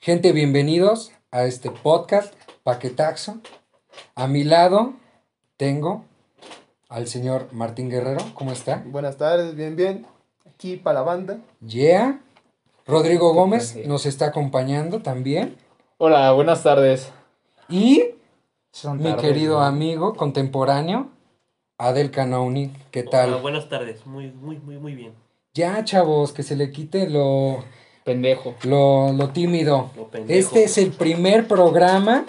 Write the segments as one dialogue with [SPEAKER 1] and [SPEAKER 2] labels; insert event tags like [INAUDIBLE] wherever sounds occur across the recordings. [SPEAKER 1] Gente, bienvenidos a este podcast Paquetaxo. A mi lado tengo al señor Martín Guerrero. ¿Cómo está?
[SPEAKER 2] Buenas tardes, bien, bien. Aquí para la banda.
[SPEAKER 1] Yeah. Rodrigo Gómez nos está acompañando también.
[SPEAKER 3] Hola, buenas tardes.
[SPEAKER 1] Y
[SPEAKER 3] Son
[SPEAKER 1] mi
[SPEAKER 3] tardes,
[SPEAKER 1] querido
[SPEAKER 3] güey.
[SPEAKER 1] amigo contemporáneo, Adel Canauni. ¿Qué
[SPEAKER 4] Hola,
[SPEAKER 1] tal?
[SPEAKER 4] buenas tardes, muy, muy, muy, muy bien.
[SPEAKER 1] Ya, chavos, que se le quite lo,
[SPEAKER 3] Pendejo.
[SPEAKER 1] lo, lo tímido.
[SPEAKER 4] Lo pendejo.
[SPEAKER 1] Este es el primer programa.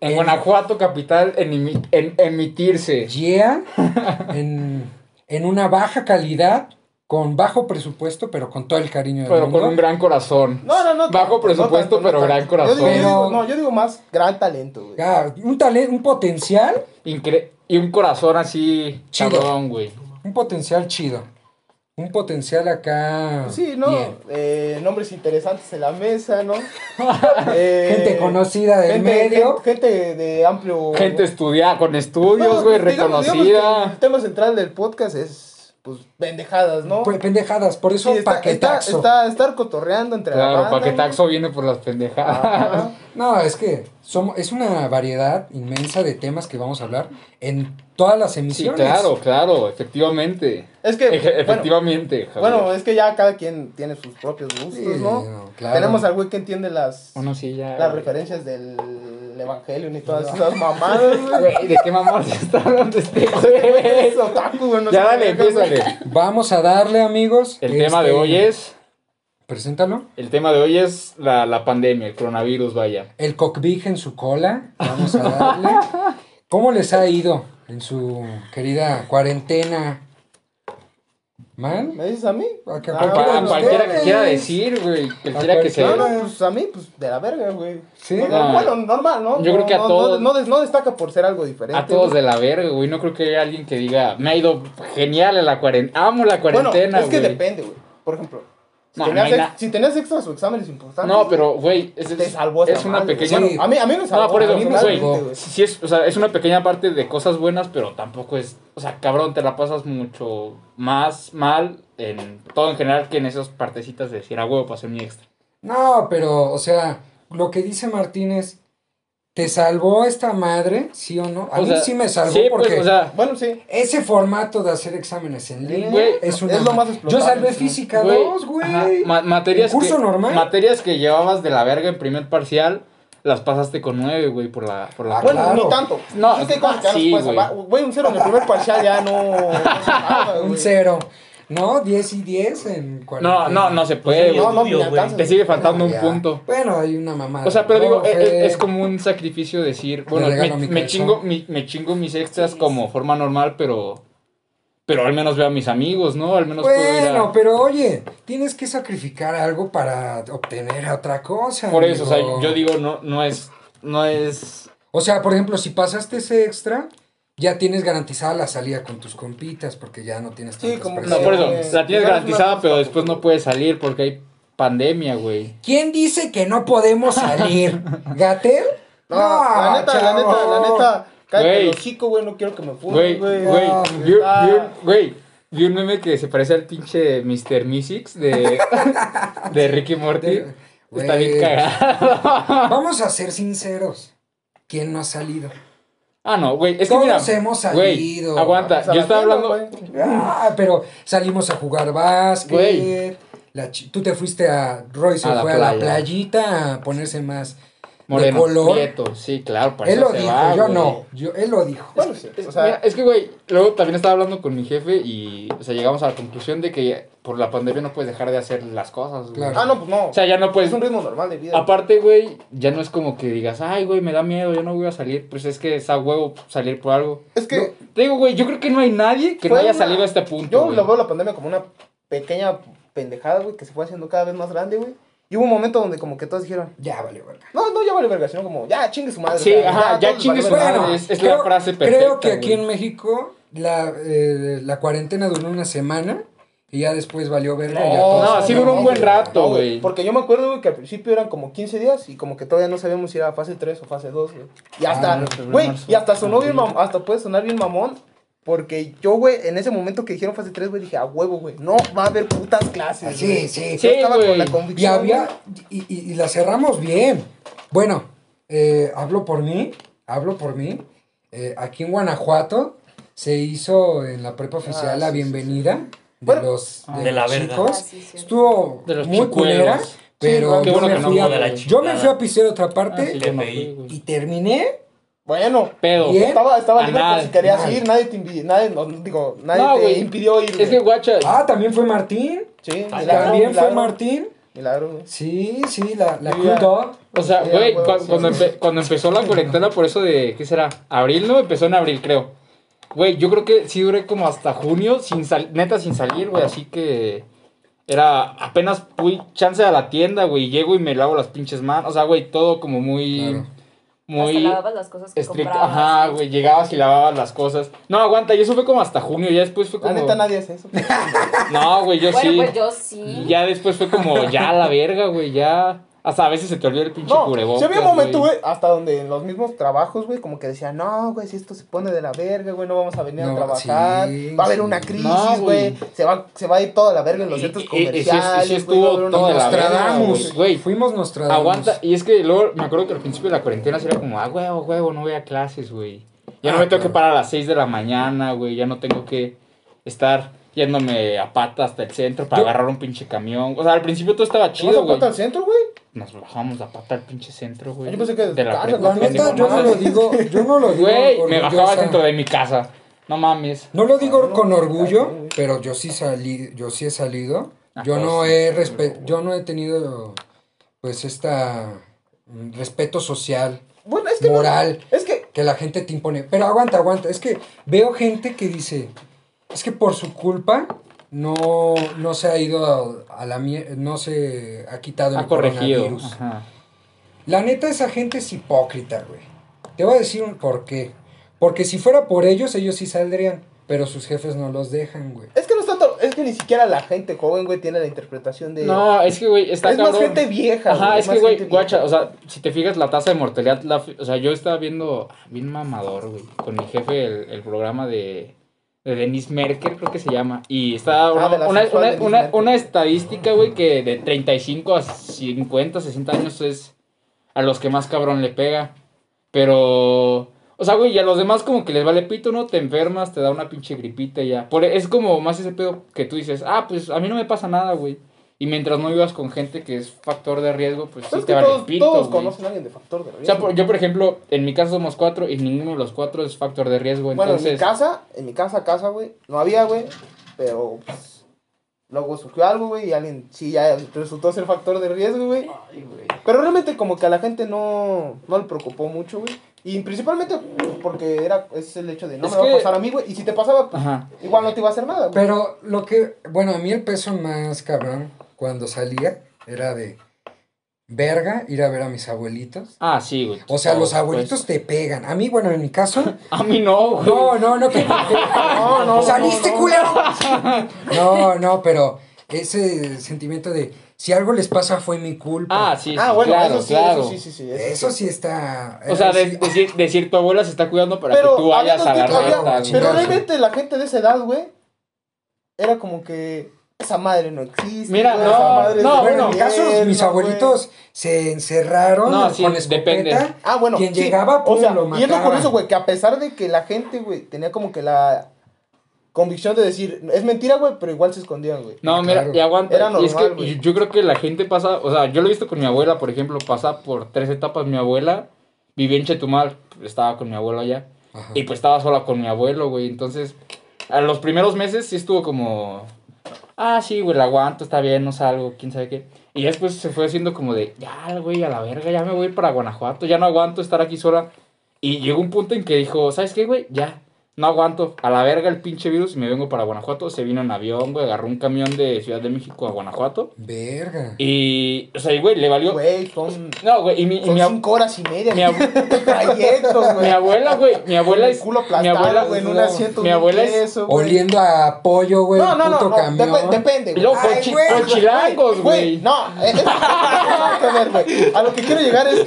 [SPEAKER 3] En
[SPEAKER 1] Eh.
[SPEAKER 3] Guanajuato capital en, imi- en emitirse.
[SPEAKER 1] Yeah, en, en una baja calidad, con bajo presupuesto, pero con todo el cariño del
[SPEAKER 3] Pero
[SPEAKER 1] mundo.
[SPEAKER 3] con un gran corazón.
[SPEAKER 2] No, no, no.
[SPEAKER 3] Bajo
[SPEAKER 2] no
[SPEAKER 3] presupuesto,
[SPEAKER 2] tanto, no
[SPEAKER 3] pero
[SPEAKER 2] tanto.
[SPEAKER 3] gran corazón.
[SPEAKER 2] Yo digo, yo
[SPEAKER 1] Pero-
[SPEAKER 2] digo- no, yo digo más gran talento, güey.
[SPEAKER 1] Ah, un talento, un potencial,
[SPEAKER 3] Incre- y un corazón así
[SPEAKER 1] Chido.
[SPEAKER 3] cabrón, güey.
[SPEAKER 1] un potencial chido. Un potencial acá.
[SPEAKER 2] Sí, ¿no?
[SPEAKER 1] bien.
[SPEAKER 2] Eh, nombres interesantes en la
[SPEAKER 1] [LAUGHS]
[SPEAKER 2] mesa, ¿no? Eh,
[SPEAKER 1] Gente conocida del
[SPEAKER 2] gente-
[SPEAKER 1] medio.
[SPEAKER 2] gen- Gente de amplio...
[SPEAKER 3] Gente estudiada, con estudios,
[SPEAKER 2] No,
[SPEAKER 3] güey,
[SPEAKER 2] Pues, digamos- digamos que el
[SPEAKER 3] reconocida.
[SPEAKER 2] tema central del podcast es, pues, pendejadas, ¿no?
[SPEAKER 1] Pues, pendejadas, por eso
[SPEAKER 2] Sí, está-
[SPEAKER 1] paquetaxo.
[SPEAKER 2] está- está- estar cotorreando entre la
[SPEAKER 3] Claro,
[SPEAKER 2] banda, ¿no?
[SPEAKER 3] paquetaxo viene por las
[SPEAKER 2] Ah,
[SPEAKER 3] pendejadas.
[SPEAKER 2] Ajá.
[SPEAKER 1] No, es que somos, es una variedad inmensa de temas que vamos a hablar en todas las
[SPEAKER 3] Sí,
[SPEAKER 1] emisiones.
[SPEAKER 3] claro, claro, efectivamente.
[SPEAKER 2] Es
[SPEAKER 3] [LAUGHS]
[SPEAKER 2] que,
[SPEAKER 3] Eje-
[SPEAKER 2] bueno,
[SPEAKER 3] efectivamente, Javier.
[SPEAKER 2] Bueno, es que ya cada quien tiene sus propios
[SPEAKER 1] Sí,
[SPEAKER 2] gustos, ¿no?
[SPEAKER 1] claro.
[SPEAKER 2] Tenemos al güey que entiende las,
[SPEAKER 3] Bueno, sí, ya.
[SPEAKER 2] las
[SPEAKER 3] güey.
[SPEAKER 2] referencias del Evangelio y todas esas
[SPEAKER 1] [LAUGHS]
[SPEAKER 2] mamadas, güey.
[SPEAKER 3] Güey, ¿De qué mamá se está hablando este
[SPEAKER 2] Es
[SPEAKER 3] güey?
[SPEAKER 2] otaku, güey, [LAUGHS] no
[SPEAKER 3] Ya
[SPEAKER 2] sé
[SPEAKER 3] dale,
[SPEAKER 2] qué verga, güey.
[SPEAKER 3] empiézale.
[SPEAKER 1] Vamos a darle, amigos.
[SPEAKER 3] El tema de
[SPEAKER 1] este,
[SPEAKER 3] hoy es.
[SPEAKER 1] Preséntalo.
[SPEAKER 3] El tema de hoy es la, la pandemia, el coronavirus, vaya.
[SPEAKER 1] El cockbig en su cola. Vamos a darle. ¿Cómo les ha ido en su querida cuarentena? ¿Mal?
[SPEAKER 2] ¿Me dices a mí?
[SPEAKER 1] A que
[SPEAKER 2] Ah,
[SPEAKER 1] cualquiera
[SPEAKER 3] Para
[SPEAKER 1] de
[SPEAKER 2] pues,
[SPEAKER 3] cualquiera que
[SPEAKER 1] ustedes.
[SPEAKER 3] quiera decir, güey. Cualquiera que se.
[SPEAKER 2] No, no, pues a mí, pues de la verga, güey.
[SPEAKER 1] Sí.
[SPEAKER 2] No,
[SPEAKER 3] Ah.
[SPEAKER 2] Bueno, normal, ¿no?
[SPEAKER 3] Yo creo que a
[SPEAKER 2] No, no,
[SPEAKER 3] todos-
[SPEAKER 2] No, des- no destaca por ser algo diferente.
[SPEAKER 3] A todos
[SPEAKER 2] güey.
[SPEAKER 3] de la verga, güey. No creo que haya alguien que diga, me ha ido genial en la cuarentena. Amo la
[SPEAKER 2] Bueno,
[SPEAKER 3] cuarentena,
[SPEAKER 2] es que
[SPEAKER 3] güey".
[SPEAKER 2] depende, güey. Por ejemplo, si,
[SPEAKER 3] No, no
[SPEAKER 2] tenías
[SPEAKER 3] hay
[SPEAKER 2] ex-
[SPEAKER 3] na-
[SPEAKER 2] si tenías extras o exámenes importantes,
[SPEAKER 3] No, pero, güey, es,
[SPEAKER 2] te
[SPEAKER 3] es-
[SPEAKER 2] salvó esa
[SPEAKER 3] es una
[SPEAKER 2] madre, güey.
[SPEAKER 3] pequeña.
[SPEAKER 1] Sí.
[SPEAKER 2] Bueno, a mí, a mí me salvó.
[SPEAKER 3] No, por
[SPEAKER 2] a
[SPEAKER 3] eso,
[SPEAKER 2] mí me
[SPEAKER 3] güey,
[SPEAKER 2] salvó,
[SPEAKER 3] sí, sí es, o sea, es una pequeña parte de cosas buenas, pero tampoco es, o sea, cabrón, te la pasas mucho más mal en todo en general que en esas partecitas de decir, a huevo, pasé mi extra.
[SPEAKER 1] No, pero, o sea, lo que dice Martínez, ¿te salvó esta madre? ¿Sí o no? A
[SPEAKER 3] O
[SPEAKER 1] mí
[SPEAKER 3] sea,
[SPEAKER 1] sí me salvó
[SPEAKER 3] sí, pues,
[SPEAKER 1] porque
[SPEAKER 3] o sea,
[SPEAKER 2] Bueno, sí.
[SPEAKER 1] ese formato de hacer exámenes en línea
[SPEAKER 3] Güey,
[SPEAKER 1] es una.
[SPEAKER 2] es lo más
[SPEAKER 1] Yo
[SPEAKER 2] explotable,
[SPEAKER 1] salvé
[SPEAKER 2] ¿no?
[SPEAKER 1] física
[SPEAKER 3] Güey,
[SPEAKER 1] 2,
[SPEAKER 3] ajá,
[SPEAKER 1] güey.
[SPEAKER 3] ma- materias
[SPEAKER 1] ¿Un curso
[SPEAKER 3] que,
[SPEAKER 1] normal?
[SPEAKER 3] Materias que llevabas de la verga en primer parcial, las pasaste con nueve, güey, por la... Por la
[SPEAKER 1] Ah,
[SPEAKER 2] Bueno,
[SPEAKER 1] claro.
[SPEAKER 2] ni tanto.
[SPEAKER 3] No,
[SPEAKER 2] Sí, sí, cosas que ya nos pueden
[SPEAKER 3] sí, güey.
[SPEAKER 2] salvar. Güey, un cero en el primer parcial ya no. no se [LAUGHS] salva,
[SPEAKER 1] Un
[SPEAKER 2] güey.
[SPEAKER 1] cero. No, 10 y 10 en
[SPEAKER 3] no,
[SPEAKER 1] cuarentena.
[SPEAKER 3] no, no se
[SPEAKER 4] Pues
[SPEAKER 3] puede,
[SPEAKER 4] sí,
[SPEAKER 3] güey.
[SPEAKER 2] No, no,
[SPEAKER 4] Estudio,
[SPEAKER 2] ni
[SPEAKER 4] güey.
[SPEAKER 2] alcanza.
[SPEAKER 3] Te sigue faltando un
[SPEAKER 1] Ya.
[SPEAKER 3] punto.
[SPEAKER 1] Bueno, hay una mamada.
[SPEAKER 3] O sea, pero digo, e- e-
[SPEAKER 1] Profe.
[SPEAKER 3] es, como un sacrificio decir, bueno, me,
[SPEAKER 1] regalo mi
[SPEAKER 3] me
[SPEAKER 1] calzón.
[SPEAKER 3] chingo, mi- me chingo mis extras como forma normal, pero pero al menos veo a mis amigos, ¿no? Al menos puedo ir a-
[SPEAKER 1] Bueno, pero oye, tienes que sacrificar algo para obtener otra cosa.
[SPEAKER 3] Por eso, o sea,
[SPEAKER 1] amigo.
[SPEAKER 3] yo digo, no, no es, no es...
[SPEAKER 1] O sea, por ejemplo, si pasaste ese extra, ya tienes garantizada la salida con tus compitas, porque ya no tienes
[SPEAKER 2] Sí,
[SPEAKER 1] tantas
[SPEAKER 2] como-
[SPEAKER 3] No,
[SPEAKER 1] presiones.
[SPEAKER 3] por
[SPEAKER 2] Eh,
[SPEAKER 3] eso,
[SPEAKER 2] llegar
[SPEAKER 3] la
[SPEAKER 2] es
[SPEAKER 3] tienes
[SPEAKER 2] una
[SPEAKER 3] garantizada,
[SPEAKER 2] cosa,
[SPEAKER 3] pero
[SPEAKER 2] güey.
[SPEAKER 3] después no puedes salir porque hay pandemia, güey.
[SPEAKER 1] ¿Quién dice que no podemos
[SPEAKER 2] [LAUGHS]
[SPEAKER 1] salir? ¿Gatel?
[SPEAKER 2] No, la neta, la neta, la neta. Cállate
[SPEAKER 3] Güey.
[SPEAKER 2] los chicos, güey, no quiero que me fumen,
[SPEAKER 3] Güey,
[SPEAKER 2] güey.
[SPEAKER 3] güey,
[SPEAKER 1] Ah,
[SPEAKER 3] vi, un-
[SPEAKER 2] ah.
[SPEAKER 3] vi un- güey, vi un meme que se parece al pinche Mr.
[SPEAKER 1] [LAUGHS]
[SPEAKER 3] Mystics de, de Ricky Morty.
[SPEAKER 1] De-
[SPEAKER 3] Está bien
[SPEAKER 1] güey.
[SPEAKER 3] cagado.
[SPEAKER 1] Vamos a ser sinceros. ¿Quién no ha salido?
[SPEAKER 3] Ah, no, güey, es que
[SPEAKER 1] Todos
[SPEAKER 3] mira,
[SPEAKER 1] hemos
[SPEAKER 3] güey,
[SPEAKER 1] salido.
[SPEAKER 3] aguanta,
[SPEAKER 2] Pues a
[SPEAKER 3] yo
[SPEAKER 2] la
[SPEAKER 3] estaba
[SPEAKER 2] tienda,
[SPEAKER 3] hablando,
[SPEAKER 2] güey.
[SPEAKER 1] Ah, pero salimos a jugar
[SPEAKER 3] Güey.
[SPEAKER 1] básquet. La chi- tú te fuiste a. Roy se
[SPEAKER 3] A la
[SPEAKER 1] fue a la
[SPEAKER 3] playa.
[SPEAKER 1] playita a ponerse más
[SPEAKER 3] Moreno,
[SPEAKER 1] de color.
[SPEAKER 3] prieto, sí, claro, para
[SPEAKER 1] él
[SPEAKER 3] eso
[SPEAKER 1] lo
[SPEAKER 3] se
[SPEAKER 1] dijo,
[SPEAKER 3] va,
[SPEAKER 1] yo
[SPEAKER 3] güey.
[SPEAKER 1] no. Yo, él lo dijo.
[SPEAKER 2] Bueno, sí.
[SPEAKER 3] Es,
[SPEAKER 2] O sea,
[SPEAKER 3] mira, es que, güey, luego también estaba hablando con mi jefe y, o sea, llegamos a la conclusión de que por la pandemia no puedes dejar de hacer las cosas, güey.
[SPEAKER 1] Claro.
[SPEAKER 2] ah, no, pues no.
[SPEAKER 3] O sea, ya no puedes...
[SPEAKER 2] es un ritmo normal de vida.
[SPEAKER 3] Aparte, güey, ya no es como que digas, ay, güey, me da miedo, ya no voy a salir. Pues es que es a huevo salir por algo.
[SPEAKER 2] Es que
[SPEAKER 3] Te digo, güey, yo creo que no hay nadie que no
[SPEAKER 2] Fue
[SPEAKER 3] haya
[SPEAKER 2] una-
[SPEAKER 3] salido a este punto,
[SPEAKER 2] yo
[SPEAKER 3] güey.
[SPEAKER 2] lo veo la pandemia como una pequeña pendejada, güey, que se fue haciendo cada vez más grande, güey. Y hubo un momento donde como que todos dijeron,
[SPEAKER 1] Ya vale, verga.
[SPEAKER 2] no, no, ya vale verga, sino como, ya chingue su madre.
[SPEAKER 3] Sí, ajá, ya
[SPEAKER 2] todos
[SPEAKER 3] chingue
[SPEAKER 2] vale
[SPEAKER 3] su
[SPEAKER 2] verga.
[SPEAKER 3] madre. es- es la frase
[SPEAKER 1] Creo
[SPEAKER 3] perfecta,
[SPEAKER 1] que aquí
[SPEAKER 3] güey.
[SPEAKER 1] en México la, eh, la cuarentena duró una semana y ya después valió verga. y ya
[SPEAKER 3] No,
[SPEAKER 1] todos-
[SPEAKER 3] no, sí duró un buen rato,
[SPEAKER 2] No, güey,
[SPEAKER 3] güey.
[SPEAKER 2] Porque yo me acuerdo, güey, que al principio eran como 15 días y como que todavía no sabíamos si era fase 3 o fase 2, güey. Y
[SPEAKER 1] Ah,
[SPEAKER 2] hasta,
[SPEAKER 3] no, febrero,
[SPEAKER 2] güey,
[SPEAKER 3] marzo,
[SPEAKER 2] y hasta sonó bien
[SPEAKER 3] abril.
[SPEAKER 2] mamón, hasta puede sonar bien mamón, Porque yo, güey, en ese momento que dijeron fase 3, güey, dije, a huevo, güey, no va a haber putas clases.
[SPEAKER 1] Ah, Sí,
[SPEAKER 2] güey".
[SPEAKER 1] sí.
[SPEAKER 2] Yo
[SPEAKER 3] Sí,
[SPEAKER 2] estaba
[SPEAKER 3] güey.
[SPEAKER 2] con la
[SPEAKER 3] Y
[SPEAKER 1] Y
[SPEAKER 2] convicción.
[SPEAKER 1] había.
[SPEAKER 2] güey.
[SPEAKER 1] Y, y- y la cerramos bien. Bueno, eh, hablo por mí. Hablo por mí. Eh, aquí en Guanajuato se hizo en la prepa oficial
[SPEAKER 2] Ah,
[SPEAKER 1] la
[SPEAKER 2] sí, sí,
[SPEAKER 1] bienvenida de
[SPEAKER 2] Bueno.
[SPEAKER 1] los,
[SPEAKER 3] Ah.
[SPEAKER 1] de
[SPEAKER 4] De la
[SPEAKER 1] los
[SPEAKER 4] verga.
[SPEAKER 1] chicos.
[SPEAKER 5] Ah, sí, sí.
[SPEAKER 1] Estuvo
[SPEAKER 3] De los
[SPEAKER 1] muy culera,
[SPEAKER 3] chicuelos.
[SPEAKER 1] pero
[SPEAKER 3] Sí, qué
[SPEAKER 1] yo,
[SPEAKER 3] bueno
[SPEAKER 1] me
[SPEAKER 3] que no
[SPEAKER 1] fui
[SPEAKER 3] fue
[SPEAKER 1] a,
[SPEAKER 3] de
[SPEAKER 4] la
[SPEAKER 1] yo me
[SPEAKER 4] chingada.
[SPEAKER 1] fui a pisear otra parte
[SPEAKER 4] sí.
[SPEAKER 3] Ah, yo no
[SPEAKER 4] TPI.
[SPEAKER 3] fui, güey.
[SPEAKER 1] y terminé.
[SPEAKER 2] Bueno,
[SPEAKER 3] Pedo.
[SPEAKER 1] Bien.
[SPEAKER 2] estaba, estaba libre,
[SPEAKER 3] Anal,
[SPEAKER 2] pero si querías
[SPEAKER 1] anal.
[SPEAKER 2] ir, nadie te impidió, nadie, no, digo, nadie
[SPEAKER 3] No,
[SPEAKER 2] te
[SPEAKER 3] güey.
[SPEAKER 2] impidió ir,
[SPEAKER 3] Es que,
[SPEAKER 2] güey.
[SPEAKER 3] guacha,
[SPEAKER 1] Ah, también fue Martín.
[SPEAKER 2] Sí,
[SPEAKER 4] Ah,
[SPEAKER 2] milagro,
[SPEAKER 1] También fue
[SPEAKER 2] milagro,
[SPEAKER 1] Martín.
[SPEAKER 2] Milagro, güey.
[SPEAKER 1] Sí, sí, la, la
[SPEAKER 2] Sí,
[SPEAKER 1] Cool
[SPEAKER 2] ya.
[SPEAKER 1] Dog.
[SPEAKER 3] o sea,
[SPEAKER 2] Sí,
[SPEAKER 3] güey,
[SPEAKER 2] güey,
[SPEAKER 3] cu-
[SPEAKER 2] sí,
[SPEAKER 3] cuando,
[SPEAKER 2] sí.
[SPEAKER 3] empe- cuando empezó la cuarentena, por eso de, ¿qué será? ¿Abril? No, empezó en abril, creo. Güey, yo creo que sí duré como hasta junio, sin sal- neta sin salir, güey, así que era apenas fui chance a la tienda, güey, llego y me lavo las pinches manos, o sea, güey, todo como muy...
[SPEAKER 1] Claro.
[SPEAKER 5] Hasta
[SPEAKER 3] Muy...
[SPEAKER 5] lavabas las cosas que
[SPEAKER 3] estricto.
[SPEAKER 5] comprabas.
[SPEAKER 3] Ajá, güey, llegabas y lavabas las cosas. No, aguanta, y eso fue como hasta junio, ya después fue
[SPEAKER 2] La
[SPEAKER 3] como...
[SPEAKER 2] neta nadie hace
[SPEAKER 3] [LAUGHS]
[SPEAKER 2] eso.
[SPEAKER 3] No, güey, yo
[SPEAKER 5] Bueno,
[SPEAKER 3] sí.
[SPEAKER 5] pues yo sí.
[SPEAKER 3] Y ya después fue como, ya la verga, güey, ya. Hasta a veces se te olvidó el pinche
[SPEAKER 2] No,
[SPEAKER 3] cubrebocas.
[SPEAKER 2] si había un
[SPEAKER 3] güey.
[SPEAKER 2] momento, güey, hasta donde en los mismos trabajos, güey, como que decían, no, güey, si esto se pone de la verga, güey, no vamos a venir
[SPEAKER 1] No,
[SPEAKER 2] a trabajar,
[SPEAKER 1] sí,
[SPEAKER 2] va a haber
[SPEAKER 1] sí.
[SPEAKER 2] una crisis,
[SPEAKER 3] No, güey.
[SPEAKER 2] güey, se va, se va a ir toda la verga en los
[SPEAKER 3] Y-
[SPEAKER 2] centros
[SPEAKER 3] y- y sí es- y sí
[SPEAKER 2] comerciales,
[SPEAKER 3] estuvo
[SPEAKER 2] güey, va a haber una-
[SPEAKER 3] toda la verga,
[SPEAKER 1] Nostradamus,
[SPEAKER 3] güey.
[SPEAKER 1] Fuimos Nostradamus.
[SPEAKER 3] Aguanta, y es que luego me acuerdo que al principio de la cuarentena sí era como, ah, huevo, huevo, no voy a clases, güey. Ya no
[SPEAKER 1] Ah,
[SPEAKER 3] me tengo que
[SPEAKER 1] claro.
[SPEAKER 3] parar a las 6 de la mañana, güey, ya no tengo que estar yéndome a pata hasta el centro para
[SPEAKER 1] Yo-
[SPEAKER 3] agarrar un pinche camión. O sea, al principio todo estaba
[SPEAKER 2] ¿Te vas a
[SPEAKER 3] chido, güey.
[SPEAKER 2] Puerta al centro, güey?
[SPEAKER 3] Nos bajábamos a pata al pinche centro, güey.
[SPEAKER 2] Yo pensé que
[SPEAKER 3] de la
[SPEAKER 2] descansas,
[SPEAKER 3] prepa,
[SPEAKER 1] La
[SPEAKER 2] Porque
[SPEAKER 1] neta,
[SPEAKER 2] mi
[SPEAKER 1] yo Ah, no
[SPEAKER 2] mamá-
[SPEAKER 1] lo digo, yo no lo digo.
[SPEAKER 3] Güey, me bajaba
[SPEAKER 1] orgullosa.
[SPEAKER 3] dentro de mi casa. No mames.
[SPEAKER 1] No lo digo
[SPEAKER 2] No,
[SPEAKER 1] con
[SPEAKER 2] no,
[SPEAKER 1] orgullo,
[SPEAKER 2] no, no.
[SPEAKER 1] pero yo sí salí, yo sí he salido.
[SPEAKER 3] Ah,
[SPEAKER 1] Yo
[SPEAKER 3] pues,
[SPEAKER 1] no
[SPEAKER 3] sí,
[SPEAKER 1] he
[SPEAKER 3] sí,
[SPEAKER 1] respe-
[SPEAKER 3] pero-
[SPEAKER 1] yo no he tenido pues esta mm, respeto social,
[SPEAKER 2] Bueno, es que no-
[SPEAKER 1] moral,
[SPEAKER 2] es que,
[SPEAKER 1] que la gente te impone. Pero aguanta, aguanta, es que veo gente que dice, es que por su culpa no, no se ha ido a, a la mierda, no se ha quitado el
[SPEAKER 3] Ha corregido.
[SPEAKER 1] coronavirus.
[SPEAKER 3] Ajá.
[SPEAKER 1] La neta, esa gente es hipócrita, güey. Te voy a decir un por qué. Porque si fuera por ellos, ellos sí saldrían. Pero sus jefes no los dejan, güey.
[SPEAKER 2] es que no es tanto, es que ni siquiera la gente joven, güey, tiene la interpretación de...
[SPEAKER 3] No, es que, güey, está
[SPEAKER 2] es
[SPEAKER 3] cabrón.
[SPEAKER 2] más gente vieja,
[SPEAKER 3] Ajá, es
[SPEAKER 2] más
[SPEAKER 3] que, güey,
[SPEAKER 2] gente
[SPEAKER 3] guacha,
[SPEAKER 2] vieja.
[SPEAKER 3] o sea, si te fijas la tasa de mortalidad, la fi- o sea, yo estaba viendo, ah, bien mamador, güey, con mi jefe el, el programa de, de Denise Merker, creo que se llama, y estaba una,
[SPEAKER 2] Ah, de la
[SPEAKER 3] una,
[SPEAKER 2] sexual
[SPEAKER 3] una-
[SPEAKER 2] Denise
[SPEAKER 3] una-
[SPEAKER 2] Merker.
[SPEAKER 3] una estadística, güey, que de 35 a 50, 60 años es a los que más cabrón le pega, pero... O sea, güey, y a los demás como que les vale pito, ¿no? Te enfermas, te da una pinche gripita y ya. Por, e, es como más ese pedo que tú dices, ah, pues a mí no me pasa nada, güey. Y mientras no vivas con gente que es factor de riesgo, pues
[SPEAKER 2] Pero
[SPEAKER 3] sí
[SPEAKER 2] es
[SPEAKER 3] te
[SPEAKER 2] que
[SPEAKER 3] vale
[SPEAKER 2] todos,
[SPEAKER 3] pito,
[SPEAKER 2] todos
[SPEAKER 3] güey.
[SPEAKER 2] conocen a alguien de factor de riesgo.
[SPEAKER 3] O sea, por- yo, por ejemplo, en mi casa somos cuatro y ninguno de los cuatro es factor de riesgo,
[SPEAKER 2] Bueno, en mi
[SPEAKER 3] entonces...
[SPEAKER 2] casa, en mi casa, casa, güey, no había, güey, pero pues, luego surgió algo, güey, y alguien sí ya resultó ser factor de riesgo, güey. Pero realmente como que a la gente no, no le preocupó mucho, güey. Y principalmente porque era, es el hecho de no
[SPEAKER 3] Es
[SPEAKER 2] me va
[SPEAKER 3] que-
[SPEAKER 2] a pasar a mí, güey. Y si te pasaba, pues,
[SPEAKER 3] Ajá.
[SPEAKER 2] igual no te iba a hacer nada, güey.
[SPEAKER 1] Pero lo que, bueno, a mí el peso más cabrón cuando salía era de verga, ir a ver a mis abuelitos.
[SPEAKER 3] Ah, sí, güey.
[SPEAKER 1] O sea, los
[SPEAKER 3] Pues,
[SPEAKER 1] abuelitos te pegan. A mí, bueno, en mi caso,
[SPEAKER 3] [LAUGHS] A mí no, güey.
[SPEAKER 1] No, no, no, que,
[SPEAKER 3] [LAUGHS]
[SPEAKER 2] No, no,
[SPEAKER 1] saliste,
[SPEAKER 2] no, no.
[SPEAKER 1] culero. No, no, pero ese sentimiento de si algo les pasa fue mi culpa.
[SPEAKER 3] Ah, sí, sí,
[SPEAKER 2] ah, bueno,
[SPEAKER 3] claro,
[SPEAKER 2] eso sí,
[SPEAKER 3] claro.
[SPEAKER 2] eso sí, sí, sí. eso
[SPEAKER 1] eso sí está.
[SPEAKER 3] O sea,
[SPEAKER 1] eso
[SPEAKER 3] de-
[SPEAKER 1] sí-
[SPEAKER 3] decir, decir tu abuela se está cuidando para
[SPEAKER 2] Pero,
[SPEAKER 3] que tú vayas a la
[SPEAKER 2] hablando de-
[SPEAKER 3] rata.
[SPEAKER 1] había-
[SPEAKER 3] güey.
[SPEAKER 2] Pero
[SPEAKER 1] Chingazo.
[SPEAKER 2] realmente la gente de esa edad, güey, era como que esa madre no existe.
[SPEAKER 3] Mira,
[SPEAKER 2] güey,
[SPEAKER 3] Ah, no,
[SPEAKER 2] esa madre
[SPEAKER 3] no,
[SPEAKER 2] se
[SPEAKER 1] bueno, en
[SPEAKER 3] bueno,
[SPEAKER 1] mi
[SPEAKER 2] fue
[SPEAKER 1] caso,
[SPEAKER 2] al
[SPEAKER 1] mis
[SPEAKER 2] infierno, güey.
[SPEAKER 1] abuelitos se encerraron
[SPEAKER 3] No, sí,
[SPEAKER 1] con escopeta.
[SPEAKER 3] depende.
[SPEAKER 2] Ah, bueno.
[SPEAKER 1] Quien llegaba, pum,
[SPEAKER 2] o sea,
[SPEAKER 1] lo
[SPEAKER 2] Y es por
[SPEAKER 1] mataban.
[SPEAKER 2] eso, güey, que a pesar de que la gente, güey, tenía como que la convicción de decir, es mentira, güey, pero igual se escondían, güey.
[SPEAKER 3] No, mira,
[SPEAKER 1] Claro.
[SPEAKER 3] y aguanta.
[SPEAKER 2] Ah, Era
[SPEAKER 3] y es que
[SPEAKER 2] normal, güey.
[SPEAKER 3] yo, yo creo que la gente pasa, o sea, yo lo he visto con mi abuela, por ejemplo, pasa por tres etapas. Mi abuela vivía en Chetumal, estaba con mi abuelo allá,
[SPEAKER 1] Ajá.
[SPEAKER 3] y pues estaba sola con mi abuelo, güey. Entonces, a los primeros meses sí estuvo como, ah, sí, güey, la aguanto, está bien, no salgo, quién sabe qué. Y después se fue haciendo como de, ya, güey, a la verga, ya me voy a ir para Guanajuato, ya no aguanto estar aquí sola. Y llegó un punto en que dijo, ¿sabes qué, güey? Ya, no aguanto. A la verga el pinche virus y me vengo para Guanajuato. Se vino en avión, güey, agarró un camión de Ciudad de México a Guanajuato.
[SPEAKER 1] Verga.
[SPEAKER 3] Y, o sea, y, güey, le valió...
[SPEAKER 2] Güey, son,
[SPEAKER 3] No, güey, y mi, y
[SPEAKER 2] son
[SPEAKER 3] mi ab-
[SPEAKER 2] cinco horas y media
[SPEAKER 3] mi
[SPEAKER 2] güey, [LAUGHS]
[SPEAKER 3] ab-
[SPEAKER 2] de trayectos,
[SPEAKER 3] [LAUGHS] mi
[SPEAKER 2] güey.
[SPEAKER 3] abuela, güey, mi
[SPEAKER 2] Con
[SPEAKER 3] abuela
[SPEAKER 2] el
[SPEAKER 3] es...
[SPEAKER 2] culo
[SPEAKER 3] mi
[SPEAKER 2] aplastado,
[SPEAKER 3] abuela-
[SPEAKER 2] güey, en un
[SPEAKER 3] no,
[SPEAKER 2] asiento.
[SPEAKER 3] mi
[SPEAKER 2] de un
[SPEAKER 3] abuela es
[SPEAKER 2] queso, güey.
[SPEAKER 1] Oliendo a pollo, güey.
[SPEAKER 2] No, no, no,
[SPEAKER 1] puto
[SPEAKER 2] no,
[SPEAKER 1] camión.
[SPEAKER 2] depe- depende,
[SPEAKER 3] Y luego
[SPEAKER 2] güey.
[SPEAKER 1] Ay,
[SPEAKER 3] con, chi-
[SPEAKER 1] güey,
[SPEAKER 3] con
[SPEAKER 1] güey,
[SPEAKER 2] [LAUGHS]
[SPEAKER 3] chilangos, güey.
[SPEAKER 2] No, eh, eh, a ver, güey. A lo que quiero llegar es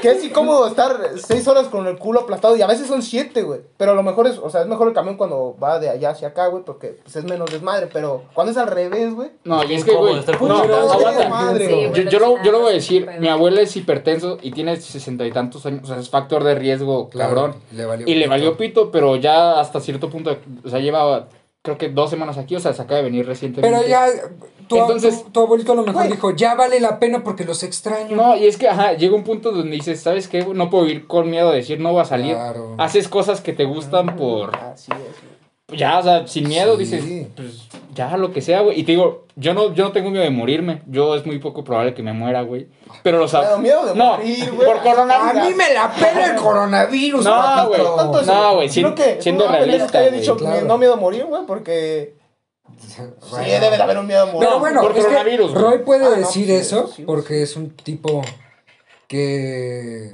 [SPEAKER 2] que es incómodo estar seis horas con el culo aplastado y a veces son siete, güey. Pero a lo mejor es, o sea, es mejor el camión cuando va de allá hacia acá, güey, porque pues, es menos desmadre. Pero cuando es al revés, güey.
[SPEAKER 3] No, y
[SPEAKER 4] Bien
[SPEAKER 3] es que,
[SPEAKER 4] cómodo
[SPEAKER 3] güey.
[SPEAKER 4] estar
[SPEAKER 3] No,
[SPEAKER 2] culero,
[SPEAKER 3] aguanta.
[SPEAKER 2] güey, madre,
[SPEAKER 5] Sí,
[SPEAKER 2] güey.
[SPEAKER 5] güey.
[SPEAKER 3] Yo, yo lo, yo lo voy a
[SPEAKER 5] Sí,
[SPEAKER 3] decir,
[SPEAKER 5] pero-
[SPEAKER 3] mi abuela es hipertenso y tiene sesenta y tantos años, o sea, es factor de riesgo, cabrón.
[SPEAKER 1] Le valió
[SPEAKER 3] Y le
[SPEAKER 1] pito.
[SPEAKER 3] valió pito, pero ya hasta cierto punto, o sea, lleva creo que dos semanas aquí, o sea, se acaba de venir recientemente.
[SPEAKER 1] Pero ya, tu,
[SPEAKER 3] Entonces-
[SPEAKER 1] tu, tu abuelito a lo mejor
[SPEAKER 2] Güey.
[SPEAKER 1] dijo, ya vale la pena porque los extraño.
[SPEAKER 3] No, y es que, ajá, llega un punto donde dices, ¿sabes qué? No puedo ir con miedo a decir, no va a salir.
[SPEAKER 1] Claro.
[SPEAKER 3] Haces cosas que te gustan por,
[SPEAKER 2] Así es, güey.
[SPEAKER 3] ya, o sea, sin
[SPEAKER 1] Sí.
[SPEAKER 3] miedo, dices, pues, ya, lo que sea, güey. Y te digo, yo no, yo no tengo miedo de morirme. Yo es muy poco probable que me muera, güey. Pero los...
[SPEAKER 2] Pero miedo de
[SPEAKER 3] no,
[SPEAKER 2] morir, güey.
[SPEAKER 3] por coronavirus.
[SPEAKER 1] A mí me la pela el coronavirus,
[SPEAKER 3] No,
[SPEAKER 1] papito.
[SPEAKER 3] güey.
[SPEAKER 2] Tanto
[SPEAKER 3] No,
[SPEAKER 2] eso,
[SPEAKER 3] güey, sin-
[SPEAKER 2] creo que
[SPEAKER 3] siendo
[SPEAKER 2] una pendeja
[SPEAKER 3] realista,
[SPEAKER 2] que haya
[SPEAKER 3] güey,
[SPEAKER 2] dicho,
[SPEAKER 1] claro.
[SPEAKER 2] No miedo a morir, güey, porque
[SPEAKER 1] Bueno.
[SPEAKER 2] sí debe de haber un miedo a morir.
[SPEAKER 1] Pero bueno,
[SPEAKER 3] por
[SPEAKER 1] es que
[SPEAKER 3] coronavirus, güey.
[SPEAKER 1] Roy puede
[SPEAKER 2] Ah, no,
[SPEAKER 1] decir
[SPEAKER 2] sí,
[SPEAKER 1] eso
[SPEAKER 2] sí, sí.
[SPEAKER 1] porque es un tipo que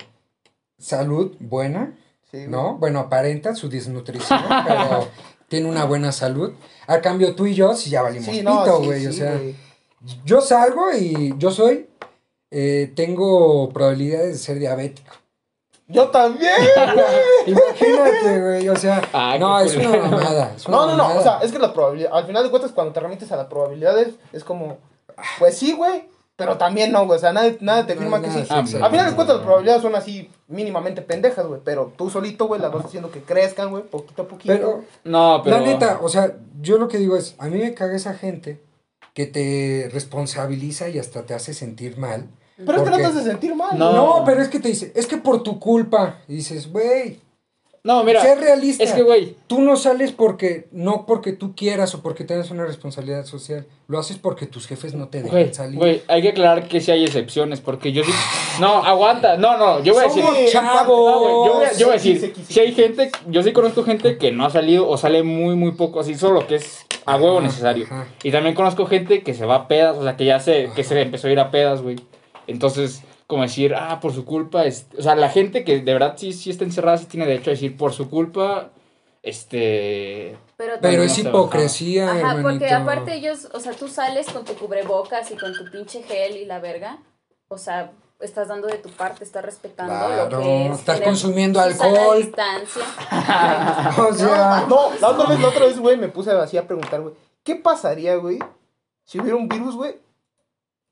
[SPEAKER 1] salud buena,
[SPEAKER 2] Sí, güey.
[SPEAKER 1] ¿no? Bueno, aparenta su
[SPEAKER 2] [LAUGHS]
[SPEAKER 1] desnutrición, pero tiene una buena salud. A cambio tú y yo sí ya valimos
[SPEAKER 2] Sí, no,
[SPEAKER 1] pito,
[SPEAKER 2] sí,
[SPEAKER 1] güey, o
[SPEAKER 2] sí,
[SPEAKER 1] sea,
[SPEAKER 2] güey.
[SPEAKER 1] yo salgo y yo soy eh, tengo probabilidades de ser diabético.
[SPEAKER 2] [LAUGHS] Yo también.
[SPEAKER 1] [LAUGHS] Imagínate, güey, o sea,
[SPEAKER 3] Ah,
[SPEAKER 1] no,
[SPEAKER 3] qué
[SPEAKER 1] es una
[SPEAKER 3] culero.
[SPEAKER 1] mamada. es una
[SPEAKER 2] No, no, no.
[SPEAKER 1] mamada.
[SPEAKER 2] O sea, es que la probabilidad. Al final de cuentas, cuando te remites a las probabilidades, es como. Pues sí, güey. Pero también no, güey. O sea, nadie, nadie te
[SPEAKER 1] No,
[SPEAKER 2] firma que
[SPEAKER 1] nada,
[SPEAKER 2] sí.
[SPEAKER 1] sí,
[SPEAKER 3] Ah,
[SPEAKER 1] exacto.
[SPEAKER 2] Al final de cuentas, las probabilidades son así mínimamente pendejas, güey. Pero tú solito, güey, las vas haciendo que crezcan, güey, poquito a poquito.
[SPEAKER 1] Pero
[SPEAKER 3] No, pero...
[SPEAKER 1] La neta, o sea, yo lo que digo es, a mí me caga esa gente que te responsabiliza y hasta te hace sentir mal.
[SPEAKER 2] Pero es que no
[SPEAKER 1] porque-
[SPEAKER 2] te hace sentir mal.
[SPEAKER 3] No.
[SPEAKER 2] No.
[SPEAKER 1] No, pero es que te dice, es que por tu culpa. Y dices, güey,
[SPEAKER 3] No, mira,
[SPEAKER 1] sé realista.
[SPEAKER 3] es que, güey,
[SPEAKER 1] Tú no sales porque, no porque tú quieras o porque tengas una responsabilidad social. Lo haces porque tus jefes no te dejan
[SPEAKER 3] Güey,
[SPEAKER 1] salir.
[SPEAKER 3] güey, hay que aclarar que sí hay excepciones, porque yo sí... No, aguanta, no, no, yo voy a decir...
[SPEAKER 1] Somos
[SPEAKER 2] decir-
[SPEAKER 1] chavos.
[SPEAKER 3] No, güey, yo, voy a, yo voy a
[SPEAKER 2] Sí,
[SPEAKER 3] decir,
[SPEAKER 2] sí, sí,
[SPEAKER 3] si hay
[SPEAKER 2] sí.
[SPEAKER 3] gente, yo sí conozco gente que no ha salido o sale muy, muy poco, así solo que es a huevo
[SPEAKER 1] Ajá,
[SPEAKER 3] necesario.
[SPEAKER 1] ajá.
[SPEAKER 3] Y también conozco gente que se va a pedas, o sea, que ya se, que se empezó a ir a pedas, güey. Entonces, como decir, ah, por su culpa, es- o sea, la gente que de verdad sí, sí está encerrada, sí tiene derecho a decir, por su culpa, este...
[SPEAKER 5] Pero,
[SPEAKER 1] Pero
[SPEAKER 5] también-
[SPEAKER 1] es
[SPEAKER 3] No te
[SPEAKER 1] hipocresía,
[SPEAKER 5] Ajá, porque
[SPEAKER 1] hermanito.
[SPEAKER 5] aparte ellos, o sea, tú sales con tu cubrebocas y con tu pinche gel y la verga. O sea, estás dando de tu parte, estás respetando
[SPEAKER 1] Claro,
[SPEAKER 5] lo que es.
[SPEAKER 1] estás
[SPEAKER 5] tener
[SPEAKER 1] consumiendo
[SPEAKER 5] su sana
[SPEAKER 1] alcohol.
[SPEAKER 5] distancia.
[SPEAKER 1] [LAUGHS] O sea,
[SPEAKER 2] Ah, No, la otra vez, la otra vez, güey, me puse así a preguntar, güey. ¿Qué pasaría, güey, si hubiera un virus, güey,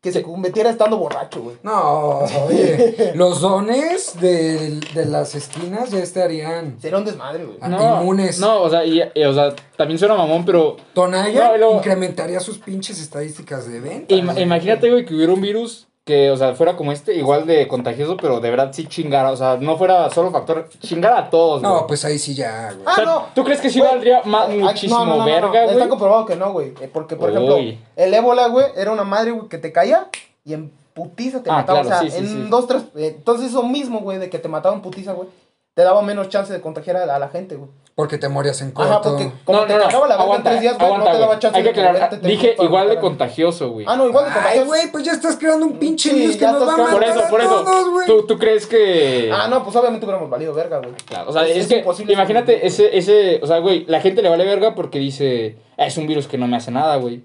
[SPEAKER 2] que se convirtiera estando borracho, güey?
[SPEAKER 1] no, oye, los dones de, de este las esquinas ya estarían.
[SPEAKER 2] Sería un desmadre, güey.
[SPEAKER 1] Antiinmunes.
[SPEAKER 3] No, o sea, y- y, o sea, también suena mamón, pero...
[SPEAKER 1] Tonaya
[SPEAKER 3] No, y luego-
[SPEAKER 1] incrementaría sus pinches estadísticas de venta.
[SPEAKER 3] Ima-
[SPEAKER 1] güey.
[SPEAKER 3] imagínate, güey, que hubiera un virus que, o sea, fuera como este, igual de contagioso, pero de verdad sí chingara. O sea, no fuera solo factor, chingara a todos, güey.
[SPEAKER 1] No, pues ahí sí ya, güey.
[SPEAKER 3] O sea,
[SPEAKER 2] Ah, no.
[SPEAKER 3] ¿Tú crees que sí
[SPEAKER 2] Güey,
[SPEAKER 3] valdría ma-
[SPEAKER 2] ah, ah,
[SPEAKER 3] muchísimo
[SPEAKER 2] no, no, no, no,
[SPEAKER 3] verga,
[SPEAKER 2] no.
[SPEAKER 3] güey?
[SPEAKER 2] Está comprobado que no, güey. Eh, Porque, por
[SPEAKER 3] Uy.
[SPEAKER 2] ejemplo, el ébola, güey, era una madre, güey, que te caía y en putiza te
[SPEAKER 3] Ah,
[SPEAKER 2] mataba.
[SPEAKER 3] claro,
[SPEAKER 2] o
[SPEAKER 3] sí,
[SPEAKER 2] sea,
[SPEAKER 3] sí,
[SPEAKER 2] en
[SPEAKER 3] sí.
[SPEAKER 2] dos, tres. eh, Entonces, eso mismo, güey, de que te mataba en putiza, güey, te daba menos chance de contagiar a, la- a la gente, güey.
[SPEAKER 1] Porque te morías en corto.
[SPEAKER 2] Ajá, porque como
[SPEAKER 3] No,
[SPEAKER 2] te
[SPEAKER 3] no, no,
[SPEAKER 2] cagaba la verga en
[SPEAKER 3] aguanta,
[SPEAKER 2] tres días, güey, no
[SPEAKER 3] aguanta,
[SPEAKER 2] te daba
[SPEAKER 3] güey.
[SPEAKER 2] chance
[SPEAKER 3] Hay que
[SPEAKER 2] de
[SPEAKER 3] aclarar,
[SPEAKER 2] contagiarte,
[SPEAKER 3] dije
[SPEAKER 2] te-
[SPEAKER 3] igual de
[SPEAKER 2] para-
[SPEAKER 3] contagioso, güey.
[SPEAKER 2] Ah, no, igual de
[SPEAKER 1] Ay,
[SPEAKER 2] contagioso.
[SPEAKER 1] güey, pues ya estás creando un pinche
[SPEAKER 2] Sí,
[SPEAKER 1] virus que
[SPEAKER 2] ya
[SPEAKER 1] nos
[SPEAKER 2] estás
[SPEAKER 1] va a
[SPEAKER 2] creando-
[SPEAKER 3] por
[SPEAKER 1] matar
[SPEAKER 3] eso,
[SPEAKER 1] a
[SPEAKER 3] por eso.
[SPEAKER 1] todos, güey.
[SPEAKER 3] ¿Tú, tú crees que...?
[SPEAKER 2] Ah, no, pues obviamente hubiéramos valido verga, güey.
[SPEAKER 3] Claro, o sea, es,
[SPEAKER 2] Es
[SPEAKER 3] que,
[SPEAKER 2] imposible.
[SPEAKER 3] imagínate, ese, ese, o sea, güey, la gente le vale verga porque dice, "Ah, es un virus que no me hace nada, güey.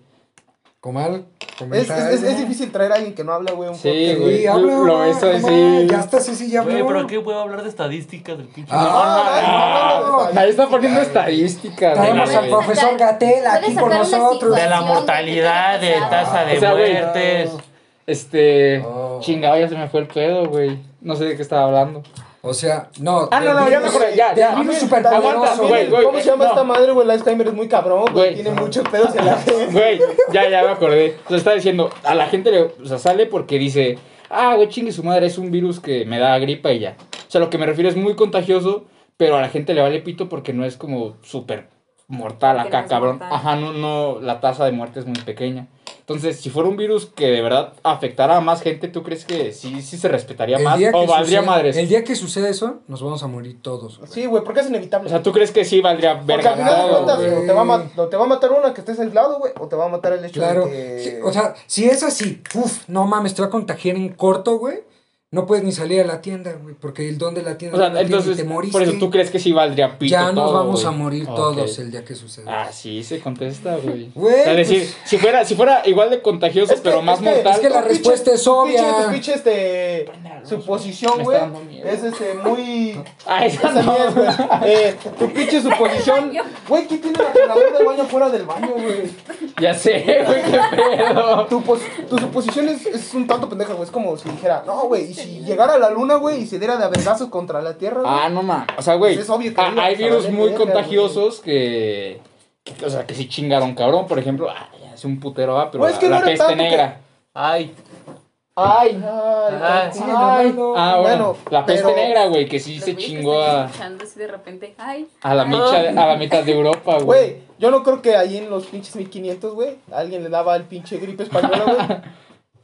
[SPEAKER 1] Comal,
[SPEAKER 2] Es,
[SPEAKER 1] comentario.
[SPEAKER 2] es, es, es difícil traer a alguien que no habla, güey. un
[SPEAKER 3] Sí,
[SPEAKER 2] podcast,
[SPEAKER 1] Sí,
[SPEAKER 3] güey.
[SPEAKER 1] habla,
[SPEAKER 3] Lo- lo ves así.
[SPEAKER 1] comal, Ya estás así, ya
[SPEAKER 4] Güey,
[SPEAKER 1] habló.
[SPEAKER 4] pero ¿qué puedo hablar de estadísticas del pinche?
[SPEAKER 2] Ah,
[SPEAKER 1] no, no, no.
[SPEAKER 3] Ahí está poniendo estadísticas, güey.
[SPEAKER 1] Traemos al
[SPEAKER 5] Puedes
[SPEAKER 1] profe- profesor
[SPEAKER 5] sacar-
[SPEAKER 1] Gatell aquí
[SPEAKER 5] puedes
[SPEAKER 1] con
[SPEAKER 5] sacar una
[SPEAKER 1] nosotros.
[SPEAKER 5] situación
[SPEAKER 4] de la
[SPEAKER 5] que
[SPEAKER 4] mortalidad,
[SPEAKER 5] te
[SPEAKER 4] de
[SPEAKER 5] haya pasado.
[SPEAKER 4] tasa de
[SPEAKER 3] O sea, güey,
[SPEAKER 4] muertes.
[SPEAKER 3] Este.
[SPEAKER 1] Oh.
[SPEAKER 3] Chingado, ya se me fue el pedo, güey. No sé de qué estaba hablando.
[SPEAKER 1] O sea, no.
[SPEAKER 3] Ah, no,
[SPEAKER 1] del
[SPEAKER 3] no, ya me
[SPEAKER 1] virus-
[SPEAKER 3] acordé, ya,
[SPEAKER 1] del
[SPEAKER 3] ya.
[SPEAKER 1] virus
[SPEAKER 3] También-
[SPEAKER 1] superpoderoso,
[SPEAKER 3] aguanta,
[SPEAKER 2] También,
[SPEAKER 3] güey,
[SPEAKER 2] ¿Cómo se llama
[SPEAKER 3] no.
[SPEAKER 2] esta madre, güey? El Alzheimer es muy cabrón,
[SPEAKER 3] Güey.
[SPEAKER 2] güey. Tiene muchos pedos en la gente.
[SPEAKER 3] Güey, ya, ya me acordé. O sea, estaba diciendo, a la gente le. O sea, sale porque dice, ah, güey, chingue su madre, es un virus que me da gripa y ya. O sea, lo que me refiero es muy contagioso, pero a la gente le vale pito porque no es como súper mortal
[SPEAKER 5] Porque no
[SPEAKER 3] acá,
[SPEAKER 5] es
[SPEAKER 3] cabrón.
[SPEAKER 5] mortal.
[SPEAKER 3] Ajá, no, no, la tasa de muerte es muy pequeña. Entonces, si fuera un virus que de verdad afectara a más gente, ¿tú crees que sí, sí se respetaría
[SPEAKER 1] El
[SPEAKER 3] más?
[SPEAKER 1] día
[SPEAKER 3] ¿O
[SPEAKER 1] que
[SPEAKER 3] valdría
[SPEAKER 1] suceda-
[SPEAKER 3] madres?
[SPEAKER 1] El día que sucede eso, nos vamos a morir todos. güey.
[SPEAKER 2] Sí, güey, porque es inevitable.
[SPEAKER 3] O sea, ¿tú crees que sí valdría
[SPEAKER 2] Porque
[SPEAKER 3] verga?
[SPEAKER 2] al final de
[SPEAKER 1] Claro,
[SPEAKER 2] cuentas,
[SPEAKER 1] güey.
[SPEAKER 2] o te, va a ma- o te va a matar una que estés aislado, güey, o te va a matar el hecho
[SPEAKER 1] Claro.
[SPEAKER 2] de que...
[SPEAKER 1] Sí, o sea, si es así, uff, no mames, te va a contagiar en corto, güey. No puedes ni salir a la tienda, güey, porque el don de la tienda
[SPEAKER 3] O sea,
[SPEAKER 1] no la tiene y
[SPEAKER 3] entonces,
[SPEAKER 1] te moriste.
[SPEAKER 3] por eso tú crees que sí valdría pito
[SPEAKER 1] ya nos
[SPEAKER 3] todo,
[SPEAKER 1] vamos a
[SPEAKER 3] güey? Ah,
[SPEAKER 1] morir
[SPEAKER 3] Ok.
[SPEAKER 1] todos el día que suceda.
[SPEAKER 3] Ah, sí, se contesta, güey.
[SPEAKER 1] Güey,
[SPEAKER 3] O sea, decir,
[SPEAKER 1] pues-
[SPEAKER 3] si fuera, si fuera igual de contagioso,
[SPEAKER 2] Es que-
[SPEAKER 3] pero más
[SPEAKER 2] es que-
[SPEAKER 3] mortal.
[SPEAKER 1] es que la
[SPEAKER 2] Tu pinche-
[SPEAKER 1] respuesta es
[SPEAKER 2] tu
[SPEAKER 1] obvia.
[SPEAKER 2] pinche- Tu pinche, este,
[SPEAKER 3] Me
[SPEAKER 2] suposición,
[SPEAKER 3] está
[SPEAKER 2] güey,
[SPEAKER 3] dando miedo.
[SPEAKER 2] es este, [LAUGHS] muy...
[SPEAKER 3] Ah, esa
[SPEAKER 2] Esa
[SPEAKER 3] no.
[SPEAKER 2] mierda, güey. Eh, tu pinche suposición. Güey, ¿quién tiene la calavera del baño fuera del baño, güey?
[SPEAKER 3] Ya sé, güey, qué pedo.
[SPEAKER 2] Tu, pos- tu suposición es, es un tanto pendeja, güey. Es como si dijera, no, güey, y si llegara a la luna, güey, y se diera de aventazos contra la Tierra, güey.
[SPEAKER 3] Ah, no mames. O sea, güey,
[SPEAKER 2] Pues es obvio que
[SPEAKER 3] ah,
[SPEAKER 2] iba a
[SPEAKER 3] hay
[SPEAKER 2] saber
[SPEAKER 3] virus
[SPEAKER 2] de
[SPEAKER 3] muy
[SPEAKER 2] verga,
[SPEAKER 3] contagiosos que, que- O sea, que sí chingaron, cabrón. Por ejemplo, ah, ya es un putero, ah, pero
[SPEAKER 2] Güey, es
[SPEAKER 3] la,
[SPEAKER 2] que no
[SPEAKER 3] la
[SPEAKER 2] era
[SPEAKER 3] peste
[SPEAKER 2] tanto que-
[SPEAKER 3] negra.
[SPEAKER 4] Ay,
[SPEAKER 2] Ay, ay,
[SPEAKER 4] Ay,
[SPEAKER 2] sigue
[SPEAKER 1] ay.
[SPEAKER 2] mamando.
[SPEAKER 3] Ah, bueno, la peste
[SPEAKER 2] pero-
[SPEAKER 3] negra, güey, que sí
[SPEAKER 5] Los
[SPEAKER 3] se
[SPEAKER 5] güeyes que
[SPEAKER 3] chingó
[SPEAKER 5] están
[SPEAKER 3] a,
[SPEAKER 5] escuchando así de repente. Ay.
[SPEAKER 3] a, la
[SPEAKER 5] ay,
[SPEAKER 3] mitad, a la mitad de Europa, güey.
[SPEAKER 2] Güey, yo no creo que ahí en los pinches 1500, güey, alguien le daba el pinche gripe española, güey.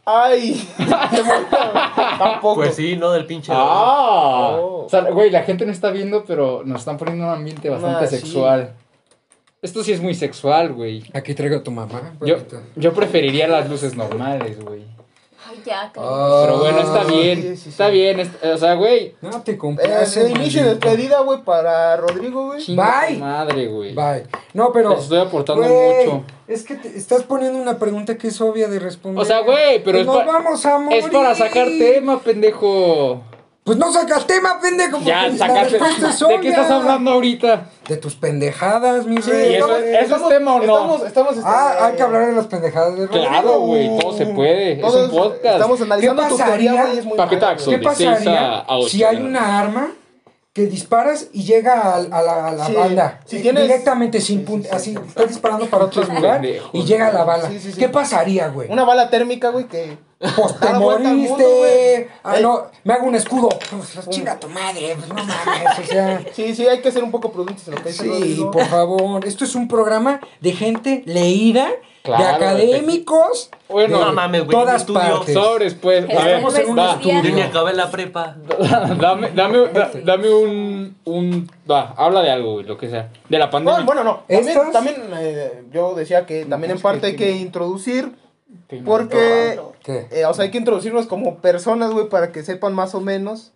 [SPEAKER 2] Ay, [LAUGHS] se murió, güey. Tampoco.
[SPEAKER 4] pues sí, no del pinche.
[SPEAKER 3] Ah,
[SPEAKER 2] Oh.
[SPEAKER 3] o sea, güey, la gente no está viendo, pero nos están poniendo un ambiente bastante
[SPEAKER 2] Ah, sí.
[SPEAKER 3] sexual. Esto sí es muy sexual, güey.
[SPEAKER 1] Aquí traigo a tu mamá.
[SPEAKER 3] Yo,
[SPEAKER 1] papito.
[SPEAKER 3] yo preferiría las luces normales, güey.
[SPEAKER 5] Ay, ya, claro.
[SPEAKER 1] Ah,
[SPEAKER 3] Pero bueno, está bien,
[SPEAKER 2] sí, sí,
[SPEAKER 3] está
[SPEAKER 2] sí.
[SPEAKER 3] bien. es- o sea, güey,
[SPEAKER 1] No te
[SPEAKER 2] Eh,
[SPEAKER 1] complaces.
[SPEAKER 2] de inicio y
[SPEAKER 1] maldito.
[SPEAKER 2] despedida, güey, para Rodrigo, güey.
[SPEAKER 3] chinga tu
[SPEAKER 1] Bye.
[SPEAKER 3] madre, güey.
[SPEAKER 1] Bye. No, pero.
[SPEAKER 3] Les estoy aportando
[SPEAKER 1] güey,
[SPEAKER 3] mucho.
[SPEAKER 1] Es que te estás poniendo una pregunta que es obvia de responder.
[SPEAKER 3] O sea, güey, pero
[SPEAKER 1] Pues
[SPEAKER 3] es
[SPEAKER 1] nos
[SPEAKER 3] pa-
[SPEAKER 1] vamos a morir.
[SPEAKER 3] Es para sacar tema, pendejo.
[SPEAKER 1] Pues no sacas tema, pendejo.
[SPEAKER 3] Ya,
[SPEAKER 1] porque
[SPEAKER 3] sacaste.
[SPEAKER 1] La respuesta es
[SPEAKER 3] ¿De qué
[SPEAKER 1] obvia.
[SPEAKER 3] estás hablando ahorita?
[SPEAKER 1] De tus pendejadas, mi
[SPEAKER 2] Sí,
[SPEAKER 1] rey.
[SPEAKER 3] ¿Y eso
[SPEAKER 2] estamos-
[SPEAKER 3] es- eso es
[SPEAKER 2] estamos-
[SPEAKER 3] tema o no?
[SPEAKER 2] Estamos, estamos, este,
[SPEAKER 1] Ah, hay que hablar de las pendejadas de Rodrigo.
[SPEAKER 3] Claro, güey, todo se puede. Es
[SPEAKER 2] Todos eh,
[SPEAKER 3] un podcast.
[SPEAKER 2] Estamos analizando
[SPEAKER 1] ¿Qué
[SPEAKER 2] tu
[SPEAKER 1] pasaría?
[SPEAKER 2] teoría, güey, es muy
[SPEAKER 3] ¿Para qué
[SPEAKER 2] mala,
[SPEAKER 3] taxo?
[SPEAKER 1] ¿Qué
[SPEAKER 2] güey.
[SPEAKER 3] de seis a-
[SPEAKER 1] pasaría
[SPEAKER 3] a ocho,
[SPEAKER 1] si hay
[SPEAKER 3] ¿verdad?
[SPEAKER 1] una arma que disparas y llega al- a, la, a la
[SPEAKER 2] Sí,
[SPEAKER 1] banda?
[SPEAKER 2] si tienes-
[SPEAKER 1] Directamente sin
[SPEAKER 2] Sí, sí,
[SPEAKER 1] punta,
[SPEAKER 2] sí,
[SPEAKER 1] así,
[SPEAKER 2] sí.
[SPEAKER 1] estás disparando para otro lugar
[SPEAKER 3] pendejos,
[SPEAKER 1] y llega la bala.
[SPEAKER 2] Sí, sí, sí.
[SPEAKER 1] ¿Qué pasaría, güey?
[SPEAKER 2] Una bala térmica, güey, que...
[SPEAKER 1] Pues te
[SPEAKER 2] da la vuelta al mundo,
[SPEAKER 1] moriste.
[SPEAKER 2] güey.
[SPEAKER 1] Ah,
[SPEAKER 2] Ey.
[SPEAKER 1] no, me hago un escudo. Pues, chinga tu madre, pues no
[SPEAKER 2] [LAUGHS]
[SPEAKER 1] mames, o sea.
[SPEAKER 2] Sí, sí, hay que ser un poco prudentes en lo que dice
[SPEAKER 1] Sí,
[SPEAKER 2] Rodrigo.
[SPEAKER 1] por favor. Esto es un programa de gente leída, de
[SPEAKER 3] Claro,
[SPEAKER 1] académicos.
[SPEAKER 3] Bueno,
[SPEAKER 1] de
[SPEAKER 3] no
[SPEAKER 4] mames, güey,
[SPEAKER 1] Todas
[SPEAKER 4] yo estudio.
[SPEAKER 1] partes.
[SPEAKER 3] Sobres, pues. A ver,
[SPEAKER 1] Estamos en un
[SPEAKER 3] va.
[SPEAKER 5] estudio.
[SPEAKER 4] Yo ni
[SPEAKER 1] estudio.
[SPEAKER 4] acabé la prepa.
[SPEAKER 3] dame, dame, da- dame un, un. Va, habla de algo, güey, lo que sea. De la pandemia.
[SPEAKER 2] No, bueno, no. También,
[SPEAKER 1] ¿Estas?
[SPEAKER 2] también eh, yo decía que también en parte hay que introducir, porque,
[SPEAKER 1] ¿Qué?
[SPEAKER 2] eh, o sea, hay que introducirnos como personas, güey, para que sepan más o menos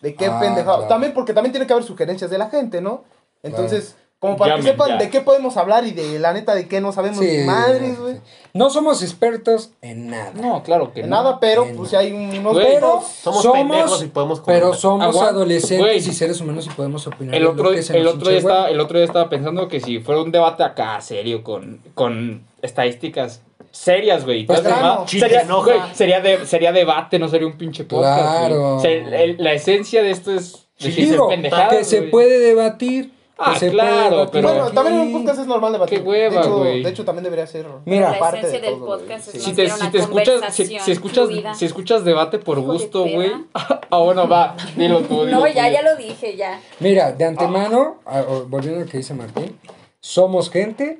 [SPEAKER 2] de qué
[SPEAKER 1] Ah,
[SPEAKER 2] pendejado.
[SPEAKER 1] claro.
[SPEAKER 2] También, porque también tiene que haber sugerencias de la gente, ¿no? Entonces, como para que
[SPEAKER 3] Llamen,
[SPEAKER 2] sepan
[SPEAKER 3] ya.
[SPEAKER 2] de qué podemos hablar y de la neta de qué no sabemos
[SPEAKER 1] Sí,
[SPEAKER 2] ni madres, güey.
[SPEAKER 1] sí. No somos expertos en nada.
[SPEAKER 3] No, claro que
[SPEAKER 2] De
[SPEAKER 3] no.
[SPEAKER 2] nada, pero,
[SPEAKER 1] Bueno.
[SPEAKER 2] pues, sí hay unos...
[SPEAKER 3] Güey,
[SPEAKER 1] Pero somos,
[SPEAKER 4] Somos pendejos y podemos comentar.
[SPEAKER 1] pero somos
[SPEAKER 3] Aguanta,
[SPEAKER 1] adolescentes
[SPEAKER 3] güey.
[SPEAKER 1] y seres humanos y podemos opinar.
[SPEAKER 3] El
[SPEAKER 1] de
[SPEAKER 3] otro,
[SPEAKER 1] lo que se
[SPEAKER 3] el,
[SPEAKER 1] nos
[SPEAKER 3] otro día
[SPEAKER 1] hinche,
[SPEAKER 3] estaba,
[SPEAKER 1] güey.
[SPEAKER 3] el otro día estaba pensando que si fuera un debate acá serio con, con estadísticas serias, güey.
[SPEAKER 1] Pues
[SPEAKER 3] tal vez,
[SPEAKER 2] claro.
[SPEAKER 3] ¿va? sería,
[SPEAKER 4] Chistes,
[SPEAKER 3] güey,
[SPEAKER 4] hoja.
[SPEAKER 3] sería, de- sería debate, no sería un pinche podcast.
[SPEAKER 1] Claro.
[SPEAKER 3] güey. O sea, el- el- la esencia de esto es decir
[SPEAKER 1] Digo,
[SPEAKER 3] pendejadas,
[SPEAKER 1] que se
[SPEAKER 3] güey.
[SPEAKER 1] puede debatir. que
[SPEAKER 3] Ah,
[SPEAKER 1] se
[SPEAKER 3] claro,
[SPEAKER 1] puede debatir
[SPEAKER 3] pero-
[SPEAKER 2] Bueno,
[SPEAKER 1] aquí.
[SPEAKER 2] también en un podcast es normal debatir.
[SPEAKER 3] Qué hueva,
[SPEAKER 2] de, hecho,
[SPEAKER 3] güey.
[SPEAKER 2] de hecho, también debería ser...
[SPEAKER 1] Mira,
[SPEAKER 5] La
[SPEAKER 2] parte
[SPEAKER 5] esencia
[SPEAKER 2] de
[SPEAKER 5] del
[SPEAKER 2] todo, güey.
[SPEAKER 5] podcast es
[SPEAKER 2] Sí.
[SPEAKER 3] Si
[SPEAKER 5] más
[SPEAKER 3] te,
[SPEAKER 5] bien
[SPEAKER 3] si
[SPEAKER 5] una
[SPEAKER 3] te escuchas, si,
[SPEAKER 5] conversación
[SPEAKER 3] si escuchas,
[SPEAKER 5] fluida.
[SPEAKER 3] si escuchas debate por
[SPEAKER 5] Hijo de
[SPEAKER 3] gusto,
[SPEAKER 5] peda.
[SPEAKER 3] güey. Ah, bueno, va, dilo tú, dilo
[SPEAKER 5] No,
[SPEAKER 3] tú.
[SPEAKER 5] ya, ya lo
[SPEAKER 3] [LAUGHS]
[SPEAKER 5] dije, ya.
[SPEAKER 1] Mira,
[SPEAKER 3] Ah.
[SPEAKER 1] de antemano, a- o- volviendo a lo que dice Martín, somos gente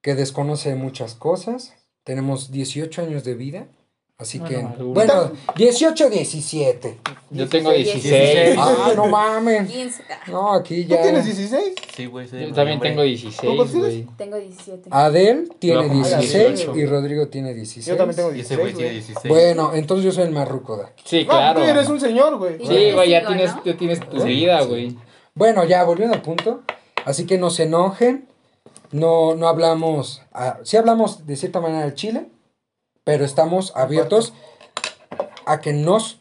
[SPEAKER 1] que desconoce muchas cosas. Tenemos 18 años de vida. Así
[SPEAKER 3] Bueno,
[SPEAKER 1] que,
[SPEAKER 3] algunos.
[SPEAKER 1] bueno, 18, 17.
[SPEAKER 3] Yo tengo 16.
[SPEAKER 5] 16.
[SPEAKER 1] Ah,
[SPEAKER 2] [LAUGHS]
[SPEAKER 1] no mames.
[SPEAKER 5] 15. ah,
[SPEAKER 1] No, aquí
[SPEAKER 2] ¿Tú
[SPEAKER 1] ya.
[SPEAKER 2] tienes 16?
[SPEAKER 4] Sí, güey, soy de
[SPEAKER 3] Yo también
[SPEAKER 4] noviembre.
[SPEAKER 3] tengo
[SPEAKER 2] ¿Cómo
[SPEAKER 3] 16, güey.
[SPEAKER 5] Tengo 17.
[SPEAKER 3] Ah,
[SPEAKER 1] Adel tiene
[SPEAKER 3] No,
[SPEAKER 1] 16
[SPEAKER 4] 18.
[SPEAKER 1] y Rodrigo tiene 16.
[SPEAKER 2] Yo también tengo
[SPEAKER 4] Y ese güey
[SPEAKER 2] 16,
[SPEAKER 4] tiene
[SPEAKER 2] güey.
[SPEAKER 4] 16.
[SPEAKER 1] Bueno, entonces yo soy el marruco de aquí.
[SPEAKER 3] Sí,
[SPEAKER 2] No,
[SPEAKER 3] claro.
[SPEAKER 2] Ah, tú eres un señor, güey.
[SPEAKER 5] Sí.
[SPEAKER 3] Sí, güey, ya
[SPEAKER 5] Sigo,
[SPEAKER 3] tienes,
[SPEAKER 5] ¿no?
[SPEAKER 3] ya tienes tu vida, güey.
[SPEAKER 1] Bueno, ya, volviendo al punto. Así que no se enojen. No, no hablamos. ah, sí hablamos de cierta manera al Chile, pero estamos abiertos a que nos.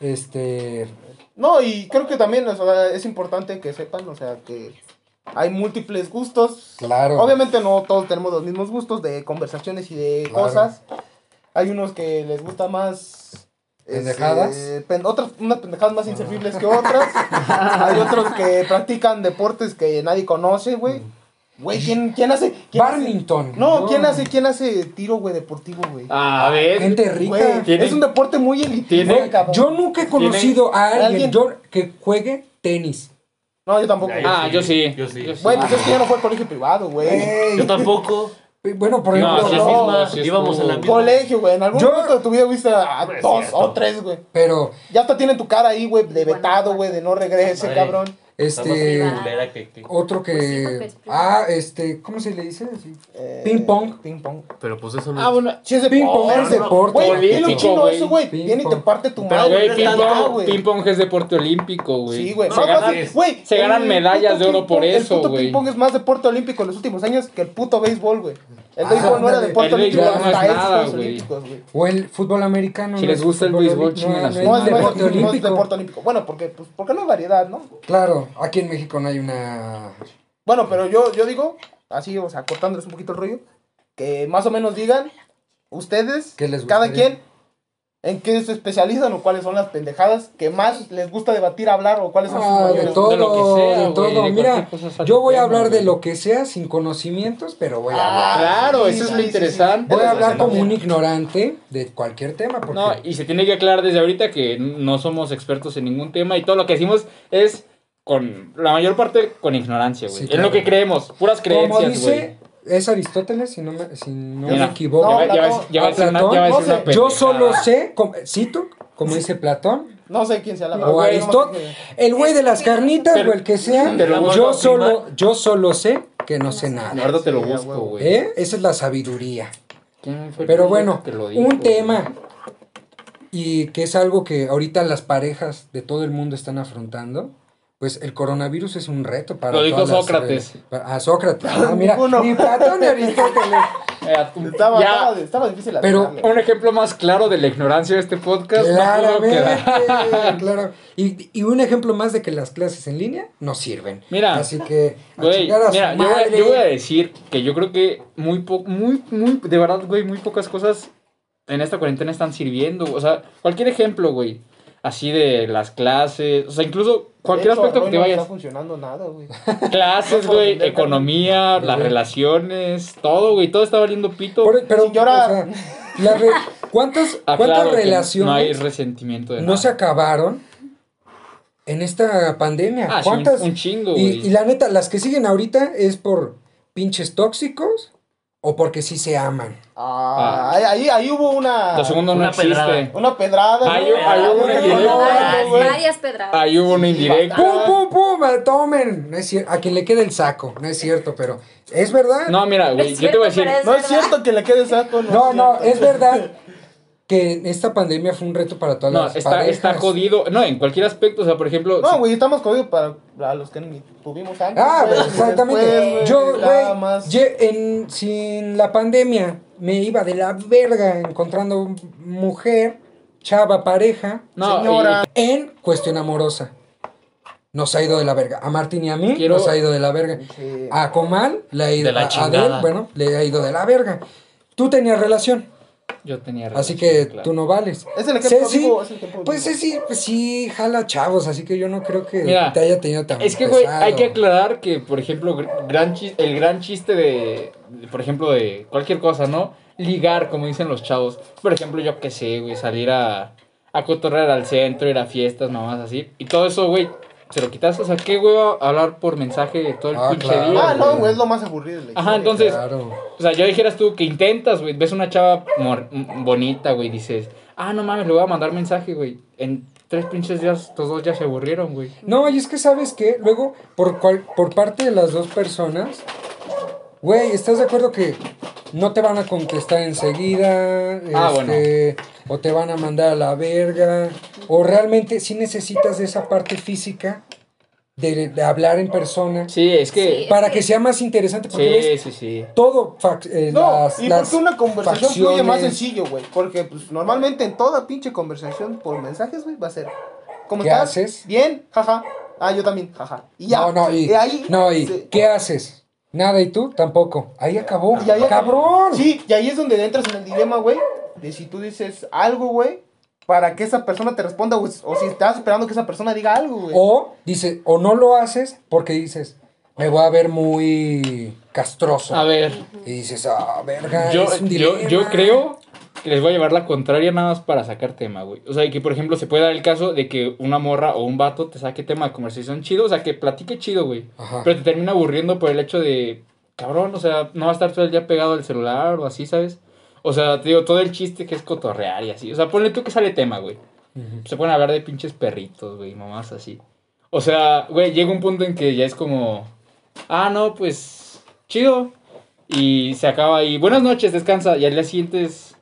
[SPEAKER 1] Este.
[SPEAKER 2] No, y creo que también o sea, es importante que sepan, o sea, que hay múltiples gustos.
[SPEAKER 1] Claro.
[SPEAKER 2] Obviamente no todos tenemos los mismos gustos de conversaciones y de
[SPEAKER 1] Claro.
[SPEAKER 2] cosas. Hay unos que les gusta más... este,
[SPEAKER 1] ¿Pendejadas?
[SPEAKER 2] pen- otras, unas pendejadas más inservibles que otras.
[SPEAKER 1] [LAUGHS]
[SPEAKER 2] Hay otros que practican deportes que nadie conoce, güey.
[SPEAKER 1] Mm.
[SPEAKER 2] Güey, ¿quién, ¿quién hace? ¿Quién hace-
[SPEAKER 1] Barnington.
[SPEAKER 2] No, ¿quién hace, quién hace tiro, güey, deportivo, güey?
[SPEAKER 3] A ver.
[SPEAKER 1] Gente rica.
[SPEAKER 2] Güey,
[SPEAKER 3] Tiene-
[SPEAKER 2] es un deporte muy elitista,
[SPEAKER 3] Tiene-
[SPEAKER 2] güey, cabrón.
[SPEAKER 1] Yo nunca he conocido a alguien,
[SPEAKER 2] ¿Alguien?
[SPEAKER 1] yo- que juegue tenis.
[SPEAKER 2] No, yo tampoco.
[SPEAKER 4] Ay,
[SPEAKER 2] güey.
[SPEAKER 3] Ah, yo sí.
[SPEAKER 4] Yo sí.
[SPEAKER 2] Güey, pues es que yo no fue al colegio privado, güey.
[SPEAKER 1] Ey,
[SPEAKER 4] Yo tampoco.
[SPEAKER 1] Bueno, por
[SPEAKER 3] No,
[SPEAKER 1] ejemplo,
[SPEAKER 4] Íbamos en
[SPEAKER 2] no,
[SPEAKER 4] la misma,
[SPEAKER 3] sí
[SPEAKER 4] íbamos en la
[SPEAKER 3] estuvo.
[SPEAKER 4] misma.
[SPEAKER 2] Colegio, güey. En algún
[SPEAKER 1] Yo-
[SPEAKER 2] momento de tu vida viste
[SPEAKER 3] Ah,
[SPEAKER 2] a
[SPEAKER 4] No es
[SPEAKER 2] dos
[SPEAKER 4] cierto.
[SPEAKER 2] o tres, güey.
[SPEAKER 1] pero
[SPEAKER 2] Ya hasta tienen tu cara ahí, güey, de vetado, güey, de no regrese,
[SPEAKER 4] Madre.
[SPEAKER 2] cabrón.
[SPEAKER 4] Está más
[SPEAKER 1] Este.
[SPEAKER 5] privada.
[SPEAKER 4] culera que- que-
[SPEAKER 1] Otro que.
[SPEAKER 5] Pues sí, porque es privado.
[SPEAKER 1] ah, este. ¿Cómo se le dice? Sí. Ping pong.
[SPEAKER 2] Eh, Ping pong.
[SPEAKER 4] Pero pues eso no
[SPEAKER 3] Ah, bueno.
[SPEAKER 2] Sí, es
[SPEAKER 1] Ping pong
[SPEAKER 2] deporte.
[SPEAKER 1] es deporte.
[SPEAKER 2] Güey, y lo
[SPEAKER 3] Político,
[SPEAKER 2] chino
[SPEAKER 3] güey.
[SPEAKER 2] eso, güey.
[SPEAKER 1] Ping
[SPEAKER 2] Viene y te
[SPEAKER 1] pong.
[SPEAKER 2] parte tu
[SPEAKER 4] Pero,
[SPEAKER 3] Pero,
[SPEAKER 2] madre.
[SPEAKER 3] güey,
[SPEAKER 4] no
[SPEAKER 3] ping
[SPEAKER 4] está
[SPEAKER 2] nada,
[SPEAKER 3] pong,
[SPEAKER 2] güey.
[SPEAKER 3] ping pong es deporte olímpico, güey.
[SPEAKER 2] Sí, güey.
[SPEAKER 3] Se,
[SPEAKER 2] No,
[SPEAKER 3] ganan-
[SPEAKER 2] aparte, güey,
[SPEAKER 3] se
[SPEAKER 2] el
[SPEAKER 3] ganan
[SPEAKER 2] puto
[SPEAKER 3] medallas de
[SPEAKER 2] ping
[SPEAKER 3] oro
[SPEAKER 2] pong-
[SPEAKER 3] por
[SPEAKER 2] el
[SPEAKER 3] eso,
[SPEAKER 2] puto
[SPEAKER 3] güey.
[SPEAKER 2] ping pong es más deporte olímpico en los últimos años que el puto béisbol, güey. El
[SPEAKER 1] Ah,
[SPEAKER 2] béisbol no era
[SPEAKER 1] ándale.
[SPEAKER 2] deporte
[SPEAKER 1] El
[SPEAKER 2] olímpico,
[SPEAKER 1] béisbol
[SPEAKER 3] no es
[SPEAKER 2] hasta es
[SPEAKER 3] nada,
[SPEAKER 2] Juegos
[SPEAKER 3] güey.
[SPEAKER 2] Olímpicos, güey.
[SPEAKER 1] O el fútbol americano.
[SPEAKER 3] Si
[SPEAKER 1] no
[SPEAKER 3] les
[SPEAKER 1] es
[SPEAKER 3] gusta el
[SPEAKER 1] fútbol
[SPEAKER 3] béisbol,
[SPEAKER 1] olímpico,
[SPEAKER 3] chinguen a su
[SPEAKER 1] No,
[SPEAKER 2] No
[SPEAKER 1] no
[SPEAKER 2] es,
[SPEAKER 1] es
[SPEAKER 2] no es-
[SPEAKER 1] deporte
[SPEAKER 2] no es deporte
[SPEAKER 1] olímpico.
[SPEAKER 2] olímpico. Bueno, porque, pues, porque no hay variedad, ¿no?
[SPEAKER 1] Claro, aquí en México no hay una.
[SPEAKER 2] Bueno, pero yo, yo digo, así, o sea, cortándoles un poquito el rollo, que más o menos digan ustedes,
[SPEAKER 1] ¿Qué les
[SPEAKER 2] cada
[SPEAKER 1] gustaría?
[SPEAKER 2] quien, en qué se especializan o cuáles son las pendejadas que más les gusta debatir, hablar o cuáles son sus
[SPEAKER 1] Ah, de
[SPEAKER 2] mayores.
[SPEAKER 1] todo, de,
[SPEAKER 3] lo que sea, güey,
[SPEAKER 1] todo.
[SPEAKER 3] de
[SPEAKER 1] Mira,
[SPEAKER 3] cualquier cosa sale
[SPEAKER 1] yo voy a
[SPEAKER 3] tema,
[SPEAKER 1] hablar de
[SPEAKER 3] güey.
[SPEAKER 1] lo que sea sin conocimientos, pero voy a
[SPEAKER 5] Ah,
[SPEAKER 1] hablar.
[SPEAKER 3] Claro,
[SPEAKER 2] Sí,
[SPEAKER 3] eso es
[SPEAKER 2] sí,
[SPEAKER 3] lo
[SPEAKER 2] sí, sí.
[SPEAKER 3] interesante.
[SPEAKER 1] Voy a hablar
[SPEAKER 2] Bueno,
[SPEAKER 1] como un
[SPEAKER 2] bueno.
[SPEAKER 1] ignorante de cualquier tema, porque
[SPEAKER 3] No, y se tiene que aclarar desde ahorita que no somos expertos en ningún tema y todo lo que decimos es con la mayor parte con ignorancia, güey.
[SPEAKER 1] Sí,
[SPEAKER 3] Es lo
[SPEAKER 1] claro.
[SPEAKER 3] que creemos,
[SPEAKER 1] como
[SPEAKER 3] puras creencias, güey.
[SPEAKER 1] dice, es Aristóteles, si no me, si no me
[SPEAKER 3] Mira,
[SPEAKER 1] equivoco.
[SPEAKER 2] No,
[SPEAKER 3] ya va- ya va- ya va a
[SPEAKER 1] a
[SPEAKER 3] ser una-
[SPEAKER 1] Platón,
[SPEAKER 3] ya va a
[SPEAKER 2] no
[SPEAKER 3] ser una
[SPEAKER 2] sé.
[SPEAKER 3] pendejada.
[SPEAKER 1] Yo solo sé, com- cito, como dice Platón,
[SPEAKER 2] No sé quién sea la
[SPEAKER 1] o
[SPEAKER 2] güey, no me acuerdo.
[SPEAKER 1] Aristóteles, el güey de las carnitas
[SPEAKER 3] Pero-
[SPEAKER 1] o el que sea,
[SPEAKER 3] pero vamos
[SPEAKER 1] yo
[SPEAKER 4] a
[SPEAKER 1] solo, yo solo sé que no sé nada.
[SPEAKER 3] Ahorita te
[SPEAKER 2] Sí,
[SPEAKER 3] lo
[SPEAKER 2] a
[SPEAKER 3] busco,
[SPEAKER 2] huevo.
[SPEAKER 3] güey.
[SPEAKER 1] ¿Eh? Esa es la sabiduría.
[SPEAKER 3] ¿Quién fue el
[SPEAKER 1] Pero
[SPEAKER 3] que
[SPEAKER 1] bueno,
[SPEAKER 3] te lo dijo,
[SPEAKER 1] un
[SPEAKER 3] güey?
[SPEAKER 1] tema y que es algo que ahorita las parejas de todo el mundo están afrontando, pues el coronavirus es un reto para
[SPEAKER 3] Lo dijo
[SPEAKER 1] todas las
[SPEAKER 3] Sócrates.
[SPEAKER 1] rela- para- Ah, Sócrates. Ah, mira,
[SPEAKER 2] Ninguno.
[SPEAKER 1] ni Platón ni Aristóteles.
[SPEAKER 3] Eh, tú-
[SPEAKER 2] Estaba,
[SPEAKER 3] ya,
[SPEAKER 2] estaba, estaba difícil
[SPEAKER 1] Pero-
[SPEAKER 2] adivinarle.
[SPEAKER 3] un ejemplo más claro de la ignorancia de este podcast. no puedo
[SPEAKER 1] Claramente,
[SPEAKER 3] quedar.
[SPEAKER 1] [LAUGHS] claro. Y, y un ejemplo más de que las clases en línea no sirven.
[SPEAKER 3] Mira.
[SPEAKER 1] Así que, a
[SPEAKER 3] Güey,
[SPEAKER 1] chingar a su
[SPEAKER 3] mira, yo, voy a-
[SPEAKER 1] madre.
[SPEAKER 3] yo voy a decir que yo creo que muy po- muy, muy, de verdad, güey, muy pocas cosas en esta cuarentena están sirviendo. O sea, cualquier ejemplo, güey, así de las clases, o sea, incluso cualquier
[SPEAKER 2] De hecho,
[SPEAKER 3] aspecto
[SPEAKER 2] Roy
[SPEAKER 3] que te
[SPEAKER 2] no está
[SPEAKER 3] vayas.
[SPEAKER 2] funcionando nada, güey.
[SPEAKER 3] [LAUGHS] Clases,
[SPEAKER 2] No,
[SPEAKER 3] güey,
[SPEAKER 2] pendejo.
[SPEAKER 3] economía, las
[SPEAKER 1] Güey.
[SPEAKER 3] relaciones, todo, güey, todo está valiendo pito.
[SPEAKER 1] Por- e-, pero,
[SPEAKER 2] Si llora-
[SPEAKER 1] o sea, la re- ¿cuántas,
[SPEAKER 3] [LAUGHS]
[SPEAKER 1] ¿cuántas
[SPEAKER 3] Aclaro que No hay
[SPEAKER 1] relaciones
[SPEAKER 3] resentimiento de
[SPEAKER 1] no
[SPEAKER 3] nada.
[SPEAKER 1] se acabaron en esta pandemia.
[SPEAKER 3] Ah, sí,
[SPEAKER 1] ¿Cuántas?
[SPEAKER 3] un chingo,
[SPEAKER 1] y,
[SPEAKER 3] güey.
[SPEAKER 1] y la neta, las que siguen ahorita es por pinches tóxicos o porque sí se aman.
[SPEAKER 2] Ah, ahí- ahí, ahí hubo una,
[SPEAKER 3] Lo segundo no
[SPEAKER 4] Una
[SPEAKER 3] existe.
[SPEAKER 4] pedrada.
[SPEAKER 2] una pedrada.
[SPEAKER 3] Ahí-
[SPEAKER 2] güey.
[SPEAKER 3] ahí hubo una
[SPEAKER 2] Ay,
[SPEAKER 3] indirecta.
[SPEAKER 2] Ah, no,
[SPEAKER 5] Varias,
[SPEAKER 2] güey.
[SPEAKER 5] varias pedradas.
[SPEAKER 3] Ahí hubo una indirecta.
[SPEAKER 1] ¡Pum, pum, pum! Ah, ¡Tomen! No es cier- A quien le quede el saco, no es cierto, pero es verdad.
[SPEAKER 3] No, mira, güey,
[SPEAKER 5] Es
[SPEAKER 3] yo te voy a
[SPEAKER 5] cierto,
[SPEAKER 3] decir.
[SPEAKER 5] pero es-
[SPEAKER 2] No es cierto que le quede saco.
[SPEAKER 1] no, eh, no, es
[SPEAKER 2] cierto.
[SPEAKER 1] verdad que esta pandemia fue un reto para todas
[SPEAKER 3] No,
[SPEAKER 1] las
[SPEAKER 3] está,
[SPEAKER 1] parejas.
[SPEAKER 3] está jodido. No, en cualquier aspecto. O sea, por ejemplo. si-
[SPEAKER 2] No, güey, estamos jodidos para, para los que ni tuvimos antes.
[SPEAKER 1] Ah,
[SPEAKER 2] güey,
[SPEAKER 1] pues,
[SPEAKER 2] ni
[SPEAKER 1] exactamente.
[SPEAKER 2] después, güey,
[SPEAKER 1] yo,
[SPEAKER 2] nada
[SPEAKER 1] güey,
[SPEAKER 2] más.
[SPEAKER 1] ye- en- sin la pandemia me iba de la verga encontrando m- mujer, chava, pareja,
[SPEAKER 3] no,
[SPEAKER 2] señora.
[SPEAKER 1] en cuestión amorosa. Nos ha ido de la verga. A Martín y a mí
[SPEAKER 3] Quiero-
[SPEAKER 1] nos ha ido de la verga.
[SPEAKER 2] Sí.
[SPEAKER 1] A Comal le ha ido
[SPEAKER 4] De la
[SPEAKER 1] a- a
[SPEAKER 4] chingada.
[SPEAKER 1] Adel, bueno, le ha ido de la verga. Tú tenías relación,
[SPEAKER 3] y yo tenía
[SPEAKER 1] así
[SPEAKER 3] relación,
[SPEAKER 1] que
[SPEAKER 3] claro.
[SPEAKER 1] tú no vales.
[SPEAKER 2] Es el ejemplo
[SPEAKER 1] Ceci,
[SPEAKER 2] vivo, es el ejemplo
[SPEAKER 1] pues
[SPEAKER 2] vivo.
[SPEAKER 1] Ceci, pues sí, jala chavos, así que yo no creo que
[SPEAKER 3] Mira,
[SPEAKER 1] te haya tenido tan
[SPEAKER 3] Es que, güey, hay
[SPEAKER 1] pesado.
[SPEAKER 3] que aclarar que, por ejemplo, gr- gran chis- el gran chiste de, de, Por ejemplo, de cualquier cosa, ¿no? Ligar, como dicen los chavos. Por ejemplo, yo qué sé, güey, salir a. A cotorrear al centro, ir a fiestas, mamás así. Y todo eso, güey, se lo quitas. O sea, qué, güey, hablar por mensaje todo el
[SPEAKER 1] Ah,
[SPEAKER 3] pinche
[SPEAKER 1] claro.
[SPEAKER 3] día.
[SPEAKER 2] Ah, no,
[SPEAKER 3] güey?
[SPEAKER 2] güey, es lo más aburrido. de la historia.
[SPEAKER 3] Ajá, entonces-
[SPEAKER 1] Claro.
[SPEAKER 3] O sea, yo dijeras tú que intentas, güey. Ves una chava mor- m- bonita, güey. Dices, ah, no mames, le voy a mandar mensaje, güey. En tres pinches días, estos dos ya se aburrieron, güey.
[SPEAKER 1] No, y es que sabes que luego, por, cual- por parte de las dos personas, güey, ¿estás de acuerdo que no te van a contestar enseguida?
[SPEAKER 3] Ah,
[SPEAKER 1] Este, O te van a mandar a la verga. O realmente sí necesitas de esa parte física de, de hablar en persona
[SPEAKER 3] Sí, es que.
[SPEAKER 5] Sí.
[SPEAKER 1] para que sea más interesante. Porque
[SPEAKER 3] Sí, sí,
[SPEAKER 1] ves
[SPEAKER 3] sí.
[SPEAKER 1] todo. fac- eh,
[SPEAKER 2] No,
[SPEAKER 1] las-
[SPEAKER 2] y
[SPEAKER 1] las
[SPEAKER 2] porque una conversación fluye más
[SPEAKER 1] facciones.
[SPEAKER 2] sencillo, güey. Porque pues, normalmente en toda pinche conversación por mensajes, güey, va a ser. ¿Cómo
[SPEAKER 1] ¿Qué
[SPEAKER 2] estás?
[SPEAKER 1] haces?
[SPEAKER 2] Bien, jaja. Ah, yo también, jaja. Y ya.
[SPEAKER 1] No, no, y,
[SPEAKER 2] Y ahí,
[SPEAKER 1] no, y
[SPEAKER 2] se-
[SPEAKER 1] ¿qué haces? Nada, ¿y tú? Tampoco. Ahí acabó.
[SPEAKER 2] Y ahí-
[SPEAKER 1] ¡Cabrón!
[SPEAKER 2] Sí, y ahí es donde entras en el dilema, güey, de si tú dices algo, güey, para que esa persona te responda, o, o si estás esperando que esa persona diga algo, güey.
[SPEAKER 1] O dice, o no lo haces porque dices, me voy a ver muy castroso.
[SPEAKER 3] A ver,
[SPEAKER 1] Y dices, ah, verga,
[SPEAKER 3] yo,
[SPEAKER 1] es un
[SPEAKER 3] yo,
[SPEAKER 1] dilema.
[SPEAKER 3] yo creo que les voy a llevar la contraria nada más para sacar tema, güey. O sea, que por ejemplo se puede dar el caso de que una morra o un vato te saque tema de conversación chido, o sea, que platique chido, güey.
[SPEAKER 1] Ajá.
[SPEAKER 3] Pero te termina aburriendo por el hecho de, cabrón, o sea, no va a estar todo el día pegado al celular o así, ¿sabes? O sea, te digo, todo el chiste que es cotorrear y así. O sea, ponle tú que sale tema, güey. Se pueden hablar de pinches perritos, güey, mamás así. O sea, güey, llega un punto en que ya es como, ah, no, pues, chido. Y se acaba ahí, buenas noches, descansa. Y al día siguiente es,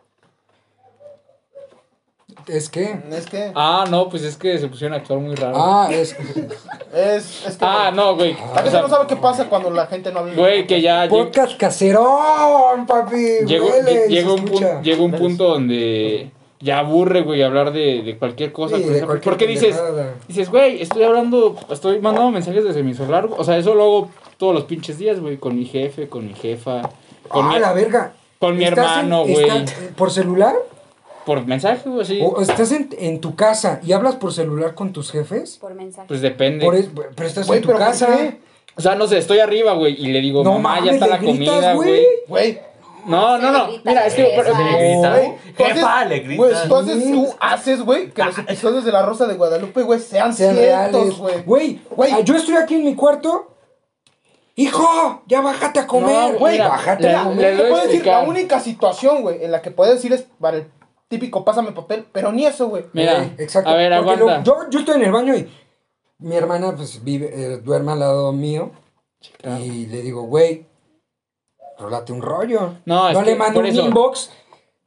[SPEAKER 1] Es que.
[SPEAKER 2] Es que.
[SPEAKER 3] ah, no, pues es que se pusieron a actuar muy raro. Ah,
[SPEAKER 1] Ah,
[SPEAKER 3] [LAUGHS]
[SPEAKER 1] es.
[SPEAKER 2] Es, es que.
[SPEAKER 3] no, güey.
[SPEAKER 2] La
[SPEAKER 3] O
[SPEAKER 2] gente
[SPEAKER 3] sea,
[SPEAKER 2] no sabe qué pasa cuando la gente no habla.
[SPEAKER 3] güey, que ya lleg-
[SPEAKER 1] Podcast caserón, papi.
[SPEAKER 3] llegó,
[SPEAKER 1] huele
[SPEAKER 3] lle-
[SPEAKER 1] y se
[SPEAKER 3] llega un,
[SPEAKER 1] escucha.
[SPEAKER 3] punto, llega un punto donde ya aburre, güey, hablar de, de cualquier cosa.
[SPEAKER 1] Sí,
[SPEAKER 3] por
[SPEAKER 1] de
[SPEAKER 3] ejemplo.
[SPEAKER 1] cualquier
[SPEAKER 3] Porque dices,
[SPEAKER 1] pendejada.
[SPEAKER 3] Dices, güey, estoy hablando, estoy mandando mensajes desde mi celular. O sea, eso lo hago todos los pinches días, güey, con mi jefe, con mi jefa, con,
[SPEAKER 1] Ah,
[SPEAKER 3] mi,
[SPEAKER 1] la verga.
[SPEAKER 3] con mi
[SPEAKER 1] ¿Estás en-
[SPEAKER 3] hermano, güey.
[SPEAKER 1] está- ¿Por celular?
[SPEAKER 3] Por mensaje, güey, sí.
[SPEAKER 1] ¿O estás en, en tu casa y hablas por celular con tus jefes?
[SPEAKER 5] Por mensaje.
[SPEAKER 3] Pues depende.
[SPEAKER 1] Por es- pero estás
[SPEAKER 2] Güey,
[SPEAKER 1] en tu
[SPEAKER 2] pero ¿por
[SPEAKER 1] casa.
[SPEAKER 2] qué?
[SPEAKER 3] O sea, no sé, estoy arriba, güey, y le digo,
[SPEAKER 1] No
[SPEAKER 3] mamá, ya
[SPEAKER 1] mames,
[SPEAKER 3] está
[SPEAKER 1] le
[SPEAKER 3] la
[SPEAKER 1] gritas,
[SPEAKER 3] comida, güey.
[SPEAKER 1] güey.
[SPEAKER 2] Güey.
[SPEAKER 3] No, no, no.
[SPEAKER 5] Le gritas,
[SPEAKER 3] Mira, es que.
[SPEAKER 5] le
[SPEAKER 3] pero-
[SPEAKER 5] besas.
[SPEAKER 1] No.
[SPEAKER 2] Güey,
[SPEAKER 4] grita. Jefa, le grita.
[SPEAKER 2] Güey, entonces tú haces, güey, que los episodios de La Rosa de Guadalupe, güey, sean,
[SPEAKER 1] Sean reales.
[SPEAKER 2] ciertos, güey.
[SPEAKER 1] Güey,
[SPEAKER 2] Güey.
[SPEAKER 1] ah, yo estoy aquí en mi cuarto. ¡Hijo! ¡Ya bájate a comer!
[SPEAKER 3] güey,
[SPEAKER 1] Güey,
[SPEAKER 3] mira,
[SPEAKER 1] bájate
[SPEAKER 3] la-
[SPEAKER 1] a comer.
[SPEAKER 3] le
[SPEAKER 2] Te
[SPEAKER 3] voy a
[SPEAKER 2] puedo decir, la
[SPEAKER 3] explicar.
[SPEAKER 2] única situación, güey, en la que puedes decir es para el típico pásame papel, pero ni eso, güey.
[SPEAKER 3] Mira,
[SPEAKER 1] Ey, Eh, exacto.
[SPEAKER 3] a ver,
[SPEAKER 1] Porque
[SPEAKER 3] aguanta.
[SPEAKER 1] lo- yo, yo estoy en el baño y mi hermana pues vive, eh, duerme al lado mío
[SPEAKER 3] claro.
[SPEAKER 1] y le digo, güey, rólate un rollo.
[SPEAKER 3] No, es
[SPEAKER 1] no
[SPEAKER 3] que
[SPEAKER 1] le mando
[SPEAKER 3] por
[SPEAKER 1] un
[SPEAKER 3] eso-
[SPEAKER 1] inbox.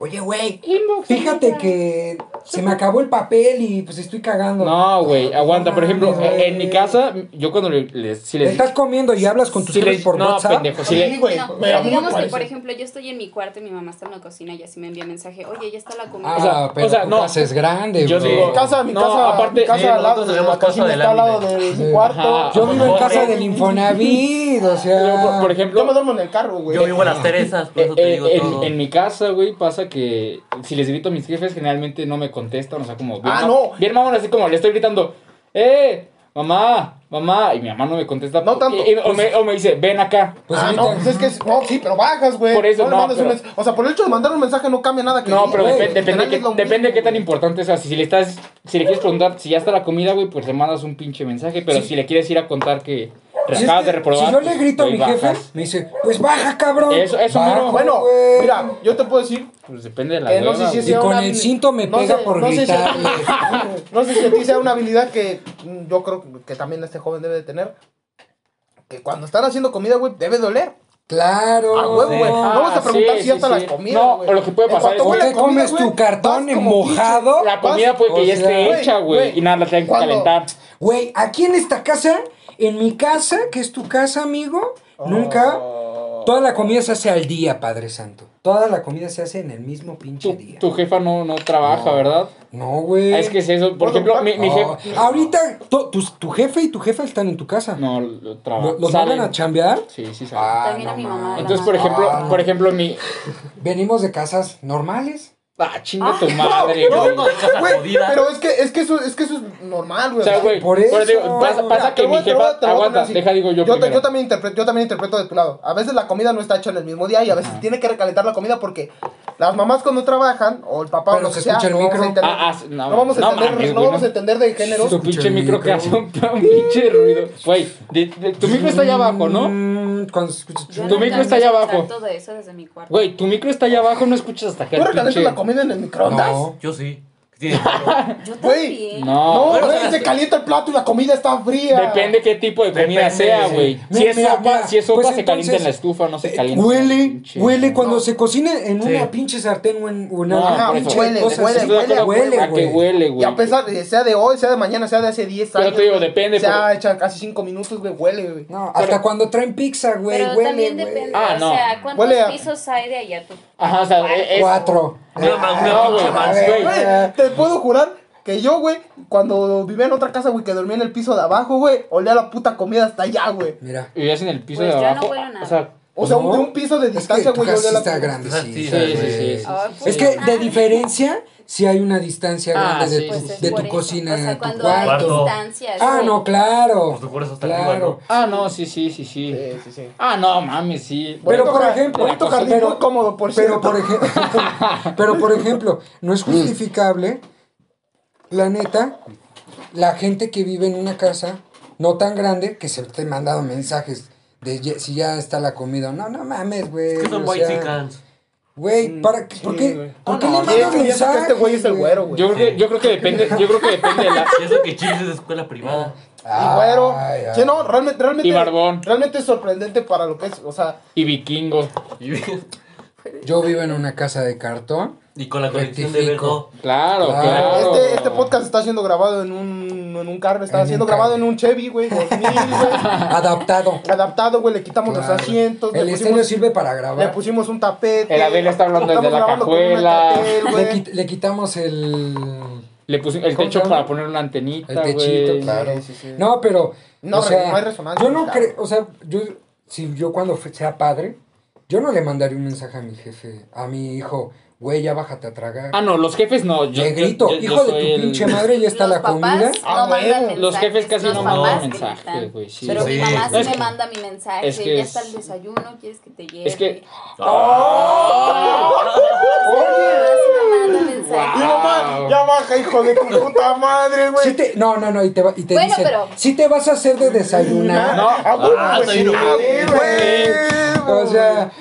[SPEAKER 1] Oye, güey,
[SPEAKER 5] Inbox,
[SPEAKER 1] fíjate
[SPEAKER 5] amiga.
[SPEAKER 1] que se me acabó el papel y pues estoy cagando.
[SPEAKER 3] No, güey, aguanta. Por ejemplo,
[SPEAKER 1] mames, güey.
[SPEAKER 3] en mi casa, yo cuando le, le- si les.
[SPEAKER 1] Estás comiendo y hablas con tus
[SPEAKER 3] si
[SPEAKER 1] jefes
[SPEAKER 3] les-
[SPEAKER 1] por
[SPEAKER 3] no,
[SPEAKER 1] WhatsApp.
[SPEAKER 3] pendejo, si le-
[SPEAKER 2] Sí, güey,
[SPEAKER 5] No,
[SPEAKER 2] pero a mí me
[SPEAKER 5] digamos que,
[SPEAKER 2] parece.
[SPEAKER 5] por ejemplo, yo estoy en mi cuarto y mi mamá está en la cocina y así me envía mensaje. Oye, ya está la comida.
[SPEAKER 1] Ah,
[SPEAKER 3] o sea,
[SPEAKER 1] pero
[SPEAKER 3] o sea,
[SPEAKER 1] tu
[SPEAKER 3] no.
[SPEAKER 1] casa es grande,
[SPEAKER 3] Yo
[SPEAKER 1] bro.
[SPEAKER 3] digo-
[SPEAKER 2] Mi casa, mi
[SPEAKER 3] No,
[SPEAKER 2] casa,
[SPEAKER 3] aparte-
[SPEAKER 2] mi
[SPEAKER 4] Sí,
[SPEAKER 2] casa al lado,
[SPEAKER 4] nosotros tenemos
[SPEAKER 2] la
[SPEAKER 4] casa
[SPEAKER 2] cocina
[SPEAKER 4] del
[SPEAKER 2] está al lado
[SPEAKER 4] anime.
[SPEAKER 2] de
[SPEAKER 1] Sí.
[SPEAKER 2] mi cuarto.
[SPEAKER 3] Ajá.
[SPEAKER 1] Ah, Yo vivo en
[SPEAKER 4] Corre.
[SPEAKER 1] casa del Infonavit, o sea...
[SPEAKER 3] Yo, por, por ejemplo.
[SPEAKER 2] Yo me duermo en el carro, güey.
[SPEAKER 4] Yo vivo en las Teresas, por eso te
[SPEAKER 3] Eh,
[SPEAKER 4] digo
[SPEAKER 3] eh,
[SPEAKER 4] todo.
[SPEAKER 3] en, en mi casa, güey, pasa que si les grito a mis jefes, generalmente no me contestan, o sea, como... Bien
[SPEAKER 2] Ah,
[SPEAKER 3] ma-
[SPEAKER 2] no.
[SPEAKER 3] Bien mamón, así como le estoy gritando, ¡eh, mamá, mamá! Y mi mamá no me contesta.
[SPEAKER 2] No tanto.
[SPEAKER 3] Y- y- o, me, o me dice, ven acá.
[SPEAKER 1] Pues
[SPEAKER 2] ah,
[SPEAKER 1] ahorita-
[SPEAKER 2] no, pues es que, es- no, sí, pero bajas, güey.
[SPEAKER 3] Por eso
[SPEAKER 2] le
[SPEAKER 3] no,
[SPEAKER 2] mandas un
[SPEAKER 3] pero-
[SPEAKER 2] mens- O sea, por el hecho de mandar un mensaje no cambia nada que
[SPEAKER 3] No,
[SPEAKER 2] diga,
[SPEAKER 3] pero
[SPEAKER 2] güey.
[SPEAKER 3] depe- depende,
[SPEAKER 2] Literal
[SPEAKER 3] que,
[SPEAKER 2] es lo mismo,
[SPEAKER 3] depende qué tan
[SPEAKER 2] güey.
[SPEAKER 3] importante sea. Si le estás... Si le quieres preguntar si ya está la comida, güey, pues le mandas un pinche mensaje. Pero si le quieres ir a contar que te
[SPEAKER 1] Si es
[SPEAKER 3] acabas
[SPEAKER 1] que-
[SPEAKER 3] de reprobar...
[SPEAKER 1] Si yo
[SPEAKER 3] pues,
[SPEAKER 1] le grito a
[SPEAKER 3] güey,
[SPEAKER 1] mi jefe,
[SPEAKER 3] bajas.
[SPEAKER 1] me dice, pues baja, cabrón.
[SPEAKER 3] Eso- eso
[SPEAKER 1] Bajo,
[SPEAKER 3] mero.
[SPEAKER 2] Bueno,
[SPEAKER 1] güey.
[SPEAKER 2] mira, yo te puedo decir
[SPEAKER 3] Pues depende de la
[SPEAKER 2] que eh, no sé
[SPEAKER 3] hueva,
[SPEAKER 2] si
[SPEAKER 3] güey.
[SPEAKER 1] Y
[SPEAKER 2] sea
[SPEAKER 1] con
[SPEAKER 2] una
[SPEAKER 1] el
[SPEAKER 2] habili-
[SPEAKER 1] cinto me
[SPEAKER 2] no
[SPEAKER 1] pega por
[SPEAKER 2] sé si-
[SPEAKER 1] gritarle.
[SPEAKER 2] [LAUGHS] no sé si a ti sea una habilidad que mm, yo creo que también este joven debe de tener. Que cuando están haciendo comida, güey, debe doler.
[SPEAKER 1] Claro.
[SPEAKER 2] A huevo, güey.
[SPEAKER 3] Ah,
[SPEAKER 2] No vas a preguntar
[SPEAKER 3] sí,
[SPEAKER 2] si ya está
[SPEAKER 3] sí,
[SPEAKER 2] las
[SPEAKER 3] sí.
[SPEAKER 2] comidas,
[SPEAKER 3] No,
[SPEAKER 2] güey.
[SPEAKER 3] o lo que puede
[SPEAKER 2] En
[SPEAKER 3] pasar
[SPEAKER 2] cuanto
[SPEAKER 3] es-
[SPEAKER 1] ¿O
[SPEAKER 2] huele
[SPEAKER 1] te
[SPEAKER 2] a comida,
[SPEAKER 1] comes
[SPEAKER 2] güey,
[SPEAKER 1] tu cartón
[SPEAKER 2] vas como
[SPEAKER 1] mojado?
[SPEAKER 3] La comida puede que ya
[SPEAKER 1] o sea,
[SPEAKER 3] esté
[SPEAKER 2] güey,
[SPEAKER 3] hecha, güey.
[SPEAKER 2] güey.
[SPEAKER 3] Y nada, la tienen que
[SPEAKER 2] Cuando-
[SPEAKER 3] calentar.
[SPEAKER 1] Güey, aquí en esta casa, en mi casa, que es tu casa, amigo,
[SPEAKER 3] Oh.
[SPEAKER 1] nunca. Toda la comida se hace al día, Padre Santo. Toda la comida se hace en el mismo pinche
[SPEAKER 3] Tu,
[SPEAKER 1] día.
[SPEAKER 3] tu jefa no, no trabaja, ¿verdad?
[SPEAKER 1] No, güey.
[SPEAKER 3] Ah, Es que es eso. Por
[SPEAKER 2] Bueno,
[SPEAKER 3] ejemplo,
[SPEAKER 2] pa-
[SPEAKER 3] mi, mi
[SPEAKER 1] No.
[SPEAKER 3] jefe.
[SPEAKER 1] Ah, Ahorita, to- tus- tu jefe y tu jefa están en tu casa.
[SPEAKER 3] No, lo trabaja.
[SPEAKER 1] ¿Lo- ¿Los
[SPEAKER 3] Salen.
[SPEAKER 1] mandan a chambear?
[SPEAKER 3] Sí, sí, salen.
[SPEAKER 1] Ah,
[SPEAKER 5] También a mi mamá,
[SPEAKER 1] mames.
[SPEAKER 5] la
[SPEAKER 3] Entonces, por
[SPEAKER 5] madre.
[SPEAKER 3] ejemplo,
[SPEAKER 1] Ah.
[SPEAKER 3] por ejemplo, mi.
[SPEAKER 1] Venimos de casas normales.
[SPEAKER 3] Ah, chinga tu madre,
[SPEAKER 4] Yo
[SPEAKER 3] güey.
[SPEAKER 4] vengo de casa
[SPEAKER 2] Güey,
[SPEAKER 4] jodida.
[SPEAKER 2] pero es que, es que eso, es que eso es normal, güey.
[SPEAKER 3] O sea, güey.
[SPEAKER 1] Por
[SPEAKER 3] Por
[SPEAKER 1] eso.
[SPEAKER 3] eso. digo, pasa
[SPEAKER 1] Mira,
[SPEAKER 3] pasa
[SPEAKER 2] Te
[SPEAKER 3] que
[SPEAKER 2] voy
[SPEAKER 3] mi
[SPEAKER 2] a- te voy a-
[SPEAKER 3] jefa.
[SPEAKER 2] te voy a poner
[SPEAKER 3] Aguanta,
[SPEAKER 2] así.
[SPEAKER 3] deja, digo yo.
[SPEAKER 2] yo, te-
[SPEAKER 3] primero.
[SPEAKER 2] yo también interpreto, yo también interpreto de tu lado. A veces la comida no está hecha en el mismo día y a veces tiene que recalentar la comida porque las mamás cuando trabajan o el papá
[SPEAKER 1] Pero
[SPEAKER 2] o lo que
[SPEAKER 1] se
[SPEAKER 2] sea,
[SPEAKER 1] escucha el
[SPEAKER 2] no vamos a
[SPEAKER 1] micro.
[SPEAKER 2] entender-
[SPEAKER 3] Ah, ah, sí, no,
[SPEAKER 2] no vamos a
[SPEAKER 3] no
[SPEAKER 2] entender,
[SPEAKER 3] mames,
[SPEAKER 2] no
[SPEAKER 3] güey,
[SPEAKER 2] vamos a
[SPEAKER 3] no.
[SPEAKER 2] entender de género.
[SPEAKER 3] Tu pinche micro que hace un,
[SPEAKER 1] Escucha
[SPEAKER 3] un
[SPEAKER 2] [LAUGHS]
[SPEAKER 3] pinche ruido. Güey, de- de- tu micro está allá abajo, ¿no?
[SPEAKER 1] Mm, Cuando se escucha.
[SPEAKER 5] Yo
[SPEAKER 3] Tu
[SPEAKER 5] no
[SPEAKER 3] micro está
[SPEAKER 5] alcanzo a
[SPEAKER 3] allá
[SPEAKER 5] escuchar
[SPEAKER 3] abajo.
[SPEAKER 5] todo eso desde mi cuarto.
[SPEAKER 3] Güey, tu micro está allá abajo, no escuchas hasta acá.
[SPEAKER 2] ¿Tú
[SPEAKER 3] el
[SPEAKER 2] recalentas
[SPEAKER 3] pinche-
[SPEAKER 2] la comida en el microondas?
[SPEAKER 1] No.
[SPEAKER 4] Yo sí. Tiene paro.
[SPEAKER 5] Yo
[SPEAKER 2] güey,
[SPEAKER 5] también.
[SPEAKER 2] No,
[SPEAKER 3] No,
[SPEAKER 2] güey,
[SPEAKER 4] o sea,
[SPEAKER 2] se
[SPEAKER 4] sí.
[SPEAKER 2] calienta el plato y la comida está fría.
[SPEAKER 3] Depende qué tipo de comida
[SPEAKER 4] Depende,
[SPEAKER 3] sea,
[SPEAKER 4] sí.
[SPEAKER 3] güey. Si
[SPEAKER 1] Mira,
[SPEAKER 3] es
[SPEAKER 1] mira,
[SPEAKER 3] sopa,
[SPEAKER 1] mira,
[SPEAKER 3] si es sopa
[SPEAKER 1] pues
[SPEAKER 3] se calienta en la
[SPEAKER 1] entonces,
[SPEAKER 3] estufa, no se
[SPEAKER 1] Eh,
[SPEAKER 3] calienta.
[SPEAKER 1] Huele,
[SPEAKER 3] Pinche-
[SPEAKER 1] huele
[SPEAKER 3] No,
[SPEAKER 1] cuando se cocina en
[SPEAKER 4] Sí.
[SPEAKER 1] una pinche sartén o en o en
[SPEAKER 3] no,
[SPEAKER 1] una
[SPEAKER 2] Ajá,
[SPEAKER 3] por eso.
[SPEAKER 1] pinche
[SPEAKER 2] huele,
[SPEAKER 1] cosa
[SPEAKER 2] huele,
[SPEAKER 1] así.
[SPEAKER 3] Estoy de acuerdo
[SPEAKER 1] huele,
[SPEAKER 3] a que
[SPEAKER 1] güey. pues,
[SPEAKER 3] huele,
[SPEAKER 2] Y
[SPEAKER 3] güey.
[SPEAKER 2] a pesar de sea de hoy, sea de mañana, sea de hace 10
[SPEAKER 3] Pero
[SPEAKER 2] años.
[SPEAKER 3] te digo,
[SPEAKER 2] güey,
[SPEAKER 3] depende,
[SPEAKER 2] Sea
[SPEAKER 3] porque-
[SPEAKER 2] hecha casi 5 minutos, güey, huele, güey.
[SPEAKER 1] No, hasta cuando traen pizza, güey,
[SPEAKER 5] Pero
[SPEAKER 1] huele,
[SPEAKER 5] también
[SPEAKER 1] güey.
[SPEAKER 5] depende.
[SPEAKER 3] Ah, no.
[SPEAKER 5] O sea, ¿cuántos
[SPEAKER 2] Huele a-
[SPEAKER 5] pisos hay de allá? Pues, tú?
[SPEAKER 3] Ajá, o sea, es- es-
[SPEAKER 1] Cuatro. Ah,
[SPEAKER 4] Una ma- una
[SPEAKER 3] No,
[SPEAKER 4] pinche
[SPEAKER 3] güey,
[SPEAKER 4] mansión.
[SPEAKER 1] güey.
[SPEAKER 2] Güey,
[SPEAKER 1] Eh.
[SPEAKER 2] te puedo jurar que yo, güey, cuando vivía en otra casa, güey, que dormía en el piso de abajo, güey, olía la puta comida hasta allá, güey.
[SPEAKER 1] Mira.
[SPEAKER 3] vivías en el piso
[SPEAKER 5] Pues
[SPEAKER 3] de
[SPEAKER 5] yo no
[SPEAKER 3] abajo.
[SPEAKER 5] huelo
[SPEAKER 3] O
[SPEAKER 5] nada.
[SPEAKER 3] sea,
[SPEAKER 2] O sea,
[SPEAKER 1] ¿No?
[SPEAKER 2] de un piso de
[SPEAKER 1] Es que
[SPEAKER 2] distancia,
[SPEAKER 1] tu
[SPEAKER 2] güey,
[SPEAKER 1] casa
[SPEAKER 2] yo olía
[SPEAKER 1] sí
[SPEAKER 2] la
[SPEAKER 1] está
[SPEAKER 2] puta.
[SPEAKER 4] Sí,
[SPEAKER 1] grandecita,
[SPEAKER 4] sí, sí,
[SPEAKER 1] güey.
[SPEAKER 3] sí, sí.
[SPEAKER 5] Ay, pues.
[SPEAKER 1] Es que de diferencia sí hay una distancia
[SPEAKER 3] Ah,
[SPEAKER 1] grande
[SPEAKER 3] sí,
[SPEAKER 1] de tu,
[SPEAKER 3] sí, sí.
[SPEAKER 1] de
[SPEAKER 5] pues, por
[SPEAKER 1] tu
[SPEAKER 5] eso.
[SPEAKER 1] cocina
[SPEAKER 5] O sea,
[SPEAKER 1] a tu
[SPEAKER 5] cuando hay
[SPEAKER 1] cuarto.
[SPEAKER 4] Cuarto.
[SPEAKER 5] distancias.
[SPEAKER 1] Ah,
[SPEAKER 5] sí.
[SPEAKER 1] no, claro.
[SPEAKER 4] Pues tu cuarto está arriba,
[SPEAKER 1] claro.
[SPEAKER 4] ¿no?
[SPEAKER 3] ah, no, sí, sí, sí, sí.
[SPEAKER 2] Sí, sí, sí.
[SPEAKER 3] Ah, no, mames, sí.
[SPEAKER 1] Pero
[SPEAKER 2] Bonito
[SPEAKER 1] por
[SPEAKER 2] ja-
[SPEAKER 1] ejemplo,
[SPEAKER 2] bonito
[SPEAKER 3] pues,
[SPEAKER 1] pero-
[SPEAKER 2] jardín, muy cómodo, por
[SPEAKER 1] pero
[SPEAKER 2] cierto.
[SPEAKER 1] por ejemplo, [LAUGHS] pero por ejemplo, no es justificable, la neta, la gente que vive en una casa no tan grande que se te han mandado mensajes de ye- si ya está la comida. No, no mames, güey.
[SPEAKER 4] Que son
[SPEAKER 1] o
[SPEAKER 4] white
[SPEAKER 1] sea,
[SPEAKER 4] chickens.
[SPEAKER 1] Güey, ¿para qué? ¿Por
[SPEAKER 2] sí,
[SPEAKER 1] qué,
[SPEAKER 2] güey.
[SPEAKER 1] ¿por qué
[SPEAKER 3] Ah,
[SPEAKER 1] le
[SPEAKER 3] no,
[SPEAKER 2] Y
[SPEAKER 1] mandas
[SPEAKER 2] eso que ya sé que
[SPEAKER 1] mensaje?
[SPEAKER 2] este güey es el güero, güey.
[SPEAKER 3] Yo
[SPEAKER 1] pues,
[SPEAKER 3] creo que, yo creo que depende, yo creo que depende de la.
[SPEAKER 4] Y eso que Chips es de escuela privada.
[SPEAKER 2] Y güero. Sí, no, realmente, realmente.
[SPEAKER 3] Y barbón.
[SPEAKER 2] Realmente es sorprendente para lo que es. O sea,
[SPEAKER 3] Y vikingo.
[SPEAKER 4] Y,
[SPEAKER 1] Yo vivo en una casa de cartón.
[SPEAKER 4] y con la colección de
[SPEAKER 1] Rectifico.
[SPEAKER 4] vergo.
[SPEAKER 3] Claro,
[SPEAKER 1] Claro.
[SPEAKER 3] claro.
[SPEAKER 2] este, este podcast está siendo grabado en un, en un carro. Está
[SPEAKER 1] En
[SPEAKER 2] siendo
[SPEAKER 1] un carro.
[SPEAKER 2] grabado en un Chevy, güey. 2000, güey.
[SPEAKER 1] Adaptado.
[SPEAKER 2] [LAUGHS] Adaptado, güey. Le quitamos
[SPEAKER 1] Claro.
[SPEAKER 2] los asientos.
[SPEAKER 1] El
[SPEAKER 2] le,
[SPEAKER 1] estéreo
[SPEAKER 2] pusimos,
[SPEAKER 1] sirve para
[SPEAKER 2] le
[SPEAKER 1] grabar.
[SPEAKER 2] pusimos un tapete.
[SPEAKER 3] El Abel está hablando
[SPEAKER 2] Estamos
[SPEAKER 3] desde la
[SPEAKER 2] grabando con una
[SPEAKER 3] cajuela.
[SPEAKER 2] catel,
[SPEAKER 1] Le,
[SPEAKER 2] güey.
[SPEAKER 1] quit- le quitamos el.
[SPEAKER 3] Le puse el
[SPEAKER 1] ¿Cómo se
[SPEAKER 3] techo
[SPEAKER 1] llama?
[SPEAKER 3] para poner una antenita.
[SPEAKER 1] El techito,
[SPEAKER 3] güey.
[SPEAKER 1] claro.
[SPEAKER 2] Sí, sí, sí.
[SPEAKER 1] No, pero.
[SPEAKER 2] No,
[SPEAKER 1] o
[SPEAKER 2] re-
[SPEAKER 1] sea,
[SPEAKER 2] no hay resonancia,
[SPEAKER 1] Yo no
[SPEAKER 2] claro.
[SPEAKER 1] creo. O sea, yo. Si yo cuando fe- sea padre, yo no le mandaría un mensaje a mi jefe, a mi hijo, güey, ya bájate a tragar.
[SPEAKER 3] Ah, no, los jefes no. Yo,
[SPEAKER 1] le
[SPEAKER 3] yo-
[SPEAKER 1] grito,
[SPEAKER 3] yo- yo
[SPEAKER 1] hijo de
[SPEAKER 3] soy
[SPEAKER 1] tu
[SPEAKER 3] el-
[SPEAKER 1] pinche madre, ya está
[SPEAKER 5] los
[SPEAKER 1] la comida.
[SPEAKER 5] papás
[SPEAKER 2] Ah,
[SPEAKER 5] no mandan
[SPEAKER 2] bueno.
[SPEAKER 5] mensajes.
[SPEAKER 3] Los jefes casi
[SPEAKER 5] los
[SPEAKER 3] no mandan
[SPEAKER 5] papás
[SPEAKER 3] mensajes,
[SPEAKER 5] gritan.
[SPEAKER 3] güey, sí.
[SPEAKER 5] Pero mi
[SPEAKER 4] Sí.
[SPEAKER 5] mamá sí
[SPEAKER 3] Es
[SPEAKER 5] me
[SPEAKER 3] que-
[SPEAKER 5] manda mi mensaje.
[SPEAKER 3] es que
[SPEAKER 5] ya
[SPEAKER 3] es-
[SPEAKER 5] está el desayuno, quieres que te lleve.
[SPEAKER 3] Es que.
[SPEAKER 5] Mi mamá sí me manda mensajes.
[SPEAKER 2] Y mamá, ya baja, hijo de tu puta madre, güey.
[SPEAKER 1] Sí te- no, no, no, y te, va- y te
[SPEAKER 5] Bueno,
[SPEAKER 1] dicen,
[SPEAKER 5] pero-
[SPEAKER 1] si te vas a hacer de desayunar.
[SPEAKER 2] No, a huevo,
[SPEAKER 4] Ah,
[SPEAKER 2] güey,
[SPEAKER 4] soy
[SPEAKER 2] sí,
[SPEAKER 4] un-
[SPEAKER 2] güey, güey.
[SPEAKER 1] O sea,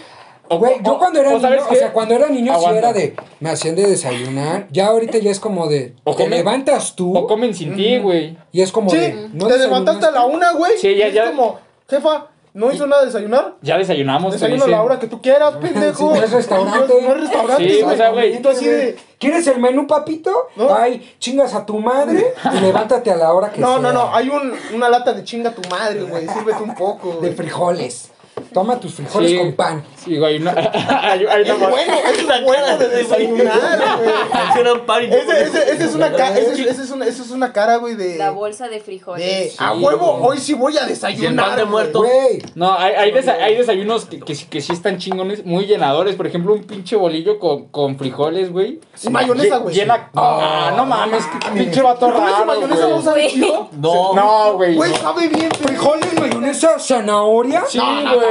[SPEAKER 3] O-
[SPEAKER 1] güey, yo
[SPEAKER 3] o-
[SPEAKER 1] cuando era
[SPEAKER 3] o
[SPEAKER 1] niño,
[SPEAKER 3] ¿sabes
[SPEAKER 1] o
[SPEAKER 3] qué?
[SPEAKER 1] sea, cuando era niño sí
[SPEAKER 3] Aguanta.
[SPEAKER 1] era de, me hacían de desayunar. Ya ahorita ya es como de,
[SPEAKER 3] O
[SPEAKER 1] te
[SPEAKER 3] come-
[SPEAKER 1] levantas tú
[SPEAKER 3] [LAUGHS] O comen sin ti, güey.
[SPEAKER 1] y es como de,
[SPEAKER 2] Sí,
[SPEAKER 1] no
[SPEAKER 2] te levantaste a
[SPEAKER 1] desayunaste.
[SPEAKER 2] la una, güey.
[SPEAKER 3] Sí, ya,
[SPEAKER 2] y es
[SPEAKER 3] ya.
[SPEAKER 2] como, jefa, ¿no hizo nada de desayunar?
[SPEAKER 3] Ya desayunamos. te
[SPEAKER 2] Desayuno a la
[SPEAKER 3] dicen.
[SPEAKER 2] hora que tú quieras, pendejo.
[SPEAKER 1] Sí, no es restaurante.
[SPEAKER 2] No es restaurante,
[SPEAKER 3] Sí, o sea, güey,
[SPEAKER 2] Y tú así de...
[SPEAKER 1] ¿Quieres el menú, papito?
[SPEAKER 2] No.
[SPEAKER 1] Ay, chingas a tu madre y levántate a la hora que
[SPEAKER 2] No,
[SPEAKER 1] sea.
[SPEAKER 2] no, no, hay un, una lata de chinga tu madre, güey. Sírvete un poco,
[SPEAKER 1] De
[SPEAKER 2] güey.
[SPEAKER 1] frijoles. Toma tus frijoles
[SPEAKER 3] Sí.
[SPEAKER 1] con pan.
[SPEAKER 3] Sí, güey. No, [LAUGHS] hay, hay una
[SPEAKER 2] Es
[SPEAKER 3] [LAUGHS]
[SPEAKER 2] bueno, es
[SPEAKER 4] Una
[SPEAKER 2] bueno
[SPEAKER 4] cara
[SPEAKER 2] de
[SPEAKER 4] de
[SPEAKER 2] desayunar,
[SPEAKER 4] [LAUGHS]
[SPEAKER 2] güey.
[SPEAKER 4] Mencionan par y no
[SPEAKER 2] Ese-
[SPEAKER 4] ponen-
[SPEAKER 2] ese- Esa es una ca- ese es- ese es una- esa es una cara, güey, de...
[SPEAKER 5] La bolsa de
[SPEAKER 2] de,
[SPEAKER 5] frijoles.
[SPEAKER 2] a
[SPEAKER 4] Sí,
[SPEAKER 2] huevo,
[SPEAKER 4] güey.
[SPEAKER 2] hoy sí voy a
[SPEAKER 4] Y el pan
[SPEAKER 2] desayunar.
[SPEAKER 4] de
[SPEAKER 2] güey.
[SPEAKER 4] muerto.
[SPEAKER 1] Güey,
[SPEAKER 3] No, hay, hay, desa- hay desayunos que, que, sí- que sí están chingones, muy llenadores. Por ejemplo, un pinche bolillo con, con frijoles, güey.
[SPEAKER 2] Sin mayonesa, güey.
[SPEAKER 3] Llena. Ah, no mames, qué pinche vato
[SPEAKER 2] ¿Pero con esa
[SPEAKER 3] raro.
[SPEAKER 2] mayonesa
[SPEAKER 3] güey.
[SPEAKER 2] no sabe
[SPEAKER 5] Güey.
[SPEAKER 2] chido?
[SPEAKER 4] No.
[SPEAKER 3] No, güey.
[SPEAKER 2] Güey,
[SPEAKER 3] no.
[SPEAKER 2] sabe bien.
[SPEAKER 1] frijoles, mayonesa, zanahoria.
[SPEAKER 3] Sí,
[SPEAKER 2] No, no,
[SPEAKER 3] güey.
[SPEAKER 2] tampoco,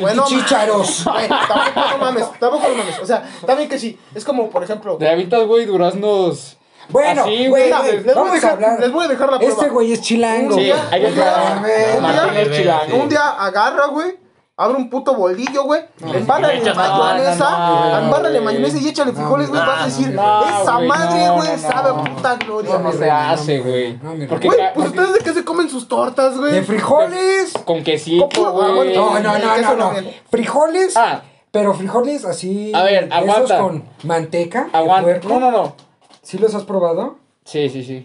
[SPEAKER 2] güey, no
[SPEAKER 1] Y chícharos.
[SPEAKER 2] mames, [LAUGHS] güey, Tampoco no mames, tampoco no mames. O sea, también que sí. Es como, por ejemplo...
[SPEAKER 3] Te avientas, güey, duraznos.
[SPEAKER 1] Bueno,
[SPEAKER 3] Así,
[SPEAKER 1] güey,
[SPEAKER 2] mira,
[SPEAKER 1] güey,
[SPEAKER 2] les voy a
[SPEAKER 1] vamos
[SPEAKER 2] dejar-
[SPEAKER 1] a hablar.
[SPEAKER 2] les voy a dejar la
[SPEAKER 1] Este
[SPEAKER 2] prueba.
[SPEAKER 1] güey es chilango.
[SPEAKER 3] Sí,
[SPEAKER 2] día-
[SPEAKER 3] hay que
[SPEAKER 2] un día-
[SPEAKER 3] aclarar.
[SPEAKER 1] un
[SPEAKER 3] Martín
[SPEAKER 4] día-
[SPEAKER 3] es chilango.
[SPEAKER 2] Un día agarra, güey. Abre un puto bolillo, güey.
[SPEAKER 4] le
[SPEAKER 2] Embárrale
[SPEAKER 4] echas más.
[SPEAKER 2] mayonesa.
[SPEAKER 3] No, no, no,
[SPEAKER 2] embárrale
[SPEAKER 3] güey.
[SPEAKER 2] mayonesa y échale frijoles, güey.
[SPEAKER 4] no,
[SPEAKER 2] Vas a decir,
[SPEAKER 3] no,
[SPEAKER 2] esa
[SPEAKER 3] güey,
[SPEAKER 2] madre,
[SPEAKER 3] no,
[SPEAKER 2] güey,
[SPEAKER 3] no,
[SPEAKER 2] sabe
[SPEAKER 3] no.
[SPEAKER 2] a puta gloria.
[SPEAKER 1] No, no,
[SPEAKER 3] No
[SPEAKER 2] güey.
[SPEAKER 3] se hace, güey.
[SPEAKER 1] No, mi rey.
[SPEAKER 3] Porque
[SPEAKER 2] Güey,
[SPEAKER 3] ca-
[SPEAKER 2] pues ustedes de qué se comen sus tortas, güey.
[SPEAKER 1] De frijoles.
[SPEAKER 3] con quesito,
[SPEAKER 2] Con puro
[SPEAKER 3] güey.
[SPEAKER 1] No, no, no,
[SPEAKER 2] Eso
[SPEAKER 1] no,
[SPEAKER 2] no
[SPEAKER 1] no.
[SPEAKER 2] viene.
[SPEAKER 1] Frijoles.
[SPEAKER 3] Ah.
[SPEAKER 1] Pero frijoles así.
[SPEAKER 3] A ver,
[SPEAKER 1] de
[SPEAKER 3] aguanta.
[SPEAKER 1] Esos con manteca. de
[SPEAKER 3] Aguanta.
[SPEAKER 1] puerco.
[SPEAKER 3] No, no, no.
[SPEAKER 1] ¿Sí los has probado?
[SPEAKER 3] Sí, sí, sí.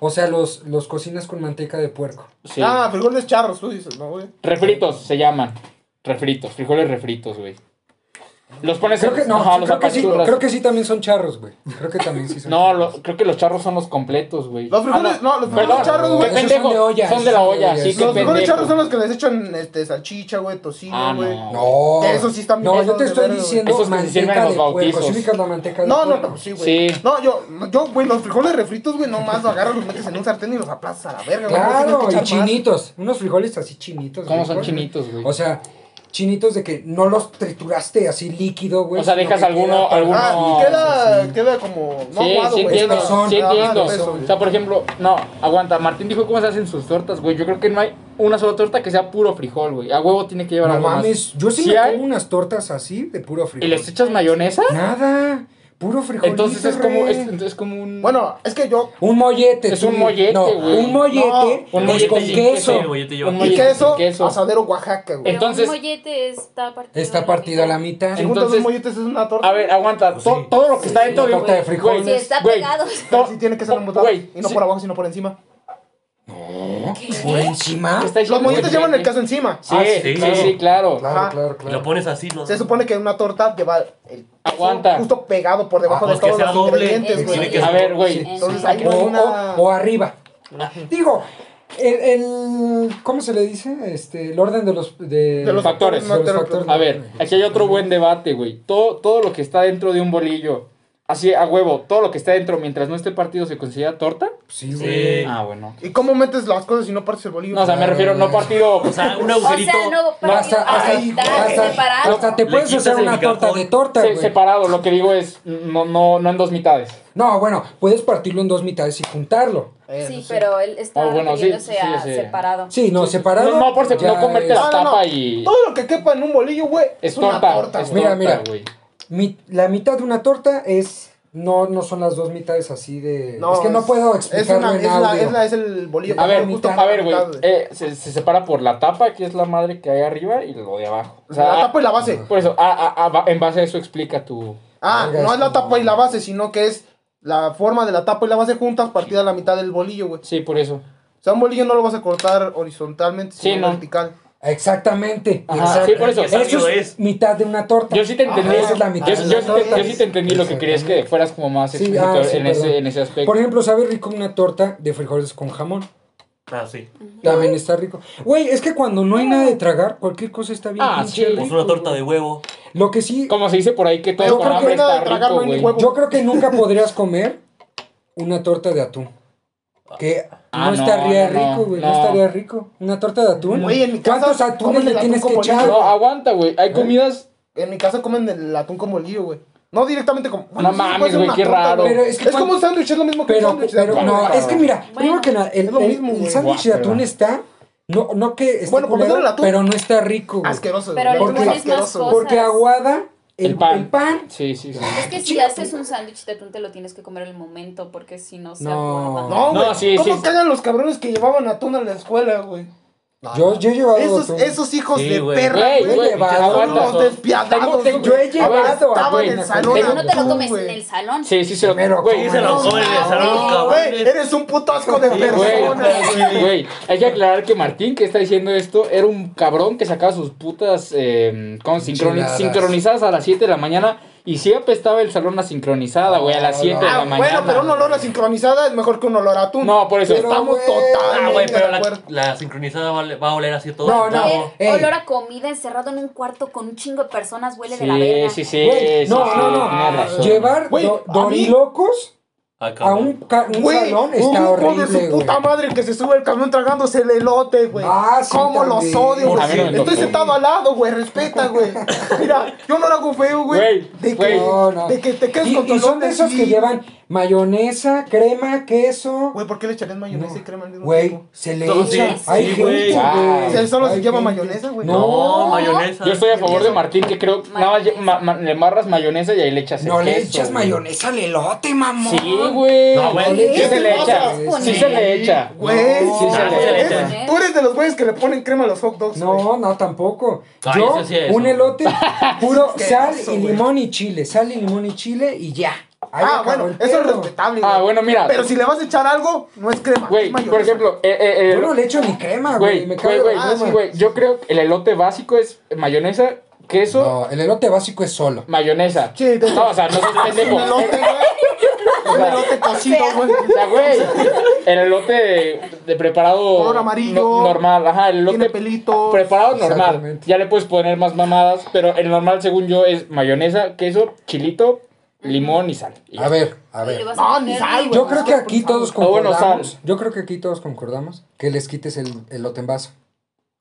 [SPEAKER 1] O sea, los, los cocinas con manteca de puerco.
[SPEAKER 3] sí.
[SPEAKER 2] Ah, frijoles charros, tú dices, no, güey.
[SPEAKER 3] Refritos se llaman. Refritos, frijoles refritos, güey. Los pones
[SPEAKER 1] Creo que no,
[SPEAKER 3] ajá, los
[SPEAKER 1] creo, que sí,
[SPEAKER 3] apachurras.
[SPEAKER 1] creo que sí también son charros, güey. Creo que también sí son
[SPEAKER 3] No,
[SPEAKER 1] charros.
[SPEAKER 3] lo- creo que los charros son los completos, güey.
[SPEAKER 2] Los frijoles,
[SPEAKER 3] Ah,
[SPEAKER 2] no, los frijoles
[SPEAKER 3] Perdón,
[SPEAKER 2] charros, güey.
[SPEAKER 3] Qué
[SPEAKER 1] Esos
[SPEAKER 3] pendejo.
[SPEAKER 1] son de olla,
[SPEAKER 3] Son de la
[SPEAKER 1] son de
[SPEAKER 3] olla,
[SPEAKER 1] olla,
[SPEAKER 3] sí,
[SPEAKER 1] esos
[SPEAKER 3] qué
[SPEAKER 2] Los frijoles
[SPEAKER 3] pendejo.
[SPEAKER 2] charros son los que les echan este, salchicha, güey, tocino,
[SPEAKER 3] Ah,
[SPEAKER 2] güey.
[SPEAKER 3] no.
[SPEAKER 1] No.
[SPEAKER 2] Que esos sí están bien
[SPEAKER 1] No, yo
[SPEAKER 2] pesados
[SPEAKER 1] te
[SPEAKER 2] de
[SPEAKER 1] estoy
[SPEAKER 2] verga, güey.
[SPEAKER 1] diciendo
[SPEAKER 3] Esos que se sirven en
[SPEAKER 1] manteca
[SPEAKER 3] los
[SPEAKER 1] de puerco.
[SPEAKER 3] bautizos.
[SPEAKER 1] ¿Sí ubicas la manteca de
[SPEAKER 2] No, no,
[SPEAKER 1] puerco?
[SPEAKER 2] no, sí, güey.
[SPEAKER 3] Sí.
[SPEAKER 2] No, yo, yo, güey, los frijoles refritos, güey, nomás lo agarras, los metes en un sartén y los aplastas a la verga, güey. no
[SPEAKER 1] Claro,
[SPEAKER 2] tienes que
[SPEAKER 1] y
[SPEAKER 2] echar más.
[SPEAKER 1] chinitos. Unos frijoles así chinitos.
[SPEAKER 3] ¿Cómo
[SPEAKER 1] güey,
[SPEAKER 3] son
[SPEAKER 1] güey.
[SPEAKER 3] chinitos, güey?
[SPEAKER 1] O sea, chinitos de que no los trituraste así líquido, güey.
[SPEAKER 3] O sea,
[SPEAKER 1] sino
[SPEAKER 3] dejas
[SPEAKER 1] que
[SPEAKER 3] alguno-
[SPEAKER 1] queda-
[SPEAKER 3] alguno-
[SPEAKER 2] Ah,
[SPEAKER 3] No, pues
[SPEAKER 2] queda, queda como. No,
[SPEAKER 3] sí,
[SPEAKER 2] aguado,
[SPEAKER 3] sí
[SPEAKER 2] güey,
[SPEAKER 3] entiendo,
[SPEAKER 2] está-
[SPEAKER 1] Son,
[SPEAKER 3] sí
[SPEAKER 2] está
[SPEAKER 3] entiendo.
[SPEAKER 2] de peso, güey.
[SPEAKER 3] O sea, por ejemplo, no, aguanta, Martín dijo cómo se hacen sus tortas, güey. Yo creo que no hay una sola torta que sea puro frijol, güey. A huevo tiene que llevar
[SPEAKER 1] No
[SPEAKER 3] algo más.
[SPEAKER 1] mames, yo sí,
[SPEAKER 3] Sí
[SPEAKER 1] me
[SPEAKER 3] hay.
[SPEAKER 1] como unas tortas así de puro frijol.
[SPEAKER 3] ¿Y les echas mayonesa?
[SPEAKER 1] Nada, puro frijol.
[SPEAKER 3] Entonces es como, es, entonces es como un...
[SPEAKER 2] Bueno, es que yo.
[SPEAKER 1] Un mollete.
[SPEAKER 3] Es
[SPEAKER 1] tú-
[SPEAKER 3] un mollete,
[SPEAKER 1] no,
[SPEAKER 3] güey.
[SPEAKER 1] un mollete
[SPEAKER 3] No, un
[SPEAKER 1] es
[SPEAKER 3] mollete
[SPEAKER 1] con
[SPEAKER 3] sin
[SPEAKER 1] queso.
[SPEAKER 4] Sí, güey, yo te llevo
[SPEAKER 3] Un
[SPEAKER 4] aquí.
[SPEAKER 2] Y
[SPEAKER 3] mollete.
[SPEAKER 2] queso,
[SPEAKER 3] queso. Eh,
[SPEAKER 2] asadero Oaxaca, güey.
[SPEAKER 5] Pero
[SPEAKER 3] Entonces-
[SPEAKER 5] un mollete está partido.
[SPEAKER 1] Está partido a la mitad.
[SPEAKER 2] Si
[SPEAKER 3] En-
[SPEAKER 2] juntas dos
[SPEAKER 3] entonces-
[SPEAKER 2] molletes es una torta.
[SPEAKER 3] A ver, aguanta,
[SPEAKER 4] Pues
[SPEAKER 3] to-
[SPEAKER 4] sí.
[SPEAKER 3] todo lo que está dentro de
[SPEAKER 1] Torta de frijoles.
[SPEAKER 5] Sí, está
[SPEAKER 3] güey,
[SPEAKER 5] pegado.
[SPEAKER 3] to-
[SPEAKER 2] Ah, Sí, tiene que ser embutado.
[SPEAKER 3] Güey,
[SPEAKER 2] Y no
[SPEAKER 3] sí.
[SPEAKER 2] por abajo, sino por encima.
[SPEAKER 1] Por encima.
[SPEAKER 3] ¿Qué está
[SPEAKER 2] Los
[SPEAKER 3] diciendo,
[SPEAKER 2] molletes
[SPEAKER 3] güey?
[SPEAKER 2] llevan el queso encima.
[SPEAKER 3] Sí,
[SPEAKER 4] Ah,
[SPEAKER 3] sí,
[SPEAKER 4] sí, claro.
[SPEAKER 3] sí, claro.
[SPEAKER 1] Claro,
[SPEAKER 2] Ajá.
[SPEAKER 1] claro,
[SPEAKER 4] Y
[SPEAKER 1] claro.
[SPEAKER 4] lo pones así, ¿no?
[SPEAKER 2] Se supone que una torta lleva el.
[SPEAKER 3] Aguanta.
[SPEAKER 2] Justo pegado por debajo
[SPEAKER 4] Ah,
[SPEAKER 2] de
[SPEAKER 4] pues que
[SPEAKER 2] todos
[SPEAKER 4] sea
[SPEAKER 2] los
[SPEAKER 4] doble.
[SPEAKER 2] ingredientes,
[SPEAKER 1] Tiene
[SPEAKER 2] güey.
[SPEAKER 1] que
[SPEAKER 3] A ver, güey.
[SPEAKER 1] Sí.
[SPEAKER 2] Entonces
[SPEAKER 5] Sí.
[SPEAKER 2] ahí
[SPEAKER 1] O,
[SPEAKER 2] no hay una.
[SPEAKER 1] o- o arriba. Digo, el, el- ¿Cómo se le dice? Este, el orden de los. De,
[SPEAKER 2] De los
[SPEAKER 3] factores.
[SPEAKER 1] de los
[SPEAKER 2] No te lo-
[SPEAKER 1] factores.
[SPEAKER 3] A ver, aquí hay otro buen debate, güey. Todo, todo lo que está dentro de un bolillo, así a huevo, todo lo que está dentro mientras no esté partido se considera torta.
[SPEAKER 1] Sí,
[SPEAKER 4] Sí.
[SPEAKER 1] güey.
[SPEAKER 3] Ah, bueno.
[SPEAKER 2] ¿Y cómo metes las cosas si no partes el bolillo?
[SPEAKER 3] No, o sea, me refiero no partido. pues,
[SPEAKER 4] O sea, un
[SPEAKER 5] O
[SPEAKER 4] agujerito.
[SPEAKER 5] sea, no,
[SPEAKER 3] No,
[SPEAKER 5] partido
[SPEAKER 1] Hasta, hasta,
[SPEAKER 5] a la mitad,
[SPEAKER 1] hasta-
[SPEAKER 5] separado.
[SPEAKER 1] hasta te
[SPEAKER 4] Le
[SPEAKER 1] puedes
[SPEAKER 4] quitas
[SPEAKER 1] hacer
[SPEAKER 4] el
[SPEAKER 1] una torta
[SPEAKER 4] cajón.
[SPEAKER 1] de torta,
[SPEAKER 3] se-
[SPEAKER 1] güey.
[SPEAKER 3] separado, lo que digo es no, no, no en dos mitades.
[SPEAKER 1] No, bueno, puedes partirlo en dos mitades y juntarlo.
[SPEAKER 2] Eh,
[SPEAKER 5] Sí,
[SPEAKER 2] pues,
[SPEAKER 5] pero él está
[SPEAKER 3] Oh, bueno, sí,
[SPEAKER 5] refiriéndose
[SPEAKER 3] sí,
[SPEAKER 5] a
[SPEAKER 3] sí.
[SPEAKER 5] separado.
[SPEAKER 1] Sí, no, separado.
[SPEAKER 3] No, no, por se-
[SPEAKER 1] ya
[SPEAKER 3] no comerte
[SPEAKER 1] es-
[SPEAKER 3] la- tapa y-
[SPEAKER 2] Todo lo que quepa en un bolillo, güey,
[SPEAKER 3] Es
[SPEAKER 2] una
[SPEAKER 3] torta.
[SPEAKER 2] torta,
[SPEAKER 3] es
[SPEAKER 2] güey.
[SPEAKER 1] Mira,
[SPEAKER 3] torta,
[SPEAKER 1] mira.
[SPEAKER 3] güey.
[SPEAKER 1] mi- la mitad de una torta es. No, no son las dos mitades así de.
[SPEAKER 2] No,
[SPEAKER 1] es que no
[SPEAKER 2] es-
[SPEAKER 1] puedo
[SPEAKER 2] Es,
[SPEAKER 1] explicarlo
[SPEAKER 2] una,
[SPEAKER 1] en
[SPEAKER 2] es, la,
[SPEAKER 1] audio.
[SPEAKER 2] es, la, es el bolillo.
[SPEAKER 3] A ver,
[SPEAKER 2] justo
[SPEAKER 3] a ver, güey.
[SPEAKER 2] mitad, güey.
[SPEAKER 3] eh, se, se separa por la tapa, que es la madre que hay arriba, y lo de abajo. O sea,
[SPEAKER 2] la tapa y la base.
[SPEAKER 3] Por eso, a- a- a- va- en base a eso explica tu.
[SPEAKER 2] Ah,
[SPEAKER 1] Verga,
[SPEAKER 2] no
[SPEAKER 1] es
[SPEAKER 2] es la
[SPEAKER 1] como-
[SPEAKER 2] tapa y la base, sino que es la forma de la tapa y la base juntas partida a la mitad del bolillo, güey.
[SPEAKER 3] Sí, por eso.
[SPEAKER 2] O sea, un bolillo no lo vas a cortar horizontalmente,
[SPEAKER 3] Sí,
[SPEAKER 2] sino
[SPEAKER 3] no.
[SPEAKER 2] vertical.
[SPEAKER 1] Exactamente.
[SPEAKER 3] Ajá,
[SPEAKER 1] exacto.
[SPEAKER 3] sí, por eso.
[SPEAKER 1] Eso es,
[SPEAKER 4] es.
[SPEAKER 1] mitad de una torta.
[SPEAKER 3] Yo sí te entendí.
[SPEAKER 1] Ah, Esa es la mitad.
[SPEAKER 3] Yo, yo sí te, yo sí te entendí lo que
[SPEAKER 1] Exactamente.
[SPEAKER 3] querías que fueras como más
[SPEAKER 1] Sí,
[SPEAKER 3] explícito
[SPEAKER 1] ah, sí,
[SPEAKER 3] en, ese,
[SPEAKER 1] perdón.
[SPEAKER 3] en ese aspecto.
[SPEAKER 1] Por ejemplo, sabe rico una torta de frijoles con jamón.
[SPEAKER 4] Ah, sí.
[SPEAKER 1] También está rico. Güey, es que cuando no hay nada de tragar, cualquier cosa está bien.
[SPEAKER 3] Ah,
[SPEAKER 1] pinche
[SPEAKER 3] sí.
[SPEAKER 1] rico,
[SPEAKER 4] Pues una torta de
[SPEAKER 1] güey.
[SPEAKER 4] huevo.
[SPEAKER 1] Lo que sí,
[SPEAKER 3] Como se dice por ahí que todo
[SPEAKER 2] Yo
[SPEAKER 3] con
[SPEAKER 2] creo que
[SPEAKER 3] hambre
[SPEAKER 2] nada de
[SPEAKER 3] está
[SPEAKER 2] tragar,
[SPEAKER 3] rico,
[SPEAKER 2] no hay ni
[SPEAKER 3] güey.
[SPEAKER 2] huevo.
[SPEAKER 1] yo creo que nunca podrías comer una torta de atún. Que
[SPEAKER 3] Ah,
[SPEAKER 1] no
[SPEAKER 3] no,
[SPEAKER 1] estaría
[SPEAKER 3] no,
[SPEAKER 1] rico, güey. No.
[SPEAKER 3] no.
[SPEAKER 1] estaría rico. Una torta de atún.
[SPEAKER 2] Güey, en mi casa
[SPEAKER 1] ¿Cuántos atunes
[SPEAKER 2] comen
[SPEAKER 1] le
[SPEAKER 2] el
[SPEAKER 1] tienes
[SPEAKER 2] atún
[SPEAKER 1] que
[SPEAKER 2] con
[SPEAKER 1] echar?
[SPEAKER 2] bolillo.
[SPEAKER 3] No, aguanta, güey.
[SPEAKER 1] ¿Eh?
[SPEAKER 3] Hay comidas.
[SPEAKER 2] En mi casa comen el atún con bolillo, güey. No directamente como.
[SPEAKER 3] No mames, güey, qué raro.
[SPEAKER 1] Pero es
[SPEAKER 2] es
[SPEAKER 1] que
[SPEAKER 2] es
[SPEAKER 1] cuando-
[SPEAKER 2] como un sándwich, es lo mismo que un
[SPEAKER 1] Pero,
[SPEAKER 2] sándwich. de
[SPEAKER 1] pero
[SPEAKER 2] atún,
[SPEAKER 1] no,
[SPEAKER 2] güey.
[SPEAKER 1] es que mira, primero que nada, el,
[SPEAKER 2] Es lo
[SPEAKER 1] el-
[SPEAKER 2] mismo,
[SPEAKER 1] el
[SPEAKER 2] güey.
[SPEAKER 1] sándwich de atún
[SPEAKER 3] Guácala.
[SPEAKER 1] está. No, no que esté
[SPEAKER 2] Bueno, por lo menos
[SPEAKER 1] culero,
[SPEAKER 2] el atún.
[SPEAKER 1] pero no está rico. güey.
[SPEAKER 2] Asqueroso.
[SPEAKER 5] Pero
[SPEAKER 2] güey,
[SPEAKER 1] le
[SPEAKER 2] porque es
[SPEAKER 1] pones
[SPEAKER 5] más
[SPEAKER 2] asqueroso,
[SPEAKER 5] cosas.
[SPEAKER 2] güey.
[SPEAKER 1] Porque aguada el,
[SPEAKER 3] El pan.
[SPEAKER 1] el pan.
[SPEAKER 3] Sí, sí, sí.
[SPEAKER 5] Es que si
[SPEAKER 1] Chinga
[SPEAKER 5] haces un sándwich de atún, te lo tienes que comer al momento, porque si no se
[SPEAKER 1] No.
[SPEAKER 5] aguada.
[SPEAKER 2] No,
[SPEAKER 3] No,
[SPEAKER 2] güey.
[SPEAKER 3] sí,
[SPEAKER 2] ¿Cómo
[SPEAKER 3] sí.
[SPEAKER 2] cagan los cabrones que llevaban atún a la escuela, güey?
[SPEAKER 1] Yo, yo he llevado
[SPEAKER 2] Esos,
[SPEAKER 1] atún.
[SPEAKER 2] esos hijos
[SPEAKER 4] Sí,
[SPEAKER 2] de
[SPEAKER 4] güey.
[SPEAKER 2] perra,
[SPEAKER 3] Güey,
[SPEAKER 2] güey.
[SPEAKER 1] güey,
[SPEAKER 2] Son
[SPEAKER 1] aguanta.
[SPEAKER 2] unos despiadados.
[SPEAKER 3] Ah, Tengo- tengo-
[SPEAKER 2] güey.
[SPEAKER 1] Yo he
[SPEAKER 3] A ver,
[SPEAKER 1] llevado
[SPEAKER 2] estaban
[SPEAKER 1] atún,
[SPEAKER 2] en el
[SPEAKER 1] güey.
[SPEAKER 2] salón,
[SPEAKER 5] Pero
[SPEAKER 3] Tengo-
[SPEAKER 5] no te lo
[SPEAKER 2] atún,
[SPEAKER 5] comes
[SPEAKER 2] güey.
[SPEAKER 5] en el salón.
[SPEAKER 3] Sí, sí, se lo.
[SPEAKER 1] Primero,
[SPEAKER 3] Güey,
[SPEAKER 4] Sí, se lo
[SPEAKER 2] No,
[SPEAKER 4] comen,
[SPEAKER 2] mames,
[SPEAKER 4] les salen los
[SPEAKER 2] No, güey,
[SPEAKER 4] cabrones.
[SPEAKER 2] eres un puto asco de
[SPEAKER 4] Sí, güey.
[SPEAKER 2] persona, güey.
[SPEAKER 3] Güey, güey, hay que aclarar que Martín, que está diciendo esto, era un cabrón que sacaba sus putas eh, con sincroni-
[SPEAKER 1] Enchiladas.
[SPEAKER 3] sincronizadas a las 7 de la mañana y siempre estaba el salón asincronizada, güey, a las
[SPEAKER 1] No,
[SPEAKER 3] 7
[SPEAKER 1] no.
[SPEAKER 3] de la
[SPEAKER 2] Ah,
[SPEAKER 3] mañana.
[SPEAKER 2] bueno, pero un olor a sincronizada es mejor que un olor a atún.
[SPEAKER 3] No, por eso.
[SPEAKER 1] Pero,
[SPEAKER 2] Estamos
[SPEAKER 1] güey.
[SPEAKER 4] Ah,
[SPEAKER 2] totalmente
[SPEAKER 4] güey, pero
[SPEAKER 2] de
[SPEAKER 4] la,
[SPEAKER 2] acuerdo.
[SPEAKER 4] la sincronizada va, a le- va a oler así todo.
[SPEAKER 1] No, eh.
[SPEAKER 5] Oler-
[SPEAKER 1] no. Ey.
[SPEAKER 5] olor a comida encerrado en un cuarto con un chingo de personas huele de la
[SPEAKER 3] Sí,
[SPEAKER 5] verga.
[SPEAKER 3] sí, sí.
[SPEAKER 1] Güey,
[SPEAKER 3] sí,
[SPEAKER 1] no,
[SPEAKER 3] sí,
[SPEAKER 1] no, no.
[SPEAKER 3] tienes razón.
[SPEAKER 1] Llevar
[SPEAKER 2] Güey,
[SPEAKER 1] do-
[SPEAKER 2] a mí-
[SPEAKER 1] dorilocos
[SPEAKER 4] Ah,
[SPEAKER 1] a
[SPEAKER 4] cabrón.
[SPEAKER 1] un, ca- un
[SPEAKER 2] Güey,
[SPEAKER 1] salón
[SPEAKER 2] un
[SPEAKER 1] está
[SPEAKER 2] hijo
[SPEAKER 1] horrible,
[SPEAKER 2] de su
[SPEAKER 1] güey.
[SPEAKER 2] puta madre que se sube el camión tragándose el elote, güey.
[SPEAKER 1] Ah, sí,
[SPEAKER 2] ¿Cómo
[SPEAKER 1] también.
[SPEAKER 2] los odio,
[SPEAKER 3] A mí no
[SPEAKER 2] güey?
[SPEAKER 3] me
[SPEAKER 2] Estoy
[SPEAKER 3] tocó.
[SPEAKER 2] sentado al lado, güey. Respeta, güey. Mira, yo no lo hago feo, güey.
[SPEAKER 3] Güey,
[SPEAKER 2] De
[SPEAKER 3] güey.
[SPEAKER 2] que,
[SPEAKER 1] No, no.
[SPEAKER 2] de que te quedes
[SPEAKER 1] Y-
[SPEAKER 2] con tu
[SPEAKER 1] y son de
[SPEAKER 2] elote
[SPEAKER 1] esos
[SPEAKER 2] así.
[SPEAKER 1] que llevan mayonesa, crema, queso.
[SPEAKER 2] Güey, ¿por qué le echarías mayonesa y
[SPEAKER 1] No.
[SPEAKER 2] crema al mismo
[SPEAKER 1] Güey,
[SPEAKER 2] tiempo?
[SPEAKER 1] se le
[SPEAKER 4] No,
[SPEAKER 1] echa.
[SPEAKER 4] sí,
[SPEAKER 1] Hay
[SPEAKER 4] sí,
[SPEAKER 1] gente,
[SPEAKER 4] güey.
[SPEAKER 1] güey.
[SPEAKER 2] O sea, solo se
[SPEAKER 1] Hay
[SPEAKER 2] lleva
[SPEAKER 1] gente.
[SPEAKER 2] mayonesa, güey.
[SPEAKER 1] No,
[SPEAKER 4] No, mayonesa.
[SPEAKER 3] Yo estoy a favor de
[SPEAKER 2] Eso.
[SPEAKER 3] Martín, que creo. Nada más lle- ma- ma- le marras mayonesa y ahí le echas el
[SPEAKER 1] No le
[SPEAKER 3] queso,
[SPEAKER 1] echas
[SPEAKER 3] güey.
[SPEAKER 1] mayonesa al elote, mamón.
[SPEAKER 3] Sí, güey.
[SPEAKER 4] No, güey.
[SPEAKER 3] Sí se
[SPEAKER 2] ¿Qué
[SPEAKER 3] le echa.
[SPEAKER 2] te
[SPEAKER 5] pasas?
[SPEAKER 3] Sí se le echa.
[SPEAKER 2] Güey,
[SPEAKER 1] No,
[SPEAKER 3] Sí, se
[SPEAKER 2] Ah,
[SPEAKER 3] le
[SPEAKER 2] eres-
[SPEAKER 5] echa.
[SPEAKER 2] tú eres de los güeyes que le ponen crema a los hot dogs. güey.
[SPEAKER 1] No, no, tampoco.
[SPEAKER 4] Ah,
[SPEAKER 1] Yo,
[SPEAKER 4] ese sí es,
[SPEAKER 1] un
[SPEAKER 4] güey.
[SPEAKER 1] elote puro
[SPEAKER 2] Qué
[SPEAKER 1] sal
[SPEAKER 2] asco,
[SPEAKER 1] y
[SPEAKER 2] güey.
[SPEAKER 1] limón y chile. Sal y limón y chile y ya. Ahí
[SPEAKER 2] Ah,
[SPEAKER 1] acabó
[SPEAKER 2] bueno,
[SPEAKER 1] el
[SPEAKER 2] eso es
[SPEAKER 1] pedo.
[SPEAKER 2] respetable, güey.
[SPEAKER 3] Ah, bueno, mira.
[SPEAKER 2] Pero si le vas a echar algo, no es crema.
[SPEAKER 3] Güey,
[SPEAKER 2] es mayonesa.
[SPEAKER 3] por ejemplo, eh, eh, eh,
[SPEAKER 1] Yo no le echo ni crema, güey.
[SPEAKER 3] Güey,
[SPEAKER 1] Me
[SPEAKER 3] güey,
[SPEAKER 1] cago en
[SPEAKER 3] güey,
[SPEAKER 1] la
[SPEAKER 2] ah,
[SPEAKER 1] goma.
[SPEAKER 3] sí, güey, yo creo que el elote básico es mayonesa, queso,
[SPEAKER 1] No, el elote básico es solo.
[SPEAKER 3] mayonesa.
[SPEAKER 2] Ah, Sí, de-
[SPEAKER 3] no, o sea, no seas
[SPEAKER 2] [LAUGHS] Es
[SPEAKER 3] pendejo.
[SPEAKER 2] un elote,
[SPEAKER 3] [LAUGHS] O
[SPEAKER 2] güey. Un
[SPEAKER 3] sea,
[SPEAKER 2] elote cocido, güey.
[SPEAKER 3] sea, güey, el elote de, de preparado
[SPEAKER 2] Color amarillo,
[SPEAKER 3] no- normal, ajá, el
[SPEAKER 2] Tiene
[SPEAKER 3] elote
[SPEAKER 2] pelito.
[SPEAKER 3] preparado normal.
[SPEAKER 1] Exactamente.
[SPEAKER 3] Ya le puedes poner más mamadas, pero el normal según yo es mayonesa, queso, chilito, limón y sal. Y
[SPEAKER 1] A ver, a
[SPEAKER 5] Y le
[SPEAKER 1] ver.
[SPEAKER 5] vas
[SPEAKER 2] No,
[SPEAKER 5] a
[SPEAKER 2] ni
[SPEAKER 5] poner-
[SPEAKER 2] sal, güey.
[SPEAKER 1] Yo creo que aquí todos
[SPEAKER 3] Ah, bueno,
[SPEAKER 1] concordamos.
[SPEAKER 3] sal.
[SPEAKER 1] Yo creo que aquí todos concordamos que les quites el elote en vaso.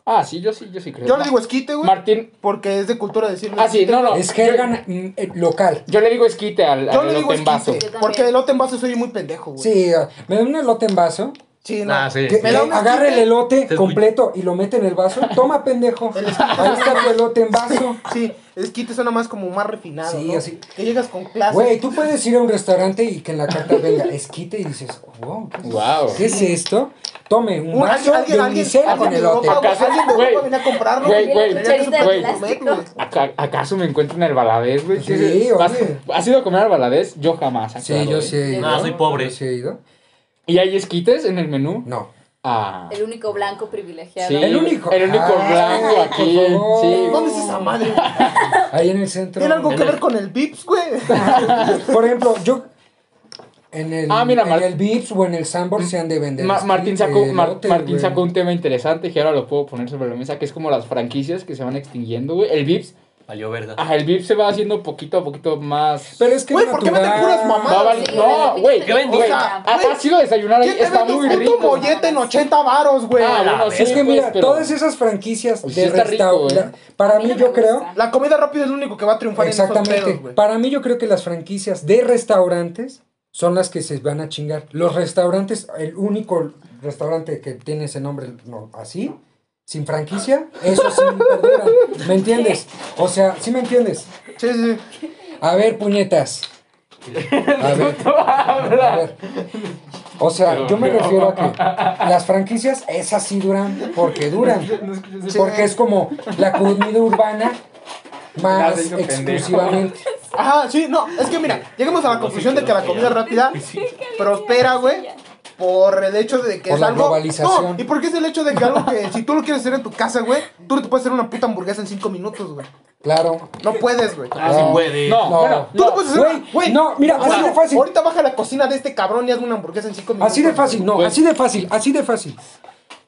[SPEAKER 3] Ah, sí, yo sí, yo sí creo.
[SPEAKER 2] Yo le digo esquite, güey.
[SPEAKER 3] Martín,
[SPEAKER 2] Porque es de cultura decirle.
[SPEAKER 3] ah, sí,
[SPEAKER 2] esquite.
[SPEAKER 3] no, no.
[SPEAKER 1] Es
[SPEAKER 3] yo,
[SPEAKER 1] jerga mm, eh, local.
[SPEAKER 3] yo le digo esquite al,
[SPEAKER 2] Yo
[SPEAKER 3] al
[SPEAKER 2] le digo
[SPEAKER 3] elote en vaso.
[SPEAKER 2] esquite.
[SPEAKER 5] vaso.
[SPEAKER 2] Porque elote en vaso soy muy pendejo, güey.
[SPEAKER 1] Sí, ah, me da un elote en vaso.
[SPEAKER 2] Sí, no.
[SPEAKER 4] Ah, sí.
[SPEAKER 1] Que,
[SPEAKER 2] Me da
[SPEAKER 1] que
[SPEAKER 2] un
[SPEAKER 1] agarra el
[SPEAKER 2] esquite.
[SPEAKER 1] elote
[SPEAKER 4] escucha.
[SPEAKER 1] completo y lo mete en el [LAUGHS] vaso. Toma, pendejo. Ahí está tu elote en vaso.
[SPEAKER 2] Sí, esquite suena más como más refinado.
[SPEAKER 1] Sí,
[SPEAKER 2] ¿no?
[SPEAKER 1] así.
[SPEAKER 2] Que llegas con
[SPEAKER 1] [LAUGHS]
[SPEAKER 2] clase.
[SPEAKER 1] Güey, tú puedes ir a un restaurante y que en la carta venga esquite y dices, wow, ¿qué es,
[SPEAKER 3] Wow.
[SPEAKER 1] ¿qué es esto? Tome un
[SPEAKER 2] Un-
[SPEAKER 1] vaso
[SPEAKER 2] alguien,
[SPEAKER 1] de
[SPEAKER 2] alguien,
[SPEAKER 1] unicel
[SPEAKER 2] alguien
[SPEAKER 1] con
[SPEAKER 2] de
[SPEAKER 1] elote.
[SPEAKER 2] Europa, güey,
[SPEAKER 3] Acaso-
[SPEAKER 2] alguien de
[SPEAKER 3] güey.
[SPEAKER 2] Europa venía a comprarlo.
[SPEAKER 3] Güey, güey,
[SPEAKER 2] Tenía que
[SPEAKER 5] güey.
[SPEAKER 2] super gourmet, güey.
[SPEAKER 3] ¿Aca- ¿Acaso me encuentro en el baladés, güey?
[SPEAKER 1] Sí,
[SPEAKER 3] ¿Has,
[SPEAKER 1] oye.
[SPEAKER 3] has ido a comer al baladés? Yo jamás.
[SPEAKER 1] Sí,
[SPEAKER 3] aclaro,
[SPEAKER 1] yo
[SPEAKER 3] ¿eh?
[SPEAKER 1] sí he ido.
[SPEAKER 4] No, soy pobre.
[SPEAKER 1] Yo sí he ido.
[SPEAKER 3] ¿Y hay esquites en el menú?
[SPEAKER 1] No.
[SPEAKER 3] Ah.
[SPEAKER 5] El único blanco privilegiado.
[SPEAKER 3] Sí,
[SPEAKER 1] El único.
[SPEAKER 3] El único
[SPEAKER 1] Ah,
[SPEAKER 3] blanco
[SPEAKER 1] por
[SPEAKER 3] aquí.
[SPEAKER 1] favor.
[SPEAKER 3] Sí.
[SPEAKER 2] ¿Dónde es esa madre?
[SPEAKER 1] Ahí en el centro.
[SPEAKER 2] ¿Tiene algo que ver con el Vips,
[SPEAKER 1] [LAUGHS]
[SPEAKER 2] güey?
[SPEAKER 1] Por ejemplo, yo. En el,
[SPEAKER 3] Ah, mira,
[SPEAKER 1] en
[SPEAKER 3] Mar-
[SPEAKER 1] el Vips o en el Sambor se han de vender.
[SPEAKER 3] Ma- Martín sacó,
[SPEAKER 1] esquite,
[SPEAKER 3] Mar-
[SPEAKER 1] elote,
[SPEAKER 3] Martín
[SPEAKER 1] güey.
[SPEAKER 3] sacó un tema interesante que ahora lo puedo poner sobre la mesa, que es como las franquicias que se van extinguiendo, güey. El Vips,
[SPEAKER 4] Valió verga.
[SPEAKER 3] ajá, el Vips se va haciendo poquito a poquito más...
[SPEAKER 1] Pero es que.
[SPEAKER 2] Güey,
[SPEAKER 1] es
[SPEAKER 2] ¿por qué venden
[SPEAKER 1] natural.
[SPEAKER 2] puras
[SPEAKER 3] Va a
[SPEAKER 2] mamadas?
[SPEAKER 3] valer-
[SPEAKER 5] Sí,
[SPEAKER 3] no,
[SPEAKER 5] güey,
[SPEAKER 3] güey,
[SPEAKER 5] qué
[SPEAKER 3] güey,
[SPEAKER 5] bendita.
[SPEAKER 3] ha-
[SPEAKER 2] Güey,
[SPEAKER 3] has ido a desayunar ahí,
[SPEAKER 2] ¿Quién te
[SPEAKER 3] está
[SPEAKER 2] vende
[SPEAKER 3] muy
[SPEAKER 2] un
[SPEAKER 3] rico.
[SPEAKER 2] puto mollete en 80 varos, güey?
[SPEAKER 3] Ah, bueno, sí,
[SPEAKER 1] Es que
[SPEAKER 3] pues,
[SPEAKER 1] mira,
[SPEAKER 3] pero-
[SPEAKER 1] todas esas franquicias
[SPEAKER 3] Pues sí
[SPEAKER 1] de
[SPEAKER 3] está rico,
[SPEAKER 1] restaurante.
[SPEAKER 3] güey.
[SPEAKER 1] Para
[SPEAKER 5] A mí
[SPEAKER 1] mí,
[SPEAKER 5] no
[SPEAKER 1] yo
[SPEAKER 5] me
[SPEAKER 1] creo.
[SPEAKER 5] gusta.
[SPEAKER 2] La comida rápida es lo único que va a triunfar en esos
[SPEAKER 1] Exactamente.
[SPEAKER 2] pedos, güey.
[SPEAKER 1] Para mí yo creo que las franquicias de restaurantes son las que se van a chingar. Los restaurantes, el único restaurante que tiene ese nombre no, así, sin franquicia, eso sí perduran. ¿Me entiendes? O sea, ¿sí me entiendes?
[SPEAKER 2] Sí, sí, sí.
[SPEAKER 1] A ver, puñetas. A
[SPEAKER 3] [LAUGHS]
[SPEAKER 1] ver,
[SPEAKER 3] Tú
[SPEAKER 1] a
[SPEAKER 3] habla.
[SPEAKER 1] ver. O sea,
[SPEAKER 3] Pero-
[SPEAKER 1] yo me refiero a que las franquicias esas sí duran porque duran.
[SPEAKER 3] [LAUGHS] No escuches eso.
[SPEAKER 1] Porque es como la comida urbana
[SPEAKER 3] Las
[SPEAKER 1] más
[SPEAKER 3] hizo pendejo.
[SPEAKER 1] exclusivamente.
[SPEAKER 2] Ajá, sí, no, es que mira, llegamos a la
[SPEAKER 4] No,
[SPEAKER 2] conclusión
[SPEAKER 4] sí,
[SPEAKER 2] de que la
[SPEAKER 4] creo
[SPEAKER 2] comida
[SPEAKER 4] que ya.
[SPEAKER 2] rápida prospera, güey, por el hecho de que
[SPEAKER 1] Por
[SPEAKER 2] es
[SPEAKER 1] la
[SPEAKER 2] algo...
[SPEAKER 1] globalización.
[SPEAKER 2] No, y porque es el hecho de que algo que si tú lo quieres hacer en tu casa, güey, tú te puedes hacer una puta hamburguesa en cinco minutos, güey.
[SPEAKER 1] Claro.
[SPEAKER 2] No puedes, güey.
[SPEAKER 4] Ah, sí
[SPEAKER 1] No.
[SPEAKER 4] puede.
[SPEAKER 3] No,
[SPEAKER 1] No.
[SPEAKER 3] bueno,
[SPEAKER 2] Tú
[SPEAKER 3] no.
[SPEAKER 2] te puedes hacer
[SPEAKER 1] Güey,
[SPEAKER 2] una- güey,
[SPEAKER 1] no, mira,
[SPEAKER 2] ahorita-
[SPEAKER 1] así de fácil.
[SPEAKER 2] Ahorita baja a la cocina de este cabrón y haz una hamburguesa en cinco minutos.
[SPEAKER 1] Así de fácil, no,
[SPEAKER 3] Pues-
[SPEAKER 1] así de fácil, así de fácil.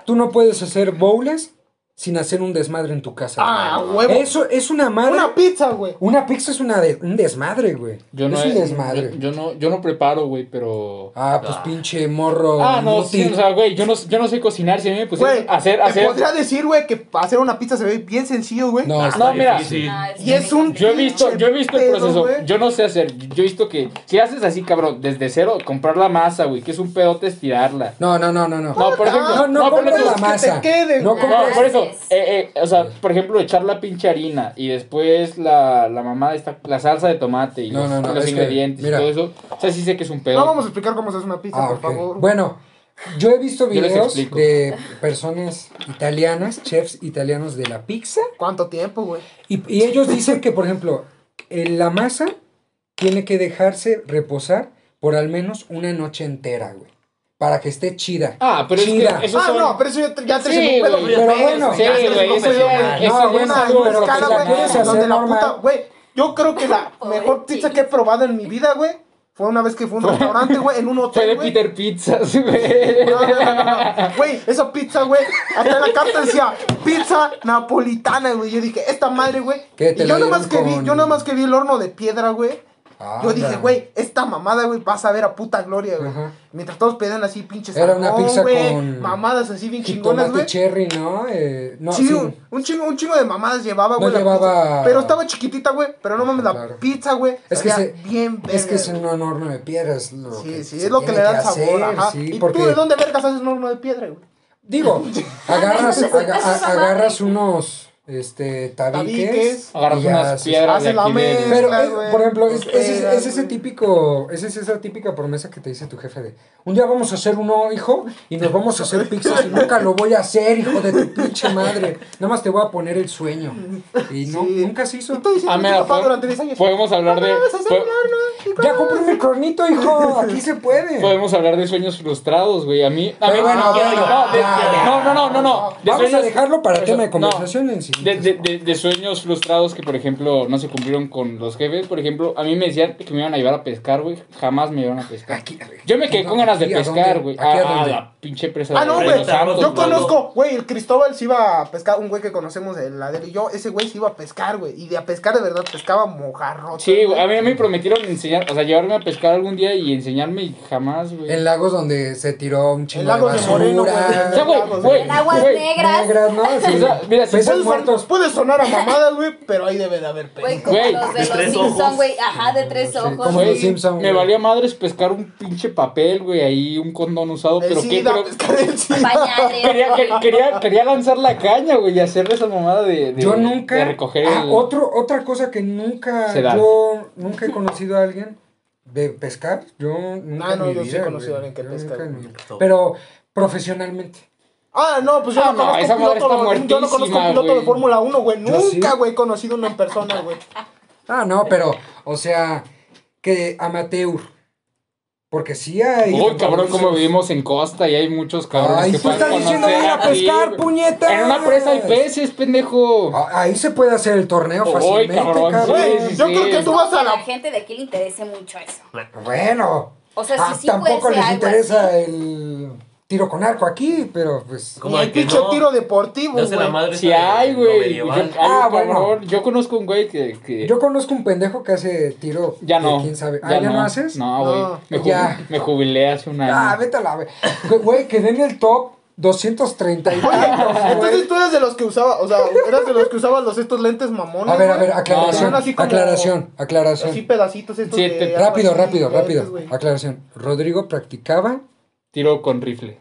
[SPEAKER 1] Tú no puedes hacer bowls sin hacer un desmadre en tu casa.
[SPEAKER 2] Ah,
[SPEAKER 1] hermano.
[SPEAKER 2] huevo.
[SPEAKER 1] Eso es una madre.
[SPEAKER 2] Una
[SPEAKER 1] Una,
[SPEAKER 2] pizza, güey.
[SPEAKER 1] pizza es una de- un desmadre, güey.
[SPEAKER 3] Yo no,
[SPEAKER 1] es un
[SPEAKER 3] he-
[SPEAKER 1] desmadre.
[SPEAKER 3] yo, yo no, yo no preparo, güey, pero.
[SPEAKER 1] Ah, pues pinche morro.
[SPEAKER 3] Ah, no,
[SPEAKER 1] inútil.
[SPEAKER 3] sí, o sea, güey, yo no, yo no sé cocinar. Si a mí me pusieron
[SPEAKER 2] Güey,
[SPEAKER 3] a Pues hacer,
[SPEAKER 2] te
[SPEAKER 3] a hacer.
[SPEAKER 2] podría decir, güey, que hacer una pizza se ve bien sencillo, güey.
[SPEAKER 1] No, está-
[SPEAKER 3] ah, No, mira.
[SPEAKER 4] difícil.
[SPEAKER 5] Ah,
[SPEAKER 2] Y es un-
[SPEAKER 3] Yo he visto, yo he visto el
[SPEAKER 2] Pedo,
[SPEAKER 3] proceso.
[SPEAKER 2] güey.
[SPEAKER 3] Yo no sé hacer. Yo he visto que si haces así, cabrón, desde cero, comprar la masa, güey, que es un pedote estirarla.
[SPEAKER 1] no, no, no, no, no.
[SPEAKER 3] No, por ejemplo,
[SPEAKER 1] no, no,
[SPEAKER 3] no, por
[SPEAKER 1] compres
[SPEAKER 3] ejemplo-
[SPEAKER 1] la masa.
[SPEAKER 2] que te quede,
[SPEAKER 1] no
[SPEAKER 5] güey.
[SPEAKER 1] compres-
[SPEAKER 3] No, por eso,
[SPEAKER 5] Antes.
[SPEAKER 3] eh, eh, o sea, por ejemplo, echar la pinche harina y después la, la mamá esta, la salsa de tomate y
[SPEAKER 1] No,
[SPEAKER 3] los,
[SPEAKER 1] no, no,
[SPEAKER 3] los
[SPEAKER 1] es que,
[SPEAKER 3] ingredientes
[SPEAKER 1] mira.
[SPEAKER 3] y todo eso. O sea, sí sé que es un pedo.
[SPEAKER 2] No vamos a explicar cómo se hace una pizza,
[SPEAKER 1] Ah,
[SPEAKER 2] por
[SPEAKER 1] ok.
[SPEAKER 2] favor.
[SPEAKER 1] Bueno, yo he visto
[SPEAKER 3] Yo les
[SPEAKER 1] videos
[SPEAKER 3] explico.
[SPEAKER 1] de personas italianas, chefs italianos de la pizza.
[SPEAKER 2] ¿Cuánto tiempo, güey?
[SPEAKER 1] Y, y ellos dicen que, por ejemplo, eh, la masa tiene que dejarse reposar por al menos una noche entera, güey. Para que esté chida.
[SPEAKER 3] Ah, pero es que
[SPEAKER 1] chida.
[SPEAKER 3] eso- Esos
[SPEAKER 2] Ah,
[SPEAKER 3] son-
[SPEAKER 2] no, pero eso ya, ya te
[SPEAKER 3] Sí,
[SPEAKER 2] hice un pedo.
[SPEAKER 3] güey,
[SPEAKER 1] pero bueno,
[SPEAKER 3] Sí,
[SPEAKER 4] Ya se les
[SPEAKER 3] güey, eso ya,
[SPEAKER 4] profesional.
[SPEAKER 3] eso
[SPEAKER 1] No,
[SPEAKER 3] ya
[SPEAKER 1] bueno,
[SPEAKER 3] es algo
[SPEAKER 1] pero
[SPEAKER 3] escala,
[SPEAKER 1] si la
[SPEAKER 3] güey.
[SPEAKER 1] quieres hacer-
[SPEAKER 2] donde la
[SPEAKER 1] normal.
[SPEAKER 2] puta, güey. Yo creo que la
[SPEAKER 5] Pobre
[SPEAKER 2] mejor pizza que he probado en mi vida, güey, fue una vez que
[SPEAKER 3] [LAUGHS]
[SPEAKER 2] fue a un restaurante, güey, en un
[SPEAKER 3] Fue de
[SPEAKER 2] hotel, güey.
[SPEAKER 3] Peter Pizzas, [LAUGHS] güey.
[SPEAKER 2] No, no, no, no, no. Güey, esa pizza, güey, hasta en la carta decía pizza napolitana, güey. Yo dije, esta madre, güey.
[SPEAKER 1] Que te
[SPEAKER 2] Y
[SPEAKER 1] la
[SPEAKER 2] yo nomás que
[SPEAKER 1] dieron
[SPEAKER 2] vi,
[SPEAKER 1] con-
[SPEAKER 2] yo nomás que vi el horno de piedra, güey.
[SPEAKER 1] Ah,
[SPEAKER 2] Yo dije,
[SPEAKER 1] anda.
[SPEAKER 2] güey, esta mamada, güey, vas a ver a puta gloria, güey.
[SPEAKER 1] Ajá.
[SPEAKER 2] Mientras todos pedían así pinches
[SPEAKER 1] Era una pizza
[SPEAKER 2] güey,
[SPEAKER 1] con
[SPEAKER 2] mamadas así bien chingonas,
[SPEAKER 1] Jitomate
[SPEAKER 2] güey.
[SPEAKER 1] cherry, ¿no? Eh, no,
[SPEAKER 2] Sí,
[SPEAKER 1] sí.
[SPEAKER 2] un- un chingo, un chingo de mamadas llevaba,
[SPEAKER 1] No
[SPEAKER 2] güey. la
[SPEAKER 1] llevaba-
[SPEAKER 2] pizza. Pero estaba chiquitita, güey. Pero no mames, la
[SPEAKER 1] Claro.
[SPEAKER 2] pizza, güey.
[SPEAKER 1] Es que,
[SPEAKER 2] sabía
[SPEAKER 1] se-
[SPEAKER 2] bien
[SPEAKER 1] es que
[SPEAKER 2] verga,
[SPEAKER 1] es un horno de piedras. Lo
[SPEAKER 2] Sí,
[SPEAKER 1] que
[SPEAKER 2] sí,
[SPEAKER 1] se
[SPEAKER 2] es lo que
[SPEAKER 1] tiene
[SPEAKER 2] le da el
[SPEAKER 1] hacer,
[SPEAKER 2] sabor, ajá.
[SPEAKER 1] sí,
[SPEAKER 2] ¿Y
[SPEAKER 1] porque-
[SPEAKER 2] tú de dónde vergas haces un horno de piedra, güey? [LAUGHS]
[SPEAKER 1] Digo, agarras,
[SPEAKER 5] Eso es-
[SPEAKER 1] aga-
[SPEAKER 5] eso es
[SPEAKER 1] a-
[SPEAKER 5] amable.
[SPEAKER 1] agarras unos este, tabiques.
[SPEAKER 2] Tabiques.
[SPEAKER 1] y
[SPEAKER 3] Agarras
[SPEAKER 1] ya
[SPEAKER 3] unas
[SPEAKER 1] se-
[SPEAKER 3] piedras de
[SPEAKER 2] Haces la
[SPEAKER 3] aquí de-
[SPEAKER 2] mesa.
[SPEAKER 1] Pero,
[SPEAKER 2] Claro,
[SPEAKER 1] es-
[SPEAKER 2] güey.
[SPEAKER 1] por ejemplo, es,
[SPEAKER 2] Los
[SPEAKER 1] es- es-
[SPEAKER 2] pegas,
[SPEAKER 1] es ese
[SPEAKER 2] güey.
[SPEAKER 1] típico, es, es esa típica promesa que te dice tu jefe de, un día vamos a hacer uno, hijo, y nos vamos a hacer pizzas y nunca lo voy a hacer, hijo de tu pinche madre. Nada más te voy a poner el sueño. Y no,
[SPEAKER 2] Sí.
[SPEAKER 1] nunca se hizo.
[SPEAKER 2] Y tú dices,
[SPEAKER 3] Ah,
[SPEAKER 2] ah,
[SPEAKER 3] mira, po-
[SPEAKER 2] durante 10 años.
[SPEAKER 3] podemos hablar de.
[SPEAKER 2] Vamos a hacer
[SPEAKER 3] po-
[SPEAKER 2] un horno. chicos.
[SPEAKER 1] Ya compré mi cornito, hijo, aquí se puede.
[SPEAKER 3] Podemos hablar de sueños frustrados, güey. A mí. A mí
[SPEAKER 1] Pero bueno,
[SPEAKER 3] no,
[SPEAKER 1] bueno,
[SPEAKER 3] no, de-
[SPEAKER 1] Ah, ya.
[SPEAKER 3] no, no, no, no, no. De
[SPEAKER 1] Ah, Vamos a
[SPEAKER 3] sueños-
[SPEAKER 1] dejarlo para
[SPEAKER 3] Eso,
[SPEAKER 1] tema de
[SPEAKER 3] no.
[SPEAKER 1] conversación en sí.
[SPEAKER 3] De, de- de- de sueños frustrados que, por ejemplo, no se cumplieron con los jefes. Por ejemplo, a mí me decían que me iban a llevar a pescar, güey. Jamás me llevaron a pescar.
[SPEAKER 1] Aquí-
[SPEAKER 3] Yo me quedé
[SPEAKER 1] no,
[SPEAKER 3] con ganas de
[SPEAKER 1] aquí a
[SPEAKER 3] pescar,
[SPEAKER 1] dónde,
[SPEAKER 3] güey.
[SPEAKER 1] aquí a
[SPEAKER 3] Ah,
[SPEAKER 1] dónde.
[SPEAKER 3] la pinche presa
[SPEAKER 2] Ah,
[SPEAKER 3] de
[SPEAKER 2] no,
[SPEAKER 3] Río
[SPEAKER 2] güey.
[SPEAKER 3] Santos,
[SPEAKER 2] Yo
[SPEAKER 4] Santos,
[SPEAKER 3] güey.
[SPEAKER 2] conozco, güey, el Cristóbal se iba a pescar, un güey que conocemos, el Adel y yo, ese güey se iba a pescar, güey. Y de a pescar de verdad pescaba mojarrote.
[SPEAKER 3] Sí, güey. A mí me prometieron enseñar, o sea, llevarme a pescar algún día y enseñarme y jamás, güey.
[SPEAKER 1] En lagos donde se tiró un chingo de
[SPEAKER 2] lagos de Moreno,
[SPEAKER 1] basura.
[SPEAKER 3] O sea, güey,
[SPEAKER 2] lagos,
[SPEAKER 3] güey,
[SPEAKER 5] En aguas
[SPEAKER 3] güey,
[SPEAKER 5] negras.
[SPEAKER 1] Negras, ¿no? Sí.
[SPEAKER 3] [LAUGHS] O sea, mira,
[SPEAKER 1] Peces
[SPEAKER 3] si
[SPEAKER 2] Puede, son-
[SPEAKER 1] muertos.
[SPEAKER 2] puede sonar a mamadas, güey, pero ahí debe de haber
[SPEAKER 5] Güey,
[SPEAKER 2] pedo.
[SPEAKER 5] como
[SPEAKER 3] Güey,
[SPEAKER 5] los
[SPEAKER 4] de
[SPEAKER 5] de los
[SPEAKER 4] tres
[SPEAKER 5] Simpson,
[SPEAKER 4] ojos.
[SPEAKER 5] güey. Ajá, de tres
[SPEAKER 1] Sí,
[SPEAKER 5] ojos.
[SPEAKER 1] como
[SPEAKER 3] Güey,
[SPEAKER 1] los Simpson,
[SPEAKER 3] me
[SPEAKER 1] güey.
[SPEAKER 3] valía madres pescar un pinche papel, güey, ahí un condón usado,
[SPEAKER 2] El
[SPEAKER 3] pero qué,
[SPEAKER 2] SIDA,
[SPEAKER 3] pero-
[SPEAKER 2] pescar el SIDA.
[SPEAKER 3] [LAUGHS]
[SPEAKER 5] Pañales.
[SPEAKER 3] quería, que- quería, quería lanzar la caña, güey, y hacerle esa mamada de, de-
[SPEAKER 1] yo
[SPEAKER 3] de
[SPEAKER 1] nunca.
[SPEAKER 3] recoger
[SPEAKER 1] Ah,
[SPEAKER 3] el-
[SPEAKER 1] otro, otra cosa que nunca.
[SPEAKER 3] Se da.
[SPEAKER 1] Yo nunca he conocido a alguien de pescar. Yo nunca.
[SPEAKER 2] Ah,
[SPEAKER 1] en
[SPEAKER 2] no,
[SPEAKER 1] mi
[SPEAKER 2] yo sí he
[SPEAKER 1] vida,
[SPEAKER 2] conocido a
[SPEAKER 1] güey.
[SPEAKER 2] alguien que
[SPEAKER 1] Yo
[SPEAKER 2] pesca,
[SPEAKER 1] nunca en
[SPEAKER 2] güey.
[SPEAKER 1] mi vida. Pero profesionalmente.
[SPEAKER 2] Ah, no, pues yo no,
[SPEAKER 3] Ah, no,
[SPEAKER 2] conozco
[SPEAKER 3] esa madre
[SPEAKER 2] piloto,
[SPEAKER 3] está
[SPEAKER 2] yo no conozco
[SPEAKER 3] muertísima,
[SPEAKER 2] piloto
[SPEAKER 3] güey.
[SPEAKER 2] de Fórmula 1, güey.
[SPEAKER 1] Yo sí.
[SPEAKER 2] Nunca, güey, he conocido una en persona, güey.
[SPEAKER 1] Ah, no, pero, o sea, que amateur. Porque sí hay.
[SPEAKER 3] Uy, cabrón, como
[SPEAKER 1] vimos
[SPEAKER 3] vivimos en costa y hay muchos cabrones
[SPEAKER 1] Ay,
[SPEAKER 3] que
[SPEAKER 1] tú estás
[SPEAKER 3] pueden
[SPEAKER 1] diciendo
[SPEAKER 3] conocer
[SPEAKER 1] ir a
[SPEAKER 3] aquí,
[SPEAKER 1] pescar,
[SPEAKER 3] güey.
[SPEAKER 1] puñetas.
[SPEAKER 3] En una presa hay peces, pendejo.
[SPEAKER 1] Ah, Ahí se puede hacer el torneo
[SPEAKER 3] Uy,
[SPEAKER 1] fácilmente,
[SPEAKER 3] cabrón,
[SPEAKER 1] cabrón.
[SPEAKER 2] Güey,
[SPEAKER 3] sí,
[SPEAKER 2] yo
[SPEAKER 3] sí.
[SPEAKER 2] creo que
[SPEAKER 5] Es
[SPEAKER 2] tú
[SPEAKER 5] como
[SPEAKER 2] vas
[SPEAKER 5] que
[SPEAKER 2] a
[SPEAKER 5] la
[SPEAKER 2] la.
[SPEAKER 5] gente de aquí le interese mucho eso.
[SPEAKER 1] Bueno.
[SPEAKER 5] O sea,
[SPEAKER 1] ah,
[SPEAKER 5] sí, sí
[SPEAKER 1] tampoco
[SPEAKER 5] puede ser
[SPEAKER 1] les
[SPEAKER 5] algo
[SPEAKER 1] interesa el tiro con arco aquí, pero pues.
[SPEAKER 4] Como
[SPEAKER 2] Como el
[SPEAKER 4] de que
[SPEAKER 2] pinche
[SPEAKER 4] no.
[SPEAKER 2] tiro deportivo,
[SPEAKER 4] Ya se la
[SPEAKER 2] güey.
[SPEAKER 4] madre.
[SPEAKER 3] Si
[SPEAKER 4] esa de-
[SPEAKER 3] hay,
[SPEAKER 4] lo
[SPEAKER 3] güey. Yo,
[SPEAKER 4] medieval.
[SPEAKER 3] ay,
[SPEAKER 1] Ah, bueno.
[SPEAKER 3] cabrón, yo conozco un güey que, que-
[SPEAKER 1] Yo conozco un pendejo que hace tiro.
[SPEAKER 3] ya
[SPEAKER 1] de
[SPEAKER 3] no.
[SPEAKER 1] ¿Quién sabe? Ah, ¿ya no, haces? Ah,
[SPEAKER 3] No, güey.
[SPEAKER 2] No.
[SPEAKER 3] Me, ju-
[SPEAKER 1] Ya.
[SPEAKER 3] me jubilé hace un año.
[SPEAKER 1] Ah, vete a la ve- Que- Güey, quedé en el top 230. y
[SPEAKER 2] Oye,
[SPEAKER 1] tantos, güey.
[SPEAKER 2] [LAUGHS] entonces tú eres de los que usaba, o sea, eras de los que usabas los estos lentes mamones.
[SPEAKER 1] A ver, a
[SPEAKER 2] güey.
[SPEAKER 1] ver, aclaración.
[SPEAKER 2] Son así como-
[SPEAKER 1] aclaración, aclaración.
[SPEAKER 2] Así pedacitos estos.
[SPEAKER 3] Sí,
[SPEAKER 2] de-
[SPEAKER 3] te-
[SPEAKER 1] rápido,
[SPEAKER 2] así,
[SPEAKER 1] rápido,
[SPEAKER 2] lentes,
[SPEAKER 1] rápido.
[SPEAKER 2] güey.
[SPEAKER 1] Aclaración. Rodrigo practicaba.
[SPEAKER 3] Tiro con rifle.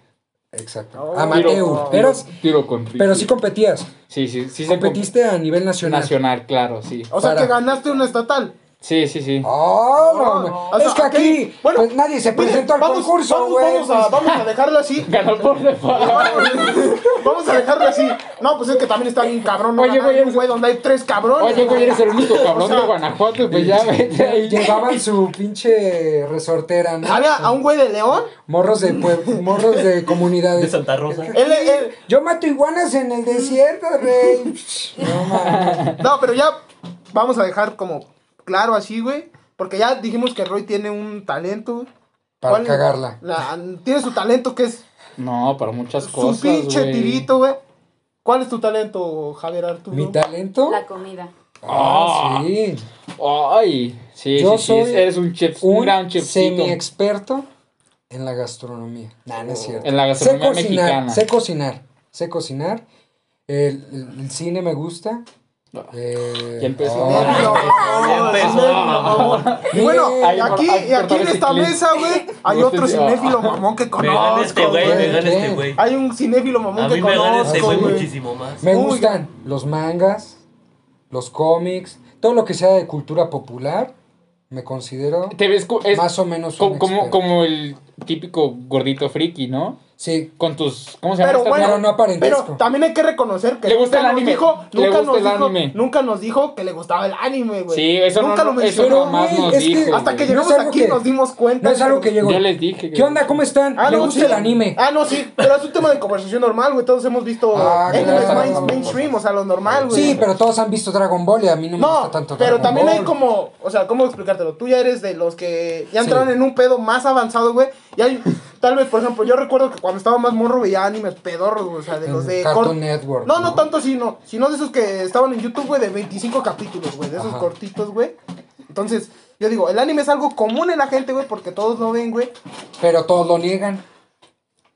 [SPEAKER 1] Exacto.
[SPEAKER 2] Oh.
[SPEAKER 1] amateur.
[SPEAKER 2] Tiro-
[SPEAKER 1] Eras.
[SPEAKER 3] Tiro con rifle.
[SPEAKER 1] Pero sí competías.
[SPEAKER 3] Sí, sí, sí. se comp-
[SPEAKER 1] Competiste a nivel nacional.
[SPEAKER 3] Nacional, claro, sí.
[SPEAKER 1] Oh.
[SPEAKER 2] O sea,
[SPEAKER 1] Para.
[SPEAKER 2] que ganaste una estatal.
[SPEAKER 3] Sí, sí, sí.
[SPEAKER 1] Oh, no,
[SPEAKER 2] No,
[SPEAKER 1] no.
[SPEAKER 2] no.
[SPEAKER 1] es que
[SPEAKER 2] O sea,
[SPEAKER 1] aquí
[SPEAKER 2] ok, bueno,
[SPEAKER 1] pues, nadie se
[SPEAKER 2] Miren,
[SPEAKER 1] presentó al
[SPEAKER 2] vamos-
[SPEAKER 1] concurso,
[SPEAKER 2] vamos-
[SPEAKER 1] güey.
[SPEAKER 2] Vamos, a- vamos a dejarlo así.
[SPEAKER 3] Ganó por default.
[SPEAKER 2] [LAUGHS] Vamos a dejarlo así. No, pues es que también está bien cabrón. No
[SPEAKER 3] Oye,
[SPEAKER 2] Oye,
[SPEAKER 3] güey,
[SPEAKER 2] güey, un
[SPEAKER 3] eres-
[SPEAKER 2] güey donde hay tres cabrones.
[SPEAKER 3] Oye, güey, eres el único cabrón
[SPEAKER 2] O sea,
[SPEAKER 3] de Guanajuato,
[SPEAKER 2] [LAUGHS]
[SPEAKER 3] pues ya vete
[SPEAKER 1] [LAUGHS]
[SPEAKER 3] ahí.
[SPEAKER 1] Llevaban su pinche resortera, ¿no?
[SPEAKER 2] Había a un güey de León.
[SPEAKER 1] Morros de pue- morros
[SPEAKER 3] [LAUGHS]
[SPEAKER 1] de
[SPEAKER 4] De
[SPEAKER 1] comunidades.
[SPEAKER 4] Santa Rosa.
[SPEAKER 2] Él, él-
[SPEAKER 1] Yo mato iguanas en el desierto, rey. No mames.
[SPEAKER 2] No, pero ya vamos a dejar como claro así, güey. Porque ya dijimos que Roy tiene un talento, güey.
[SPEAKER 1] Para
[SPEAKER 2] ¿Cuál?
[SPEAKER 1] cagarla.
[SPEAKER 2] La- tiene su talento que es
[SPEAKER 3] No, para muchas cosas.
[SPEAKER 2] su pinche
[SPEAKER 3] güey.
[SPEAKER 2] tirito, güey. ¿Cuál es tu talento, Javier Arturo?
[SPEAKER 1] Mi talento.
[SPEAKER 5] La comida.
[SPEAKER 1] Ah, sí.
[SPEAKER 3] Ay, sí,
[SPEAKER 1] Yo
[SPEAKER 3] sí, sí,
[SPEAKER 1] soy
[SPEAKER 3] eres un chef, un,
[SPEAKER 1] Un
[SPEAKER 3] gran chefcito.
[SPEAKER 1] semi-experto en la gastronomía. No, no es cierto.
[SPEAKER 3] En la
[SPEAKER 1] Sé
[SPEAKER 3] gastronomía
[SPEAKER 1] cocinar,
[SPEAKER 3] mexicana.
[SPEAKER 1] sé cocinar, sé cocinar. El, el- el cine me gusta. Eh,
[SPEAKER 3] Ah, Ya empezó.
[SPEAKER 2] No,
[SPEAKER 1] ah,
[SPEAKER 2] no, no,
[SPEAKER 4] empezó.
[SPEAKER 2] no, no.
[SPEAKER 1] Bien.
[SPEAKER 2] Bueno,
[SPEAKER 1] Ahí,
[SPEAKER 2] aquí,
[SPEAKER 3] ahí,
[SPEAKER 2] aquí en
[SPEAKER 3] cortame ese
[SPEAKER 2] esta
[SPEAKER 3] clip.
[SPEAKER 2] mesa, güey, hay
[SPEAKER 3] No,
[SPEAKER 2] otro
[SPEAKER 3] este sí, ah.
[SPEAKER 2] cinéfilo mamón que
[SPEAKER 4] Me gana este
[SPEAKER 2] conozco,
[SPEAKER 4] güey, me
[SPEAKER 2] güey.
[SPEAKER 4] gana
[SPEAKER 1] Eh.
[SPEAKER 4] este güey.
[SPEAKER 2] Hay un cinéfilo
[SPEAKER 4] A
[SPEAKER 2] mamón
[SPEAKER 4] mí
[SPEAKER 2] que
[SPEAKER 4] me gana este
[SPEAKER 2] conozco,
[SPEAKER 4] güey
[SPEAKER 2] güey.
[SPEAKER 4] muchísimo más.
[SPEAKER 1] me
[SPEAKER 2] Uy.
[SPEAKER 1] gustan los mangas, los cómics, todo lo que sea de cultura popular. Me considero
[SPEAKER 3] Te ves co- es
[SPEAKER 1] más o menos
[SPEAKER 3] co-
[SPEAKER 1] un
[SPEAKER 3] como,
[SPEAKER 1] experto.
[SPEAKER 3] como el típico gordito friki, ¿no?
[SPEAKER 1] Sí,
[SPEAKER 3] Con tus. ¿Cómo se llama?
[SPEAKER 2] Pero
[SPEAKER 3] esta
[SPEAKER 2] bueno,
[SPEAKER 1] Pero no aparentesco.
[SPEAKER 2] pero también hay que reconocer que
[SPEAKER 3] Le gusta
[SPEAKER 2] nunca
[SPEAKER 3] el
[SPEAKER 2] nos
[SPEAKER 3] anime,
[SPEAKER 2] dijo-
[SPEAKER 3] le
[SPEAKER 2] nunca
[SPEAKER 3] gusta
[SPEAKER 2] nos
[SPEAKER 3] el
[SPEAKER 2] dijo-
[SPEAKER 3] anime.
[SPEAKER 2] nunca nos dijo que le gustaba el anime, güey.
[SPEAKER 3] Sí, eso
[SPEAKER 2] nunca
[SPEAKER 3] no-
[SPEAKER 2] lo
[SPEAKER 3] eso
[SPEAKER 2] mencionó.
[SPEAKER 3] jamás
[SPEAKER 1] güey,
[SPEAKER 3] nos
[SPEAKER 1] es que-
[SPEAKER 3] dijo.
[SPEAKER 2] Hasta que
[SPEAKER 3] güey.
[SPEAKER 1] No es
[SPEAKER 2] llegamos
[SPEAKER 1] algo
[SPEAKER 2] aquí
[SPEAKER 1] que-
[SPEAKER 2] nos dimos cuenta.
[SPEAKER 1] no es algo que llegó.
[SPEAKER 3] Yo les dije.
[SPEAKER 1] ¿Qué onda? ¿Cómo están?
[SPEAKER 2] Ah,
[SPEAKER 1] ¿Le
[SPEAKER 2] no,
[SPEAKER 1] gusta
[SPEAKER 2] sí.
[SPEAKER 1] el anime?
[SPEAKER 2] Ah, no, sí, pero es un tema de conversación normal, güey. Todos hemos visto
[SPEAKER 1] Ah,
[SPEAKER 2] animes
[SPEAKER 1] claro.
[SPEAKER 2] main- mainstream, o sea, lo normal, güey.
[SPEAKER 1] Sí, pero todos han visto Dragon Ball y a mí no me
[SPEAKER 2] No,
[SPEAKER 1] gusta tanto
[SPEAKER 2] pero
[SPEAKER 1] Dragon
[SPEAKER 2] también hay
[SPEAKER 1] Ball.
[SPEAKER 2] como, o sea, ¿cómo explicártelo? Tú ya eres de los que ya
[SPEAKER 1] Sí.
[SPEAKER 2] entraron en un pedo más avanzado, güey. Y hay, tal vez, por ejemplo, yo recuerdo que cuando estaba más morro veía animes pedorros, güey, o sea, de los de...
[SPEAKER 1] Cartoon
[SPEAKER 2] cort-
[SPEAKER 1] Network.
[SPEAKER 2] No, no tanto así, no. Sino de esos que estaban en YouTube, güey, de 25 capítulos, güey, de esos
[SPEAKER 1] Ajá.
[SPEAKER 2] cortitos, güey. Entonces, yo digo, el anime es algo común en la gente, güey, porque todos lo ven, güey.
[SPEAKER 1] Pero todos lo niegan.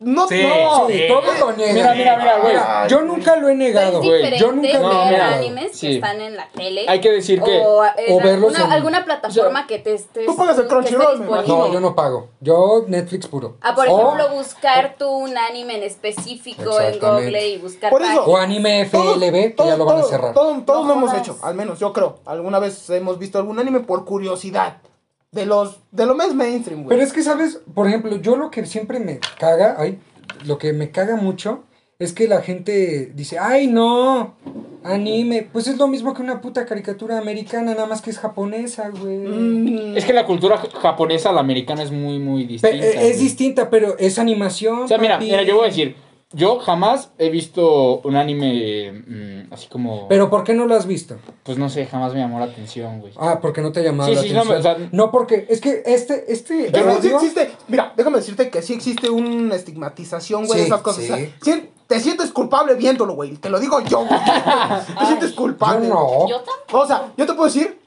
[SPEAKER 2] No,
[SPEAKER 4] Sí,
[SPEAKER 2] no.
[SPEAKER 4] sí.
[SPEAKER 1] todos lo niegan.
[SPEAKER 3] Mira, mira, mira, güey.
[SPEAKER 1] Mira, yo nunca lo he
[SPEAKER 5] Pero
[SPEAKER 1] negado,
[SPEAKER 5] Pues es
[SPEAKER 1] güey.
[SPEAKER 5] diferente
[SPEAKER 1] Yo nunca lo
[SPEAKER 3] No,
[SPEAKER 1] he
[SPEAKER 5] ver
[SPEAKER 3] mira,
[SPEAKER 1] negado.
[SPEAKER 5] animes
[SPEAKER 3] sí.
[SPEAKER 5] que están en la tele.
[SPEAKER 3] Hay que decir que.
[SPEAKER 5] o, en
[SPEAKER 1] o verlos
[SPEAKER 5] alguna,
[SPEAKER 1] en-
[SPEAKER 5] alguna plataforma que te esté.
[SPEAKER 2] Tú pagas el
[SPEAKER 5] que esté
[SPEAKER 2] Crunchyroll, me imagino.
[SPEAKER 5] disponible.
[SPEAKER 1] No, yo no pago. Yo Netflix puro.
[SPEAKER 5] Ah, por
[SPEAKER 1] O-
[SPEAKER 5] ejemplo, buscar tú un anime en específico en
[SPEAKER 1] Oh. Exactamente.
[SPEAKER 5] Google y buscar.
[SPEAKER 2] Por eso.
[SPEAKER 1] O anime
[SPEAKER 2] Todos-
[SPEAKER 1] FLB, que
[SPEAKER 2] todos-
[SPEAKER 1] ya lo van a
[SPEAKER 2] todos-
[SPEAKER 1] cerrar.
[SPEAKER 2] Todos, todos
[SPEAKER 5] No
[SPEAKER 2] lo hemos
[SPEAKER 5] jodas.
[SPEAKER 2] hecho, al menos yo creo. Alguna vez hemos visto algún anime por curiosidad. De los, de lo más mainstream, güey.
[SPEAKER 1] Pero es que, ¿sabes? Por ejemplo, yo lo que siempre me caga, ay, lo que me caga mucho es que la gente dice, ay, no, anime. Pues es lo mismo que una puta caricatura americana, nada más que es japonesa, güey.
[SPEAKER 2] Mm,
[SPEAKER 3] Es que la cultura japonesa a la americana es muy, muy
[SPEAKER 1] Pe-
[SPEAKER 3] distinta.
[SPEAKER 1] eh, es
[SPEAKER 3] güey.
[SPEAKER 1] distinta, pero es animación.
[SPEAKER 3] O sea, mira,
[SPEAKER 1] papi.
[SPEAKER 3] mira, yo voy a decir, yo jamás he visto un anime mm, así como...
[SPEAKER 1] Pero ¿por qué no lo has visto?
[SPEAKER 3] Pues no sé, jamás me llamó la atención, güey.
[SPEAKER 1] Ah, porque no te ha llamado
[SPEAKER 3] Sí,
[SPEAKER 1] la
[SPEAKER 3] sí, no,
[SPEAKER 1] atención. No,
[SPEAKER 3] o sea-
[SPEAKER 1] porque es que este, este
[SPEAKER 2] Pero sí
[SPEAKER 1] odio-
[SPEAKER 2] existe, mira, déjame decirte que sí existe una estigmatización, güey, de
[SPEAKER 1] Sí,
[SPEAKER 2] esas cosas.
[SPEAKER 1] sí.
[SPEAKER 2] O sea, sí, te sientes culpable viéndolo, güey. Te lo digo yo,
[SPEAKER 1] [LAUGHS]
[SPEAKER 2] güey. Te sientes
[SPEAKER 1] yo
[SPEAKER 2] culpable.
[SPEAKER 1] no.
[SPEAKER 5] Yo también.
[SPEAKER 2] O sea, yo te puedo decir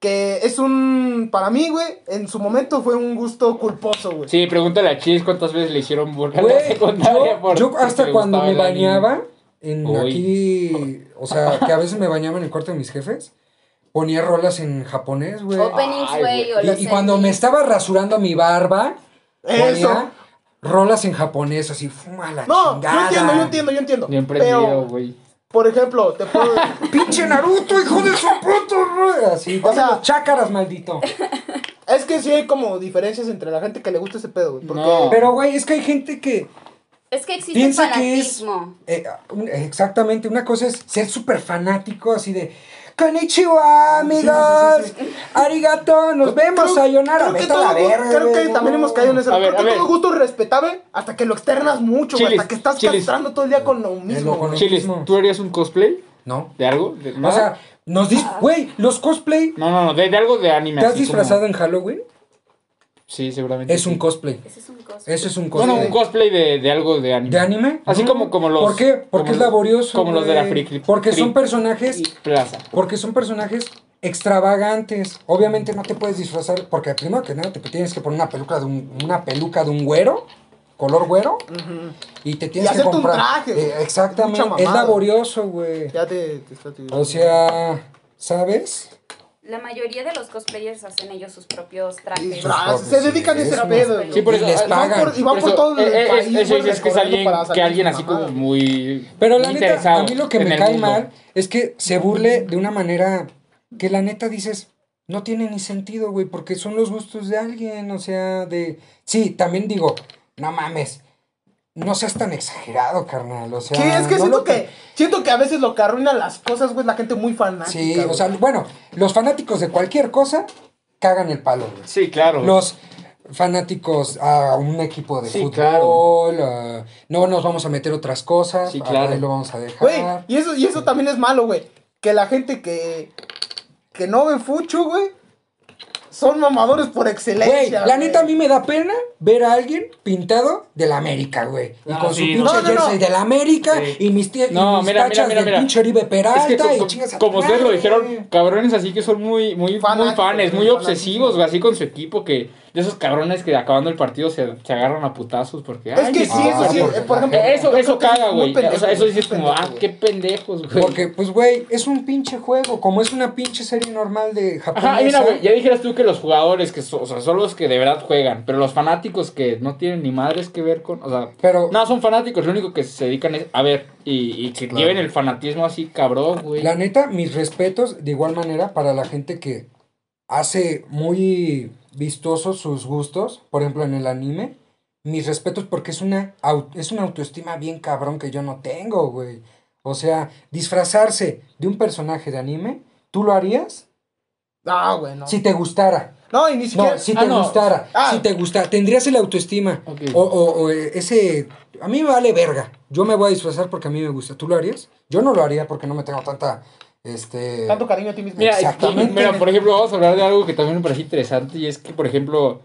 [SPEAKER 2] que es un. Para mí, güey, en su momento fue un gusto culposo, güey.
[SPEAKER 3] Sí, pregúntale a Chis cuántas veces le hicieron burla en la
[SPEAKER 1] Güey,
[SPEAKER 3] secundaria.
[SPEAKER 1] yo,
[SPEAKER 3] por-
[SPEAKER 1] yo
[SPEAKER 3] porque
[SPEAKER 1] hasta
[SPEAKER 3] le
[SPEAKER 1] cuando
[SPEAKER 3] gustaba
[SPEAKER 1] me
[SPEAKER 3] el anime.
[SPEAKER 1] bañaba, en
[SPEAKER 3] Uy.
[SPEAKER 1] aquí, o sea, que a veces me bañaba en el cuarto de mis jefes, ponía rolas en japonés, Oh. güey.
[SPEAKER 5] Openings,
[SPEAKER 3] Ay,
[SPEAKER 5] güey, o
[SPEAKER 1] Y-
[SPEAKER 5] Oh, los
[SPEAKER 1] Y, cuando me estaba rasurando mi barba,
[SPEAKER 2] Eso.
[SPEAKER 1] ponía rolas en japonés, así, fuma la
[SPEAKER 2] No, yo
[SPEAKER 1] chingada.
[SPEAKER 2] entiendo, yo entiendo, yo entiendo.
[SPEAKER 3] Siempre he
[SPEAKER 2] Pero,
[SPEAKER 3] sido, güey.
[SPEAKER 2] por ejemplo, te puedo.
[SPEAKER 1] Pinche Naruto, hijo de su puto, madre", así.
[SPEAKER 2] O sea-
[SPEAKER 1] "Dame los chácaras, maldito.
[SPEAKER 2] [LAUGHS] Es que sí hay como diferencias entre la gente que le gusta ese pedo, güey. Porque
[SPEAKER 3] No.
[SPEAKER 1] Pero, güey, es que hay gente que
[SPEAKER 5] Es que existe el
[SPEAKER 1] piensa que es
[SPEAKER 5] fanatismo.
[SPEAKER 1] eh, un- exactamente una cosa es ser súper fanático así de Konnichiwa amigos
[SPEAKER 2] Sí, sí,
[SPEAKER 1] arigato nos vemos sayonara
[SPEAKER 2] creo que,
[SPEAKER 1] vete a la
[SPEAKER 2] todo gu-
[SPEAKER 1] verga,
[SPEAKER 2] creo que
[SPEAKER 1] güey,
[SPEAKER 2] también
[SPEAKER 1] no.
[SPEAKER 2] hemos caído en eso.
[SPEAKER 3] A ver,
[SPEAKER 2] Creo que
[SPEAKER 3] a ver.
[SPEAKER 2] todo gusto es respetable hasta que lo externas mucho, güey,
[SPEAKER 3] Chiles,
[SPEAKER 2] hasta que estás
[SPEAKER 3] chiles.
[SPEAKER 2] castrando todo el día con lo mismo.
[SPEAKER 1] loco,
[SPEAKER 2] güey.
[SPEAKER 3] Chiles,
[SPEAKER 1] mismo.
[SPEAKER 3] ¿tú harías un cosplay
[SPEAKER 1] no
[SPEAKER 3] de algo? ¿De
[SPEAKER 1] o
[SPEAKER 3] nada?
[SPEAKER 1] sea nos dis güey los cosplay
[SPEAKER 3] no, no, no, de, de algo de anime.
[SPEAKER 1] te has
[SPEAKER 3] Ah. así como-
[SPEAKER 1] disfrazado en Halloween
[SPEAKER 3] Sí, seguramente.
[SPEAKER 1] es un
[SPEAKER 3] sí.
[SPEAKER 1] cosplay
[SPEAKER 5] Ese es un costo.
[SPEAKER 1] eso es un
[SPEAKER 3] Bueno,
[SPEAKER 1] cosplay
[SPEAKER 3] un cosplay de, de algo de anime.
[SPEAKER 1] de anime
[SPEAKER 3] Así
[SPEAKER 1] No.
[SPEAKER 3] como, como los...
[SPEAKER 1] por qué porque
[SPEAKER 3] como
[SPEAKER 1] es
[SPEAKER 3] los-
[SPEAKER 1] laborioso
[SPEAKER 3] Como los de la
[SPEAKER 1] güey.
[SPEAKER 3] friki.
[SPEAKER 1] porque son
[SPEAKER 3] friki
[SPEAKER 1] personajes
[SPEAKER 3] Plaza.
[SPEAKER 1] Porque son personajes extravagantes. Obviamente no te puedes disfrazar, porque primero que nada te tienes que poner una peluca de un, una peluca de un güero, color güero,
[SPEAKER 2] Ujú.
[SPEAKER 1] y te tienes que
[SPEAKER 2] hacerte un
[SPEAKER 1] comprar.
[SPEAKER 2] traje, güey.
[SPEAKER 1] Eh, exactamente.
[SPEAKER 2] Mucha
[SPEAKER 1] Es
[SPEAKER 2] mamada.
[SPEAKER 1] laborioso, güey.
[SPEAKER 2] Ya te, te está tirando.
[SPEAKER 1] O sea, ¿sabes?
[SPEAKER 5] La mayoría de los cosplayers hacen ellos sus propios trajes.
[SPEAKER 1] Sus
[SPEAKER 2] Ah,
[SPEAKER 1] propios,
[SPEAKER 2] se dedican a ese
[SPEAKER 1] sí,
[SPEAKER 2] pedo, güey.
[SPEAKER 3] Sí, por
[SPEAKER 1] Y
[SPEAKER 3] eso,
[SPEAKER 1] les
[SPEAKER 3] ah, no,
[SPEAKER 1] pagan.
[SPEAKER 2] por- y van
[SPEAKER 3] Eso-
[SPEAKER 2] todo el
[SPEAKER 3] eh, eh,
[SPEAKER 2] país,
[SPEAKER 3] es- Eso
[SPEAKER 2] güey,
[SPEAKER 3] dices que es
[SPEAKER 2] recorriendo
[SPEAKER 3] alguien,
[SPEAKER 2] para salir
[SPEAKER 3] que alguien
[SPEAKER 2] con
[SPEAKER 3] así
[SPEAKER 2] mamada.
[SPEAKER 3] como muy.
[SPEAKER 1] Pero la neta,
[SPEAKER 3] interesado
[SPEAKER 1] a mí lo que
[SPEAKER 3] en
[SPEAKER 1] me
[SPEAKER 3] el
[SPEAKER 1] cae
[SPEAKER 3] mundo.
[SPEAKER 1] mal es que se burle de una manera que la neta dices, no tiene ni sentido, güey, porque son los gustos de alguien, o sea, de... Sí, también digo, no mames, no seas tan exagerado, carnal, o sea...
[SPEAKER 2] Sí, es que
[SPEAKER 1] no
[SPEAKER 2] siento
[SPEAKER 1] lo
[SPEAKER 2] que, siento que a veces lo que arruina las cosas, güey, es la gente muy fanática.
[SPEAKER 1] Sí, o
[SPEAKER 2] güey.
[SPEAKER 1] sea, bueno, los fanáticos de cualquier cosa cagan el palo, güey.
[SPEAKER 3] Sí, claro.
[SPEAKER 1] Los fanáticos a un equipo de
[SPEAKER 3] Sí,
[SPEAKER 1] fútbol,
[SPEAKER 3] claro.
[SPEAKER 1] a- no nos vamos a meter otras cosas,
[SPEAKER 3] Sí, claro.
[SPEAKER 1] ahí lo vamos a dejar.
[SPEAKER 2] Güey, y eso, y eso también es malo, güey. Que la gente que, que no ve fucho, güey, son mamadores por
[SPEAKER 1] Güey,
[SPEAKER 2] excelencia.
[SPEAKER 1] la neta a mí me da pena ver a alguien pintado de la América, güey. Y
[SPEAKER 4] Ah,
[SPEAKER 1] con su
[SPEAKER 4] sí,
[SPEAKER 1] pinche
[SPEAKER 4] no.
[SPEAKER 2] No, no, no.
[SPEAKER 1] jersey de la América
[SPEAKER 4] Sí.
[SPEAKER 1] y mis, tie- y
[SPEAKER 3] No,
[SPEAKER 1] mis
[SPEAKER 3] mira, mira,
[SPEAKER 1] tachas
[SPEAKER 3] mira,
[SPEAKER 1] del
[SPEAKER 3] mira.
[SPEAKER 1] pinche Oribe
[SPEAKER 3] Es
[SPEAKER 1] Peralta
[SPEAKER 3] que co-
[SPEAKER 1] y
[SPEAKER 3] co-
[SPEAKER 1] chingas a tu
[SPEAKER 3] como ustedes lo
[SPEAKER 1] madre,
[SPEAKER 3] dijeron,
[SPEAKER 1] güey.
[SPEAKER 3] cabrones así que son muy, muy, muy
[SPEAKER 2] Fanáticos,
[SPEAKER 3] fanes, muy
[SPEAKER 2] muy
[SPEAKER 3] obsesivos,
[SPEAKER 2] fanáticos.
[SPEAKER 3] güey, así con su equipo que de esos cabrones que acabando el partido se, se agarran a putazos porque
[SPEAKER 2] Es
[SPEAKER 3] ay,
[SPEAKER 2] que
[SPEAKER 3] qué
[SPEAKER 2] sí, eso
[SPEAKER 1] ah,
[SPEAKER 2] sí.
[SPEAKER 1] porque
[SPEAKER 2] eh, Por
[SPEAKER 1] la
[SPEAKER 2] ejemplo,
[SPEAKER 1] gente-
[SPEAKER 3] Eso,
[SPEAKER 2] yo creo
[SPEAKER 3] eso
[SPEAKER 2] que
[SPEAKER 3] caga,
[SPEAKER 2] es muy
[SPEAKER 3] güey. O
[SPEAKER 2] pendejo,
[SPEAKER 3] sea, eso
[SPEAKER 2] güey,
[SPEAKER 3] dices
[SPEAKER 2] muy
[SPEAKER 3] como, ah,
[SPEAKER 2] pendejo,
[SPEAKER 3] qué
[SPEAKER 2] güey.
[SPEAKER 3] pendejos, güey.
[SPEAKER 1] Porque, pues, güey, es un pinche juego. Como es una pinche serie normal de Japón.
[SPEAKER 3] Ajá, y mira, güey, ya dijeras tú que los jugadores que so- o sea, son los que de verdad juegan, pero los fanáticos que no tienen ni madres que ver con, o sea,
[SPEAKER 1] Pero
[SPEAKER 3] no, son fanáticos, lo único que se dedican es a ver y, y que
[SPEAKER 1] Claro.
[SPEAKER 3] lleven el fanatismo así, cabrón, güey.
[SPEAKER 1] La neta, mis respetos de igual manera para la gente que hace muy vistosos sus gustos, por ejemplo en el anime. Mis respetos porque es una, au- es una autoestima bien cabrón que yo no tengo, güey. O sea, disfrazarse de un personaje de anime, ¿tú lo harías?
[SPEAKER 2] No, güey, no.
[SPEAKER 1] Si te gustara.
[SPEAKER 2] No, y ni siquiera.
[SPEAKER 1] No, si
[SPEAKER 3] Ah,
[SPEAKER 1] te
[SPEAKER 3] no.
[SPEAKER 1] gustara.
[SPEAKER 2] Ah.
[SPEAKER 1] Si te gustara. Tendrías el autoestima.
[SPEAKER 3] Ok.
[SPEAKER 1] O, o- o, eh, ese... A mí me vale verga. Yo me voy a disfrazar porque a mí me gusta. ¿Tú lo harías? Yo no lo haría porque no me tengo tanta... Este...
[SPEAKER 2] Tanto cariño a ti mismo.
[SPEAKER 3] Mira,
[SPEAKER 1] Exactamente.
[SPEAKER 3] y- mira, por ejemplo, vamos a hablar de algo que también me parece interesante y es que, por ejemplo,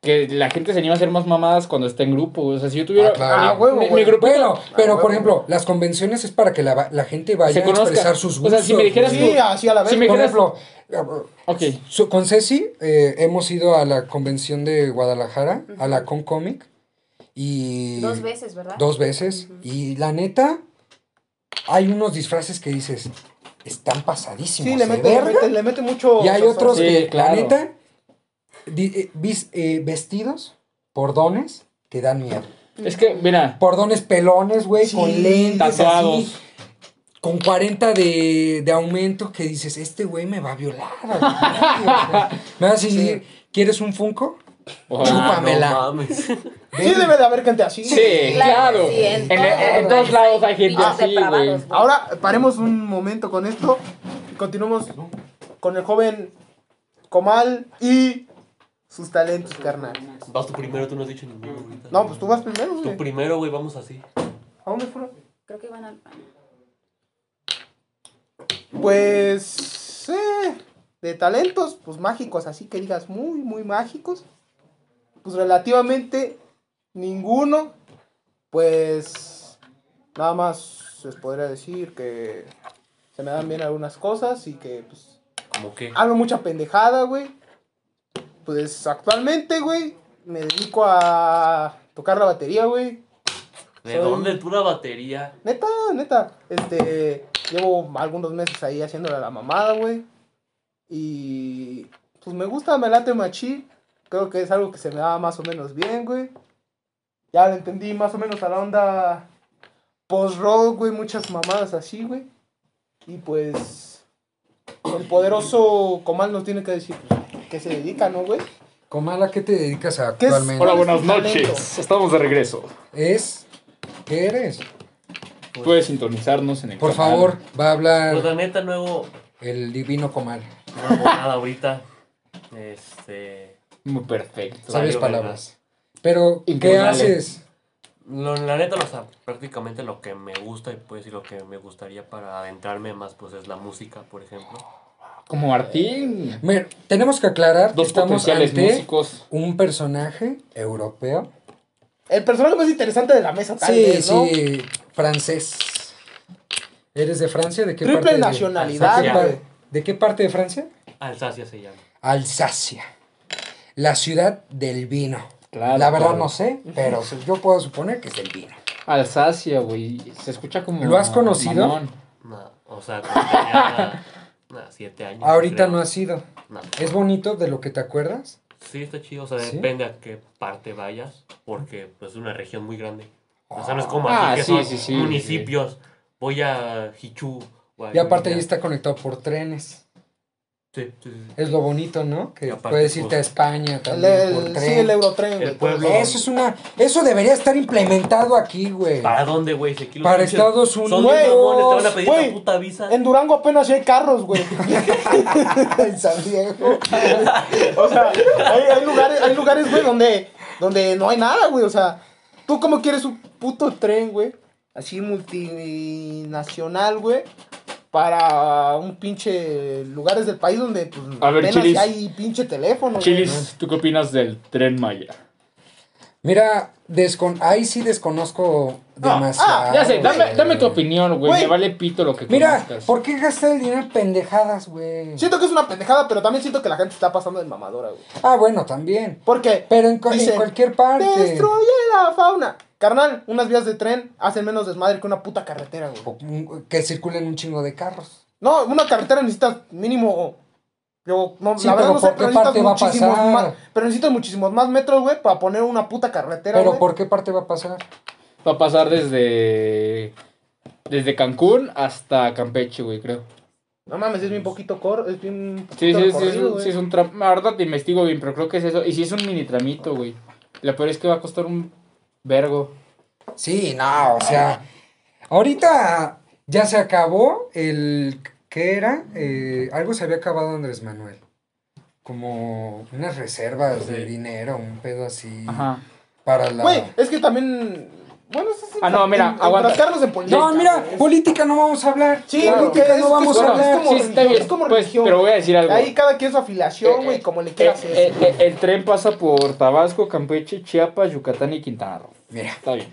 [SPEAKER 3] que la gente se anima a hacer más mamadas cuando está en grupo. O sea, si yo tuviera
[SPEAKER 1] Ah, claro.
[SPEAKER 2] Ah, huevo,
[SPEAKER 3] mi, mi
[SPEAKER 2] güey.
[SPEAKER 3] grupito
[SPEAKER 1] Bueno, pero
[SPEAKER 2] Ah,
[SPEAKER 1] por
[SPEAKER 2] bueno.
[SPEAKER 1] ejemplo, las convenciones es para que la, va- la gente
[SPEAKER 3] Se
[SPEAKER 1] vaya a
[SPEAKER 3] conozca.
[SPEAKER 1] expresar sus
[SPEAKER 3] O
[SPEAKER 1] gustos.
[SPEAKER 3] sea, si me dijeras
[SPEAKER 1] güey.
[SPEAKER 2] Sí, así a la vez.
[SPEAKER 3] Sí, me-
[SPEAKER 1] por
[SPEAKER 3] dijeras-
[SPEAKER 1] ejemplo, eh,
[SPEAKER 3] Ok.
[SPEAKER 1] su- con Ceci eh, hemos ido a la convención de Guadalajara, a la Concomic, y...
[SPEAKER 5] Dos veces, ¿verdad?
[SPEAKER 1] Dos veces. Y la neta, hay unos disfraces que dices, están pasadísimos.
[SPEAKER 2] Sí, le
[SPEAKER 1] de
[SPEAKER 2] mete, le
[SPEAKER 1] verga".
[SPEAKER 2] mete, le mete mucho.
[SPEAKER 1] Y hay
[SPEAKER 2] sazón.
[SPEAKER 1] otros
[SPEAKER 3] Sí,
[SPEAKER 1] que,
[SPEAKER 3] claro.
[SPEAKER 1] la neta, di- eh, vis- eh, vestidos por dones que dan miedo.
[SPEAKER 3] Es que, mira,
[SPEAKER 1] Pordones pelones, güey,
[SPEAKER 2] Sí.
[SPEAKER 1] con lentes así,
[SPEAKER 3] Tatuados.
[SPEAKER 1] con 40 de, de aumento que dices, este güey me va a violar. a la madre", o sea. [LAUGHS] me va a decir, ¿quieres un Funko?
[SPEAKER 3] o-
[SPEAKER 1] Chúpame. Pamela.
[SPEAKER 4] No mames.
[SPEAKER 2] Sí, debe de haber gente así.
[SPEAKER 3] Sí, claro.
[SPEAKER 5] sí,
[SPEAKER 3] en,
[SPEAKER 5] en
[SPEAKER 3] en-
[SPEAKER 5] todos
[SPEAKER 3] en todos
[SPEAKER 5] lados
[SPEAKER 3] lados hay
[SPEAKER 5] hay
[SPEAKER 3] gente
[SPEAKER 5] pinches
[SPEAKER 3] así, güey.
[SPEAKER 5] depravados.
[SPEAKER 2] Ahora paremos un momento con esto. Continuamos con el joven Comal y sus talentos, carnal.
[SPEAKER 4] Vas tú primero, tú no has dicho ninguno ahorita.
[SPEAKER 2] No, pues tú vas primero,
[SPEAKER 4] Tú
[SPEAKER 2] güey.
[SPEAKER 4] primero, güey, vamos así.
[SPEAKER 2] ¿A dónde fueron?
[SPEAKER 5] Creo que iban al baño.
[SPEAKER 2] Pues. eh, de talentos, pues mágicos, así que digas muy, muy mágicos. Pues relativamente ninguno. Pues. Nada más se podría decir que se me dan bien algunas cosas y que, pues.
[SPEAKER 4] ¿Cómo qué?
[SPEAKER 2] Hablo mucha pendejada, güey. Pues actualmente, güey, me dedico a tocar la batería, güey.
[SPEAKER 4] ¿De
[SPEAKER 2] soy-
[SPEAKER 4] dónde tú la batería?
[SPEAKER 2] Neta, neta. Este, llevo algunos meses ahí haciéndole a la mamada, güey. Y pues me gusta, me late machín. Creo que es algo que se me da más o menos bien, güey. Ya le entendí más o menos a la onda post-rock, güey, muchas mamadas así, güey. Y pues el poderoso Comal nos tiene que decir pues, que se dedica, ¿no, güey?
[SPEAKER 1] Comala, ¿qué te dedicas
[SPEAKER 2] ¿Qué es?
[SPEAKER 1] actualmente?
[SPEAKER 3] Hola,
[SPEAKER 2] ¿Cuál es
[SPEAKER 3] buenas
[SPEAKER 2] tu
[SPEAKER 3] noches.
[SPEAKER 2] talento?
[SPEAKER 3] Estamos de regreso.
[SPEAKER 1] Es, ¿qué eres?
[SPEAKER 2] Pues,
[SPEAKER 3] Puedes sintonizarnos en el
[SPEAKER 1] Por
[SPEAKER 3] canal.
[SPEAKER 1] favor, va a
[SPEAKER 4] Pues la
[SPEAKER 1] hablar
[SPEAKER 4] neta, nuevo,
[SPEAKER 1] el divino Comal.
[SPEAKER 4] no hago nada ahorita. Este.
[SPEAKER 3] Muy perfecto.
[SPEAKER 1] Sabias
[SPEAKER 4] Valió,
[SPEAKER 1] palabras. Pero, ¿qué
[SPEAKER 3] Impecable.
[SPEAKER 1] haces?
[SPEAKER 4] Lo, la neta, o sea, prácticamente lo que me gusta y pues y lo que me gustaría para adentrarme más, pues es la música, por ejemplo.
[SPEAKER 3] Como Martín.
[SPEAKER 1] Mira, tenemos que aclarar que
[SPEAKER 3] Dos
[SPEAKER 1] estamos
[SPEAKER 3] potenciales
[SPEAKER 1] ante
[SPEAKER 3] músicos.
[SPEAKER 1] un personaje europeo.
[SPEAKER 2] El personaje más interesante de la mesa, tal
[SPEAKER 1] Sí,
[SPEAKER 2] vez, ¿no?
[SPEAKER 1] sí, francés. ¿Eres de Francia? ¿De qué parte?
[SPEAKER 2] Triple
[SPEAKER 1] de-
[SPEAKER 2] nacionalidad,
[SPEAKER 1] ¿De, qué
[SPEAKER 4] Alsacia.
[SPEAKER 2] güey.
[SPEAKER 1] par- de qué parte de Francia?
[SPEAKER 4] Alsacia se llama.
[SPEAKER 1] Alsacia. La ciudad del vino.
[SPEAKER 3] Claro,
[SPEAKER 1] la verdad
[SPEAKER 3] claro.
[SPEAKER 1] no sé, pero su- yo puedo suponer que es del vino.
[SPEAKER 3] Alsacia, güey. Se escucha como.
[SPEAKER 1] ¿Lo has conocido?
[SPEAKER 3] mamón.
[SPEAKER 4] Nada, o sea,
[SPEAKER 1] [LAUGHS]
[SPEAKER 4] cuando tenía nada, siete años.
[SPEAKER 1] Ahorita
[SPEAKER 4] creo.
[SPEAKER 1] no ha sido.
[SPEAKER 4] Nada.
[SPEAKER 1] ¿Es bonito de lo que te acuerdas?
[SPEAKER 4] Sí, está chido, o sea,
[SPEAKER 1] ¿Sí?
[SPEAKER 4] depende a qué parte vayas, porque pues, es una región muy grande. O sea, no es como
[SPEAKER 3] Ah,
[SPEAKER 4] aquí que
[SPEAKER 3] sí,
[SPEAKER 4] son
[SPEAKER 3] sí, sí,
[SPEAKER 4] municipios. Voy a Hichú.
[SPEAKER 1] Y aparte ahí está conectado por trenes.
[SPEAKER 4] Sí, sí, sí.
[SPEAKER 1] Es lo bonito, ¿no? Que
[SPEAKER 4] Y aparte,
[SPEAKER 1] puedes irte a
[SPEAKER 4] pues,
[SPEAKER 1] España
[SPEAKER 2] El,
[SPEAKER 1] también
[SPEAKER 2] el-
[SPEAKER 1] por
[SPEAKER 2] sí,
[SPEAKER 1] tren.
[SPEAKER 2] el Eurotren, güey.
[SPEAKER 4] El pueblo.
[SPEAKER 1] Eso es una... Eso debería estar implementado aquí, güey.
[SPEAKER 2] [LAUGHS]
[SPEAKER 4] ¿Para dónde, güey? Si aquí los
[SPEAKER 1] Para
[SPEAKER 4] pinches-
[SPEAKER 1] Estados
[SPEAKER 4] Son
[SPEAKER 1] Unidos, Eh,
[SPEAKER 4] bien mamones, te van a pedir
[SPEAKER 2] güey.
[SPEAKER 4] la puta visa.
[SPEAKER 2] En Durango apenas hay carros,
[SPEAKER 3] [LAUGHS]
[SPEAKER 2] güey. en San Diego. o sea, hay, hay lugares, hay lugares, güey, donde, donde no hay nada, güey. O sea, ¿tú cómo quieres un puto tren, güey? Así multinacional, güey. Para un pinche lugares del país donde pues,
[SPEAKER 3] A ver,
[SPEAKER 2] apenas
[SPEAKER 3] Chilis.
[SPEAKER 2] hay pinche teléfono. güey.
[SPEAKER 3] Chilis, ¿tú qué opinas del tren Maya?
[SPEAKER 1] Mira, descon... ahí sí desconozco demasiado.
[SPEAKER 2] ah,
[SPEAKER 3] Ya sé, dame,
[SPEAKER 1] güey.
[SPEAKER 3] dame tu opinión, güey.
[SPEAKER 2] Güey.
[SPEAKER 3] Me vale pito lo que
[SPEAKER 1] Mira,
[SPEAKER 3] conozcas.
[SPEAKER 1] ¿por qué gastar el dinero en pendejadas, güey?
[SPEAKER 2] Siento que es una pendejada, pero también siento que la gente está pasando de mamadora, güey.
[SPEAKER 1] Ah, bueno, también.
[SPEAKER 2] Porque
[SPEAKER 1] Pero en, cu- en
[SPEAKER 2] Dice,
[SPEAKER 1] cualquier parte.
[SPEAKER 2] Destruye la fauna. Carnal, unas vías de tren hacen menos desmadre que una puta carretera, güey.
[SPEAKER 1] O un- Que circulen un chingo de carros.
[SPEAKER 2] No, una carretera necesitas mínimo. Yo, no,
[SPEAKER 1] Sí,
[SPEAKER 2] la verdad
[SPEAKER 1] pero
[SPEAKER 2] no sé,
[SPEAKER 1] ¿por
[SPEAKER 2] pero
[SPEAKER 1] qué parte
[SPEAKER 2] necesitas
[SPEAKER 1] va a
[SPEAKER 2] muchísimos
[SPEAKER 1] pasar?
[SPEAKER 2] más. Pero necesitas muchísimos más metros, güey, para poner una puta carretera,
[SPEAKER 1] Pero
[SPEAKER 2] güey.
[SPEAKER 1] ¿por qué parte va a pasar?
[SPEAKER 3] Va a pasar desde. Desde Cancún hasta Campeche, güey, creo.
[SPEAKER 2] No mames, es bien poquito cor, es bien
[SPEAKER 3] Sí,
[SPEAKER 2] poquito
[SPEAKER 3] sí, sí, es
[SPEAKER 2] recorrido,
[SPEAKER 3] un,
[SPEAKER 2] güey.
[SPEAKER 3] sí, es un tram. La verdad te investigo bien, pero creo que es eso. Y sí es un mini tramito, güey. La peor es que va a costar un vergo.
[SPEAKER 1] Sí, no, o sea. Ahorita ya se acabó el. ¿Qué era? Eh, algo se había acabado Andrés Manuel. Como unas reservas de
[SPEAKER 4] Sí.
[SPEAKER 1] dinero, un pedo así.
[SPEAKER 3] Ajá.
[SPEAKER 1] Para la.
[SPEAKER 2] Güey, es que también. Bueno, eso sí.
[SPEAKER 3] Ah, no, mira, aguanta.
[SPEAKER 2] enfrascarnos en política,
[SPEAKER 1] no, mira,
[SPEAKER 2] güey.
[SPEAKER 1] política no vamos a hablar.
[SPEAKER 2] Sí,
[SPEAKER 1] política
[SPEAKER 2] porque es-
[SPEAKER 1] no vamos
[SPEAKER 2] es-
[SPEAKER 1] a
[SPEAKER 2] bueno,
[SPEAKER 1] hablar.
[SPEAKER 2] como
[SPEAKER 3] sí, está
[SPEAKER 2] religión,
[SPEAKER 3] bien,
[SPEAKER 2] es como
[SPEAKER 3] pues,
[SPEAKER 2] religión.
[SPEAKER 3] Pero voy a decir algo.
[SPEAKER 2] Ahí cada quien su afiliación,
[SPEAKER 3] Eh,
[SPEAKER 2] güey,
[SPEAKER 3] eh,
[SPEAKER 2] como le
[SPEAKER 3] Eh,
[SPEAKER 2] quieras hacer.
[SPEAKER 3] eh, eh, el tren pasa por Tabasco, Campeche, Chiapas, Yucatán y Quintana Roo.
[SPEAKER 1] Mira,
[SPEAKER 3] Está bien.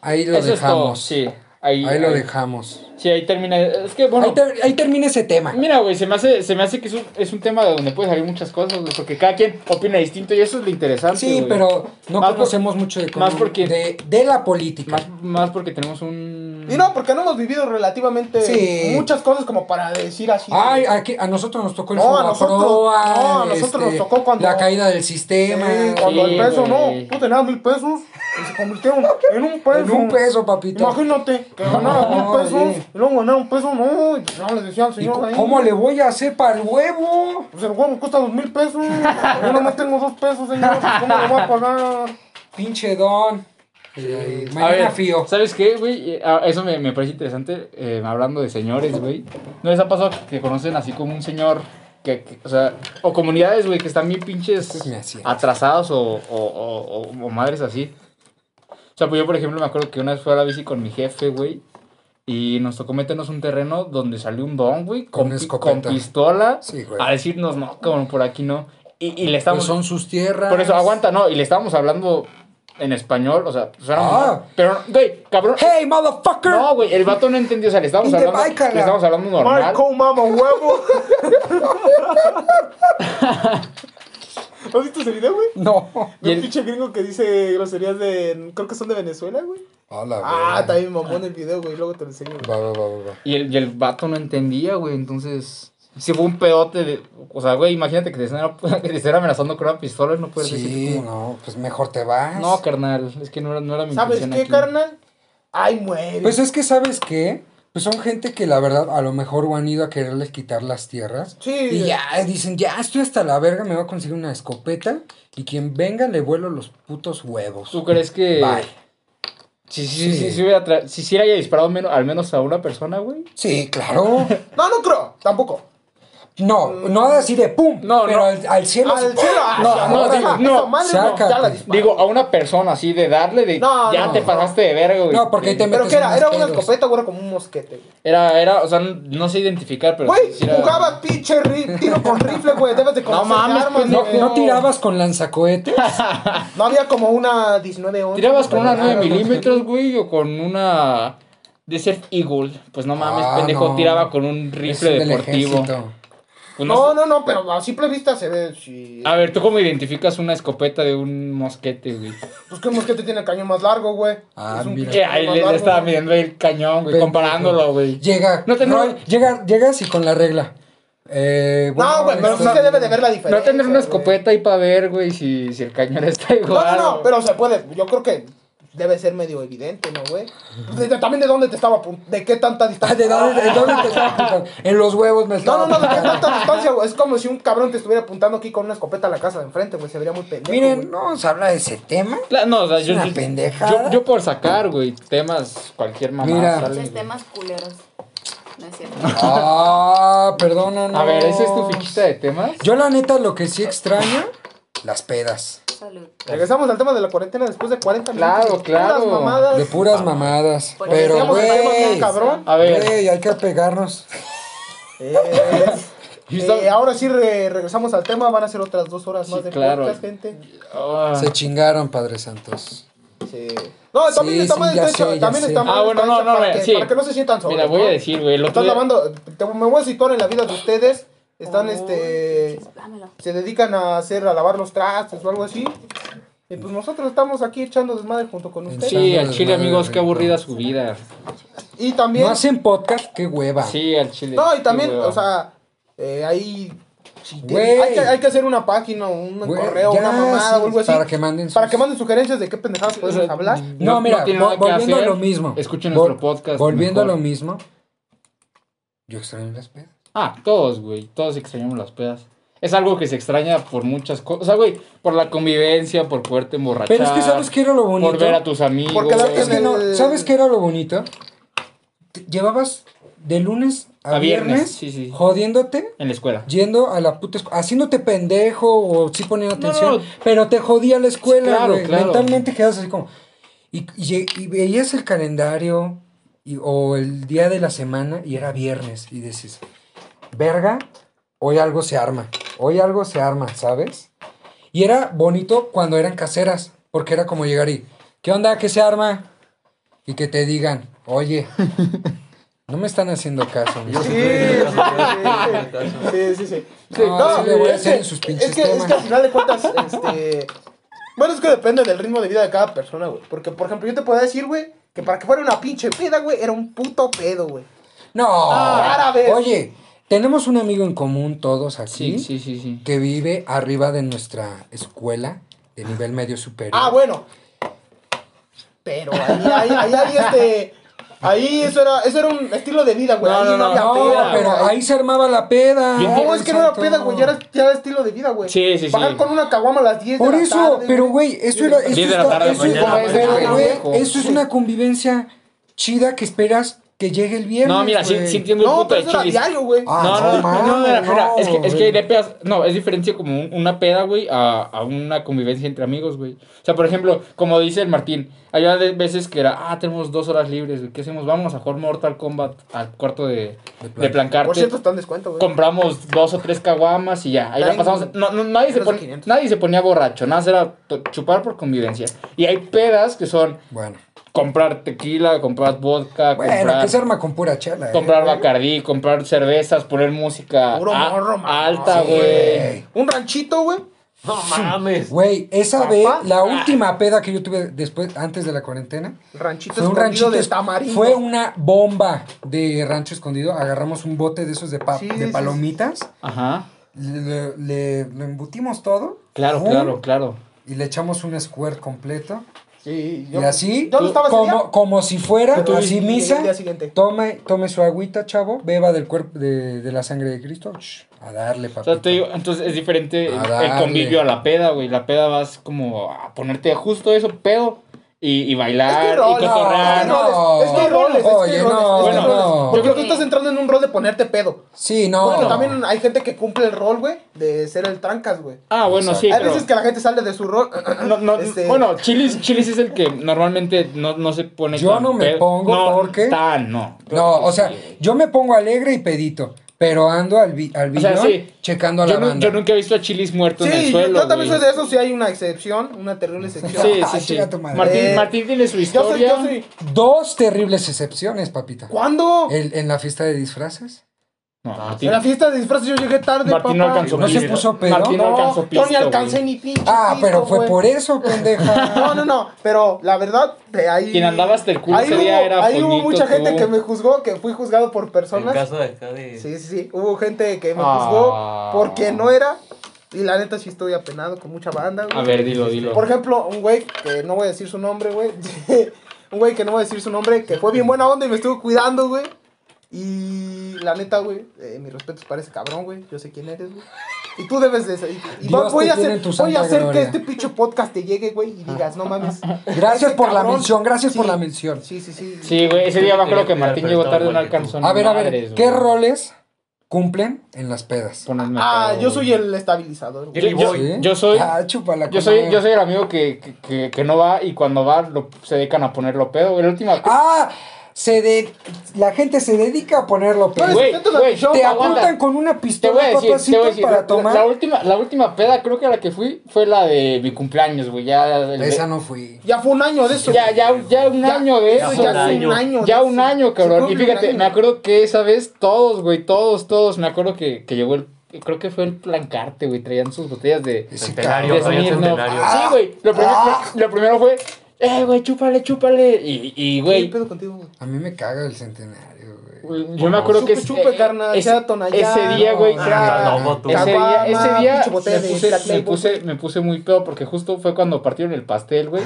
[SPEAKER 1] ahí lo
[SPEAKER 3] Eso es todo.
[SPEAKER 1] dejamos.
[SPEAKER 3] Sí, ahí,
[SPEAKER 1] Ahí lo dejamos.
[SPEAKER 3] Sí, ahí termina. Es que, bueno.
[SPEAKER 1] Ahí, ter- ahí termina ese tema.
[SPEAKER 3] Mira, güey, se me hace, se me hace que es un, es un tema de donde puede salir muchas cosas, güey, porque cada quien opina distinto y eso es lo interesante.
[SPEAKER 1] Sí,
[SPEAKER 3] güey.
[SPEAKER 1] pero no
[SPEAKER 3] Más por-
[SPEAKER 1] conocemos mucho de,
[SPEAKER 3] más
[SPEAKER 1] cómo-
[SPEAKER 3] porque-
[SPEAKER 1] de, de la política.
[SPEAKER 3] Más, más porque tenemos un.
[SPEAKER 2] Y no, porque no hemos vivido relativamente
[SPEAKER 1] Sí.
[SPEAKER 2] muchas cosas como para decir así.
[SPEAKER 1] Ay, aquí, a nosotros nos tocó el
[SPEAKER 2] No, a
[SPEAKER 1] Fobaproa,
[SPEAKER 2] nosotros- no, a nosotros nos tocó cuando-
[SPEAKER 1] la caída del
[SPEAKER 2] Sí,
[SPEAKER 1] sistema.
[SPEAKER 2] cuando
[SPEAKER 3] Sí,
[SPEAKER 2] el peso
[SPEAKER 3] güey.
[SPEAKER 2] no, tú tenías mil pesos y se convirtieron
[SPEAKER 3] [LAUGHS]
[SPEAKER 2] en un peso.
[SPEAKER 1] en un peso, papito.
[SPEAKER 2] Imagínate que ganabas
[SPEAKER 1] No,
[SPEAKER 2] mil
[SPEAKER 1] [LAUGHS]
[SPEAKER 2] pesos
[SPEAKER 1] oye.
[SPEAKER 2] y luego ganaron un peso, no, y no les decía al
[SPEAKER 1] ¿Y
[SPEAKER 2] señor
[SPEAKER 1] co-
[SPEAKER 2] ahí.
[SPEAKER 1] cómo le voy a hacer para el huevo?
[SPEAKER 2] Pues el huevo cuesta dos mil pesos, yo nomás tengo dos pesos, señor, pues, ¿cómo lo voy a pagar?
[SPEAKER 1] Pinche don. Ay,
[SPEAKER 3] A
[SPEAKER 1] Mañana
[SPEAKER 3] ver,
[SPEAKER 1] fío.
[SPEAKER 3] ¿Sabes qué, güey? Eh, ah, Eso me, me parece interesante, eh, hablando de señores, güey. ¿No les ha pasado que conocen así como un señor? Que, que- o sea, o comunidades, güey, que están bien
[SPEAKER 1] Pues
[SPEAKER 3] pinches
[SPEAKER 1] me hacía.
[SPEAKER 3] atrasados o, o- o- o- o madres así. O sea, pues yo, por ejemplo, me acuerdo que una vez fui a la bici con mi jefe, güey. Y nos tocó meternos un terreno donde salió un don, güey, con,
[SPEAKER 1] Una
[SPEAKER 3] pi- con
[SPEAKER 1] escopeta.
[SPEAKER 3] pistola.
[SPEAKER 1] Sí, güey.
[SPEAKER 3] a decirnos, no, cabrón, por aquí no. Y, y le
[SPEAKER 1] Pues
[SPEAKER 3] estamos...
[SPEAKER 1] son sus tierras.
[SPEAKER 3] Por eso, aguanta, no, y le estábamos hablando en español, o sea, pues, éramos-
[SPEAKER 1] Ah.
[SPEAKER 3] pero, güey, cabrón.
[SPEAKER 1] Hey, motherfucker.
[SPEAKER 3] No, güey, el vato no entendió, o sea, le estábamos
[SPEAKER 1] In the
[SPEAKER 3] hablando,
[SPEAKER 1] Baikal.
[SPEAKER 3] le estábamos hablando normal.
[SPEAKER 2] Marco,
[SPEAKER 1] [LAUGHS]
[SPEAKER 2] mama, huevo. ¿Has visto ese video, güey?
[SPEAKER 1] No.
[SPEAKER 2] De
[SPEAKER 3] Y
[SPEAKER 2] un
[SPEAKER 3] el-
[SPEAKER 2] pinche gringo que dice groserías de. Creo que son de Venezuela, güey.
[SPEAKER 1] A la
[SPEAKER 2] Ah,
[SPEAKER 1] verga.
[SPEAKER 2] está bien mamón el video, güey. Luego te lo enseño, güey.
[SPEAKER 1] Va, va, va, va, va.
[SPEAKER 3] Y el, y el vato no entendía, güey, entonces, sí fue un pedote de, o sea, güey, imagínate que te estén, [LAUGHS] que te estén amenazando con una pistola y no puedes decir
[SPEAKER 1] Sí,
[SPEAKER 3] como,
[SPEAKER 1] no, pues mejor te vas.
[SPEAKER 3] no, carnal, es que no era, no era mi
[SPEAKER 2] ¿Sabes
[SPEAKER 3] intención
[SPEAKER 2] qué,
[SPEAKER 3] aquí".
[SPEAKER 2] carnal? Ay, muere.
[SPEAKER 1] Pues es que, ¿sabes qué? Pues son gente que la verdad a lo mejor o han ido a quererles quitar las tierras.
[SPEAKER 2] sí.
[SPEAKER 1] Y ya eh, dicen, ya estoy hasta la verga, me voy a conseguir una escopeta y quien venga le vuelo los putos huevos.
[SPEAKER 3] ¿Tú crees que
[SPEAKER 1] Bye.
[SPEAKER 3] si si
[SPEAKER 1] Sí.
[SPEAKER 3] si si hubiera tra- si sí le haya disparado menos, al menos a una persona, güey?
[SPEAKER 1] Sí,
[SPEAKER 3] [LAUGHS]
[SPEAKER 1] claro.
[SPEAKER 2] No, no creo. Tampoco.
[SPEAKER 1] No, no así de pum,
[SPEAKER 3] No,
[SPEAKER 1] pero
[SPEAKER 3] no.
[SPEAKER 1] Al, al cielo.
[SPEAKER 2] Al
[SPEAKER 1] así,
[SPEAKER 2] cielo.
[SPEAKER 1] ¡pum!
[SPEAKER 2] ay,
[SPEAKER 3] Ah, no,
[SPEAKER 2] esa
[SPEAKER 3] no,
[SPEAKER 2] madre,
[SPEAKER 3] digo,
[SPEAKER 2] esa
[SPEAKER 3] no,
[SPEAKER 2] madre,
[SPEAKER 1] sácate.
[SPEAKER 2] ya la disparé.
[SPEAKER 3] Digo, a una persona así de darle de
[SPEAKER 2] No,
[SPEAKER 3] ya
[SPEAKER 2] no,
[SPEAKER 3] te
[SPEAKER 2] no.
[SPEAKER 3] pasaste de verga, güey.
[SPEAKER 1] No, porque ahí te
[SPEAKER 2] Pero
[SPEAKER 1] metes
[SPEAKER 2] que era,
[SPEAKER 1] unos
[SPEAKER 2] era una
[SPEAKER 1] pedos.
[SPEAKER 2] escopeta, güey, era como un mosquete, güey.
[SPEAKER 3] Era, era, o sea, no sé identificar, pero.
[SPEAKER 2] Güey,
[SPEAKER 3] sí era-
[SPEAKER 2] jugabas pinche ri- tiro con rifle, güey. Debes de conocer de
[SPEAKER 3] mames,
[SPEAKER 2] armas,
[SPEAKER 3] pues,
[SPEAKER 1] No,
[SPEAKER 2] güey.
[SPEAKER 1] ¿no tirabas con lanzacohetes?
[SPEAKER 2] No había como una 19 11.
[SPEAKER 3] Tirabas con una 9
[SPEAKER 2] Ah,
[SPEAKER 3] milímetros, güey, o con una Desert Eagle. Pues no mames,
[SPEAKER 1] Ah,
[SPEAKER 3] pendejo,
[SPEAKER 1] no.
[SPEAKER 3] tiraba con un
[SPEAKER 1] Es
[SPEAKER 3] rifle
[SPEAKER 1] del
[SPEAKER 3] deportivo.
[SPEAKER 1] ejército.
[SPEAKER 3] Pues no
[SPEAKER 2] No,
[SPEAKER 3] sé.
[SPEAKER 2] no, no, pero a simple vista se ve. sí.
[SPEAKER 3] A ver, ¿tú cómo identificas una escopeta de un mosquete, güey?
[SPEAKER 2] Pues que un mosquete tiene el cañón más largo, güey.
[SPEAKER 1] Ah,
[SPEAKER 2] Es un
[SPEAKER 1] mira.
[SPEAKER 2] pinche
[SPEAKER 3] Que
[SPEAKER 2] cañón
[SPEAKER 3] ahí
[SPEAKER 2] más
[SPEAKER 3] le, le
[SPEAKER 2] largo,
[SPEAKER 3] estaba
[SPEAKER 2] güey.
[SPEAKER 3] midiendo el cañón, güey,
[SPEAKER 1] Pendejo.
[SPEAKER 3] comparándolo, güey.
[SPEAKER 1] Llega,
[SPEAKER 3] No tenemos-
[SPEAKER 1] Roy, llega, llegas y con la regla. Eh,
[SPEAKER 2] No, güey, pero sí
[SPEAKER 1] esto-
[SPEAKER 2] se debe de ver la diferencia.
[SPEAKER 3] No tener una
[SPEAKER 2] güey.
[SPEAKER 3] escopeta ahí para ver, güey, si, si el cañón [LAUGHS] está
[SPEAKER 2] No,
[SPEAKER 3] igual.
[SPEAKER 2] no, no, pero se puede. Yo creo que debe ser medio evidente, ¿no, güey? Pues, De- de- también de dónde te estaba apuntando, de qué
[SPEAKER 1] [LAUGHS]
[SPEAKER 2] tanta
[SPEAKER 1] Ah,
[SPEAKER 2] distancia.
[SPEAKER 1] ¿De dónde, de dónde te
[SPEAKER 2] [LAUGHS]
[SPEAKER 1] estaba apuntando? En los huevos me
[SPEAKER 2] No,
[SPEAKER 1] estaba
[SPEAKER 2] no, no, de qué
[SPEAKER 1] apuntando.
[SPEAKER 2] tanta distancia, güey. Es como si un cabrón te estuviera apuntando aquí con una escopeta a la casa de enfrente, güey. Se vería muy pendejo.
[SPEAKER 1] Miren,
[SPEAKER 2] güey.
[SPEAKER 1] no vamos a hablar de ese tema.
[SPEAKER 3] La- no, o sea,
[SPEAKER 1] Es
[SPEAKER 3] yo,
[SPEAKER 1] una
[SPEAKER 3] yo-
[SPEAKER 1] pendejada.
[SPEAKER 3] yo- yo por sacar, güey, temas, cualquier mamá.
[SPEAKER 1] Mira.
[SPEAKER 5] Muchos temas culeros. No es cierto.
[SPEAKER 1] Ah, perdónanos.
[SPEAKER 3] A ver, ¿esa es tu fichita de temas?
[SPEAKER 1] Yo la neta lo que sí extraño, las pedas.
[SPEAKER 5] Salud.
[SPEAKER 2] Regresamos al tema de la cuarentena después de 40
[SPEAKER 3] Claro,
[SPEAKER 2] minutos. de puras
[SPEAKER 3] claro.
[SPEAKER 2] mamadas.
[SPEAKER 1] De puras mamadas.
[SPEAKER 5] Porque
[SPEAKER 1] Pero,
[SPEAKER 2] Decíamos que traemos bien
[SPEAKER 1] güey.
[SPEAKER 2] cabrón.
[SPEAKER 3] A ver,
[SPEAKER 1] güey, hay que apegarnos.
[SPEAKER 2] [LAUGHS] Eh,
[SPEAKER 3] yo
[SPEAKER 2] eh,
[SPEAKER 3] estaba-
[SPEAKER 2] ahora sí re- regresamos al tema, van a ser otras dos horas más
[SPEAKER 3] Sí,
[SPEAKER 2] de
[SPEAKER 3] claro.
[SPEAKER 2] podcast, gente.
[SPEAKER 3] Ah.
[SPEAKER 1] Se chingaron, Padre Santos.
[SPEAKER 2] Sí. No, también
[SPEAKER 1] Sí,
[SPEAKER 2] está
[SPEAKER 1] sí,
[SPEAKER 2] mal
[SPEAKER 1] ya
[SPEAKER 2] está hecho,
[SPEAKER 1] sé, ya
[SPEAKER 2] también
[SPEAKER 1] sé.
[SPEAKER 2] está mal
[SPEAKER 3] Ah, bueno,
[SPEAKER 2] está
[SPEAKER 3] no,
[SPEAKER 2] hecho
[SPEAKER 3] no,
[SPEAKER 2] para,
[SPEAKER 3] mira,
[SPEAKER 2] que,
[SPEAKER 3] sí.
[SPEAKER 2] para que no se sientan solos.
[SPEAKER 3] Mira, voy
[SPEAKER 2] ¿no?
[SPEAKER 3] a decir, güey, lo
[SPEAKER 2] Están lavando, te- me voy a situar en la vida de ustedes. Están,
[SPEAKER 5] Oh,
[SPEAKER 2] este,
[SPEAKER 5] pinches, dámelo.
[SPEAKER 2] se dedican a hacer, a lavar los trastes o algo así. Y pues nosotros estamos aquí echando desmadre junto con ustedes.
[SPEAKER 3] Sí, al chile, amigos, qué aburrida su vida.
[SPEAKER 2] Y también,
[SPEAKER 1] No hacen podcast, qué hueva.
[SPEAKER 3] Sí, al chile.
[SPEAKER 2] no, y también,
[SPEAKER 3] Sí, güey.
[SPEAKER 2] o sea, eh, ahí, si te-
[SPEAKER 1] Güey.
[SPEAKER 2] hay, que, hay que hacer una página, un
[SPEAKER 1] Güey,
[SPEAKER 2] correo,
[SPEAKER 1] ya,
[SPEAKER 2] una mamada
[SPEAKER 1] sí,
[SPEAKER 2] o algo así.
[SPEAKER 1] Para que manden. sus-
[SPEAKER 2] Para que manden sugerencias de qué pendejadas
[SPEAKER 3] O
[SPEAKER 2] podemos
[SPEAKER 3] sea,
[SPEAKER 2] hablar.
[SPEAKER 1] No, mira,
[SPEAKER 3] tiene
[SPEAKER 1] vo-
[SPEAKER 3] nada que
[SPEAKER 1] volviendo a
[SPEAKER 3] hacer,
[SPEAKER 1] lo mismo.
[SPEAKER 3] Escuchen
[SPEAKER 1] Vol-
[SPEAKER 3] nuestro podcast.
[SPEAKER 1] Volviendo a
[SPEAKER 3] mejor.
[SPEAKER 1] lo mismo. Yo extraño las pedas.
[SPEAKER 3] Ah, todos, güey. Todos extrañamos las pedas. Es algo que se extraña por muchas cosas. O sea, güey, por la convivencia, por poderte emborrachar.
[SPEAKER 1] Pero es que sabes que era lo bonito.
[SPEAKER 3] Por ver a tus amigos.
[SPEAKER 2] Por quedarte
[SPEAKER 1] Es que
[SPEAKER 2] en
[SPEAKER 1] no,
[SPEAKER 2] el-
[SPEAKER 1] ¿sabes qué era lo bonito? Te- Llevabas de lunes a,
[SPEAKER 3] A
[SPEAKER 1] viernes,
[SPEAKER 3] viernes, sí, sí.
[SPEAKER 1] jodiéndote,
[SPEAKER 3] En la escuela.
[SPEAKER 1] yendo a la puta escuela, haciéndote pendejo o sí poniendo
[SPEAKER 3] No,
[SPEAKER 1] atención,
[SPEAKER 3] no.
[SPEAKER 1] pero te jodía la escuela,
[SPEAKER 3] Claro,
[SPEAKER 1] güey.
[SPEAKER 3] claro.
[SPEAKER 1] Mentalmente quedabas así como. Y, y- y veías el calendario y- o el día de la semana y era viernes y decís, verga, hoy algo se arma, hoy algo se arma, ¿sabes? Y era bonito cuando eran caseras, porque era como llegar y, ¿qué onda? ¿Qué se arma? Y que te digan,
[SPEAKER 4] [LAUGHS]
[SPEAKER 1] oye, no me están haciendo caso. mi
[SPEAKER 4] Yo
[SPEAKER 1] hijo".
[SPEAKER 2] Sí,
[SPEAKER 4] sí,
[SPEAKER 2] sí, sí, sí, sí. Sí,
[SPEAKER 1] No, Ah, sí le voy a hacer en sus pinches
[SPEAKER 2] es que, es
[SPEAKER 1] temas.
[SPEAKER 2] que al final de cuentas, este. Bueno, es que depende del ritmo de vida de cada persona, güey. Porque, por ejemplo, yo te podía decir, güey, que para que fuera una pinche peda, güey, era un puto pedo, güey.
[SPEAKER 1] No,
[SPEAKER 2] Ah, rara vez.
[SPEAKER 1] oye, tenemos un amigo en común todos aquí
[SPEAKER 3] Sí, sí, sí, sí.
[SPEAKER 1] que vive arriba de nuestra escuela de nivel medio superior.
[SPEAKER 2] Ah, bueno. Pero ahí, ahí, ahí, ahí, este. Ahí eso era, eso era un estilo de vida, güey.
[SPEAKER 3] No,
[SPEAKER 2] ahí
[SPEAKER 3] no, no,
[SPEAKER 2] había
[SPEAKER 1] No,
[SPEAKER 2] peda,
[SPEAKER 1] pero
[SPEAKER 2] güey.
[SPEAKER 1] ahí se armaba la peda.
[SPEAKER 3] Yo-
[SPEAKER 2] No, es que no era
[SPEAKER 1] Santo.
[SPEAKER 2] peda, güey, ya era, ya era estilo de vida, güey.
[SPEAKER 3] Sí, sí, sí.
[SPEAKER 2] Pagar con una caguama a las 10 de
[SPEAKER 1] Por
[SPEAKER 2] la
[SPEAKER 1] eso,
[SPEAKER 2] tarde,
[SPEAKER 1] pero güey, eso era. Eso,
[SPEAKER 3] Diez de la
[SPEAKER 1] está-
[SPEAKER 3] tarde,
[SPEAKER 1] eso-
[SPEAKER 3] mañana, Ah,
[SPEAKER 1] pero,
[SPEAKER 2] mañana,
[SPEAKER 1] güey,
[SPEAKER 3] viejo.
[SPEAKER 1] eso es una convivencia chida que esperas que llegue el viernes.
[SPEAKER 3] No, mira, sí,
[SPEAKER 1] güey.
[SPEAKER 3] sí entiendo el
[SPEAKER 2] No,
[SPEAKER 3] punto
[SPEAKER 2] pero
[SPEAKER 3] de
[SPEAKER 2] eso era
[SPEAKER 3] chilis.
[SPEAKER 2] diario, güey.
[SPEAKER 1] Ah,
[SPEAKER 3] no, no,
[SPEAKER 1] mames,
[SPEAKER 3] no, mira, mira, es que, es que
[SPEAKER 1] güey.
[SPEAKER 3] hay de pedas, no, es diferencia como un- una peda, güey, a, a una convivencia entre amigos, güey. O sea, por ejemplo, como dice el Martín, había de- veces que era, ah, tenemos dos horas libres, güey, ¿qué hacemos? Vamos a jugar Mortal Kombat al cuarto de,
[SPEAKER 1] De plan-
[SPEAKER 3] de Plancarte.
[SPEAKER 2] Por cierto, están en descuento, güey.
[SPEAKER 3] compramos dos o tres caguamas y ya, ahí la
[SPEAKER 2] Tengo-
[SPEAKER 3] pasamos. No, no, nadie, se
[SPEAKER 2] Pero son
[SPEAKER 3] pon-
[SPEAKER 2] 500.
[SPEAKER 3] nadie se ponía borracho, nada, era to- chupar por convivencia. Y hay pedas que son
[SPEAKER 1] Bueno,
[SPEAKER 3] comprar tequila, comprar vodka,
[SPEAKER 1] bueno,
[SPEAKER 3] comprar...
[SPEAKER 1] que se arma con pura chela. eh.
[SPEAKER 3] Comprar Bacardí, comprar cervezas, poner música
[SPEAKER 2] Puro
[SPEAKER 3] a-
[SPEAKER 2] morro, mano.
[SPEAKER 3] alta,
[SPEAKER 2] Sí,
[SPEAKER 3] güey.
[SPEAKER 2] Un ranchito, güey.
[SPEAKER 4] No mames.
[SPEAKER 1] Güey, esa
[SPEAKER 2] Papá.
[SPEAKER 1] vez,
[SPEAKER 3] Ah.
[SPEAKER 1] la última peda que yo tuve después, antes de la cuarentena,
[SPEAKER 2] El Ranchito
[SPEAKER 1] fue un
[SPEAKER 2] escondido
[SPEAKER 1] ranchito.
[SPEAKER 2] de
[SPEAKER 1] es-
[SPEAKER 2] tamarindo.
[SPEAKER 1] Fue una bomba de rancho escondido. Agarramos un bote de esos de, pa-
[SPEAKER 2] Sí,
[SPEAKER 1] de
[SPEAKER 2] sí,
[SPEAKER 1] palomitas.
[SPEAKER 3] Ajá.
[SPEAKER 1] Le, le- le- lo embutimos todo.
[SPEAKER 3] Claro,
[SPEAKER 1] ¡fum!
[SPEAKER 3] claro, claro.
[SPEAKER 1] Y le echamos un square completo.
[SPEAKER 2] Sí,
[SPEAKER 1] y así,
[SPEAKER 2] Yo no estaba ese día.
[SPEAKER 1] como, como si fuera,
[SPEAKER 2] Pero tú
[SPEAKER 1] así
[SPEAKER 2] llegué
[SPEAKER 1] misa,
[SPEAKER 2] el día siguiente.
[SPEAKER 1] tome, tome su agüita, chavo, beba del cuerpo, de, de la sangre de Cristo, Shh, a darle,
[SPEAKER 3] O
[SPEAKER 1] papito.
[SPEAKER 3] sea, te digo, entonces es diferente
[SPEAKER 1] A
[SPEAKER 3] el- el
[SPEAKER 1] darle.
[SPEAKER 3] convivio a la peda, güey. La peda vas como a ponerte justo eso, pedo. Y, y bailar,
[SPEAKER 2] Es que
[SPEAKER 3] y
[SPEAKER 2] rola,
[SPEAKER 3] cotorrar.
[SPEAKER 1] no, no.
[SPEAKER 2] Es que hay roles, es que hay roles, es que hay
[SPEAKER 1] Oye,
[SPEAKER 2] roles,
[SPEAKER 1] no,
[SPEAKER 2] es que hay
[SPEAKER 3] bueno,
[SPEAKER 2] roles.
[SPEAKER 1] no.
[SPEAKER 2] Porque
[SPEAKER 5] Yo
[SPEAKER 2] tú
[SPEAKER 5] creo-
[SPEAKER 2] estás entrando en un rol de ponerte pedo.
[SPEAKER 1] Sí, no.
[SPEAKER 2] Bueno, también hay gente que cumple el rol, güey, de ser el trancas, güey.
[SPEAKER 3] Ah, bueno, sí.
[SPEAKER 2] hay
[SPEAKER 3] pero-
[SPEAKER 2] veces que la gente sale de su rol.
[SPEAKER 3] no, no,
[SPEAKER 2] este,
[SPEAKER 3] Bueno, Chilis, Chilis es el que normalmente no, no se pone
[SPEAKER 1] Yo
[SPEAKER 3] tan
[SPEAKER 1] no me
[SPEAKER 3] pedo.
[SPEAKER 1] pongo
[SPEAKER 3] no,
[SPEAKER 1] porque-
[SPEAKER 3] Tan, no.
[SPEAKER 1] No, o sea, yo me pongo alegre y pedito, pero ando al, vi- al
[SPEAKER 3] O sea,
[SPEAKER 1] billón
[SPEAKER 3] sí.
[SPEAKER 1] checando a la
[SPEAKER 3] Yo, nu-
[SPEAKER 1] banda.
[SPEAKER 3] yo nunca he visto a Chilis muerto en el
[SPEAKER 2] sí, yo,
[SPEAKER 3] suelo.
[SPEAKER 2] yo también
[SPEAKER 3] güey.
[SPEAKER 2] soy de eso. Sí, hay una excepción, una terrible excepción.
[SPEAKER 3] Sí,
[SPEAKER 1] Ah,
[SPEAKER 3] sí, sí.
[SPEAKER 1] chinga tu madre.
[SPEAKER 3] Martín,
[SPEAKER 2] Eh,
[SPEAKER 3] Martín tiene su
[SPEAKER 2] Yo soy,
[SPEAKER 3] historia.
[SPEAKER 2] yo soy.
[SPEAKER 1] Dos terribles excepciones, papita.
[SPEAKER 2] ¿Cuándo?
[SPEAKER 1] El- en la fiesta de disfraces.
[SPEAKER 3] No, Martín,
[SPEAKER 2] En la fiesta Ah, de disfraces yo llegué tarde, papá.
[SPEAKER 3] Martín no alcanzó
[SPEAKER 1] No
[SPEAKER 4] Sí,
[SPEAKER 1] se
[SPEAKER 4] mira.
[SPEAKER 1] puso pedo.
[SPEAKER 3] Martín no
[SPEAKER 2] No,
[SPEAKER 3] alcanzó pisto,
[SPEAKER 2] yo ni alcancé
[SPEAKER 3] güey.
[SPEAKER 2] ni pinche.
[SPEAKER 1] Ah,
[SPEAKER 2] pisto,
[SPEAKER 1] pero fue
[SPEAKER 2] güey.
[SPEAKER 1] por eso,
[SPEAKER 2] [LAUGHS]
[SPEAKER 1] pendeja.
[SPEAKER 2] No, no, no, pero la verdad, de ahí.
[SPEAKER 3] Quien andaba hasta el culo
[SPEAKER 2] ahí
[SPEAKER 3] ese
[SPEAKER 2] hubo,
[SPEAKER 3] día era
[SPEAKER 2] Ahí hubo
[SPEAKER 3] Juanito,
[SPEAKER 2] mucha gente
[SPEAKER 3] tú.
[SPEAKER 2] que me juzgó, que fui juzgado por
[SPEAKER 4] En
[SPEAKER 2] personas.
[SPEAKER 4] caso de acá de.
[SPEAKER 2] Sí, sí, sí. Hubo gente que me
[SPEAKER 3] Ah.
[SPEAKER 2] juzgó porque no era. Y la neta sí estoy apenado con mucha banda, güey.
[SPEAKER 3] A ver, dilo, dilo.
[SPEAKER 2] Por ejemplo, un güey que no voy a decir su nombre, güey. [LAUGHS] un güey que no voy a decir su nombre, que fue bien buena onda y me estuvo cuidando, güey. Y la neta, güey, eh, mis respetos para ese cabrón, güey. Yo sé quién eres, güey. Y tú debes de... Y, y
[SPEAKER 1] Dios
[SPEAKER 2] voy
[SPEAKER 1] te
[SPEAKER 2] a
[SPEAKER 1] tiene
[SPEAKER 2] hacer,
[SPEAKER 1] en tu
[SPEAKER 2] voy
[SPEAKER 1] santa
[SPEAKER 2] a hacer que
[SPEAKER 1] gloria.
[SPEAKER 2] este pinche podcast te llegue, güey, y digas, no mames.
[SPEAKER 1] [LAUGHS] Gracias por la
[SPEAKER 2] cabrón.
[SPEAKER 1] mención, gracias por
[SPEAKER 2] Sí.
[SPEAKER 1] la mención.
[SPEAKER 2] Sí, sí, sí.
[SPEAKER 3] Sí, güey, ese día me acuerdo que
[SPEAKER 4] Pero-
[SPEAKER 3] Martín
[SPEAKER 4] pero
[SPEAKER 3] llegó
[SPEAKER 4] estaba
[SPEAKER 3] tarde y no
[SPEAKER 4] igual que tú.
[SPEAKER 3] alcanzó ni
[SPEAKER 1] A ver, a ver,
[SPEAKER 3] madres,
[SPEAKER 1] ¿qué
[SPEAKER 3] güey.
[SPEAKER 1] roles cumplen en las pedas?
[SPEAKER 3] Ponerme
[SPEAKER 2] Ah,
[SPEAKER 3] pedo,
[SPEAKER 2] yo
[SPEAKER 3] güey.
[SPEAKER 2] soy el estabilizador,
[SPEAKER 3] Yo-
[SPEAKER 2] güey.
[SPEAKER 4] Yo- yo-
[SPEAKER 1] ¿Sí?
[SPEAKER 3] yo soy-
[SPEAKER 1] Ah, chúpala,
[SPEAKER 3] Yo
[SPEAKER 1] comadre.
[SPEAKER 3] soy, yo soy el amigo que, que, que- que no va y cuando va lo- se dedican a ponerlo pedo. güey. La última.
[SPEAKER 1] Ah, se de... la gente se dedica a ponerlo pedo.
[SPEAKER 3] Güey,
[SPEAKER 2] respeto la
[SPEAKER 3] güey,
[SPEAKER 2] visión,
[SPEAKER 1] Te
[SPEAKER 3] aguanta.
[SPEAKER 1] apuntan con una
[SPEAKER 3] Te voy
[SPEAKER 1] pistola,
[SPEAKER 3] a decir, te
[SPEAKER 1] papacito,
[SPEAKER 3] voy a decir.
[SPEAKER 1] para
[SPEAKER 3] la,
[SPEAKER 1] tomar.
[SPEAKER 3] la última, la última peda, creo que a la que fui fue la de mi cumpleaños, güey. Ya, el-
[SPEAKER 1] Esa no fui.
[SPEAKER 2] Ya fue un año de eso.
[SPEAKER 3] ya, ya, ya un
[SPEAKER 2] Ya-
[SPEAKER 3] año de
[SPEAKER 4] ya
[SPEAKER 3] eso.
[SPEAKER 4] fue un
[SPEAKER 3] güey.
[SPEAKER 4] año.
[SPEAKER 2] de
[SPEAKER 3] Ya
[SPEAKER 2] eso.
[SPEAKER 3] un año,
[SPEAKER 2] Se
[SPEAKER 3] cabrón. Y
[SPEAKER 2] cumple un
[SPEAKER 3] fíjate,
[SPEAKER 2] año.
[SPEAKER 3] me acuerdo que esa vez todos, güey, todos, todos. Me acuerdo que, que llegó el. Creo que fue el plancarte, güey. Traían sus botellas de.
[SPEAKER 1] Ese
[SPEAKER 4] Centenario,
[SPEAKER 1] cabrón.
[SPEAKER 3] de
[SPEAKER 4] había
[SPEAKER 3] Smirnoff.
[SPEAKER 4] centenario.
[SPEAKER 3] Sí, güey. Lo, primero- lo- lo primero fue. Eh, güey, chúpale, chúpale. Y, y
[SPEAKER 2] ¿Qué
[SPEAKER 3] güey.
[SPEAKER 2] pedo contigo, güey?
[SPEAKER 1] A mí me caga el centenario, güey.
[SPEAKER 3] Yo me acuerdo
[SPEAKER 2] Chupe,
[SPEAKER 3] que es-
[SPEAKER 2] chupe,
[SPEAKER 3] eh,
[SPEAKER 2] carnal,
[SPEAKER 3] ese,
[SPEAKER 2] sea Tonayán,
[SPEAKER 3] ese día, güey,
[SPEAKER 2] no,
[SPEAKER 3] creo-
[SPEAKER 2] ya,
[SPEAKER 4] lobo, Ah, tú.
[SPEAKER 3] ese día,
[SPEAKER 2] Caguama,
[SPEAKER 3] ese
[SPEAKER 2] pinche
[SPEAKER 3] día
[SPEAKER 2] botella
[SPEAKER 3] me
[SPEAKER 2] de
[SPEAKER 3] puse,
[SPEAKER 2] Black
[SPEAKER 3] me,
[SPEAKER 2] Label.
[SPEAKER 3] puse, me puse muy pedo porque justo fue cuando partieron el pastel, güey,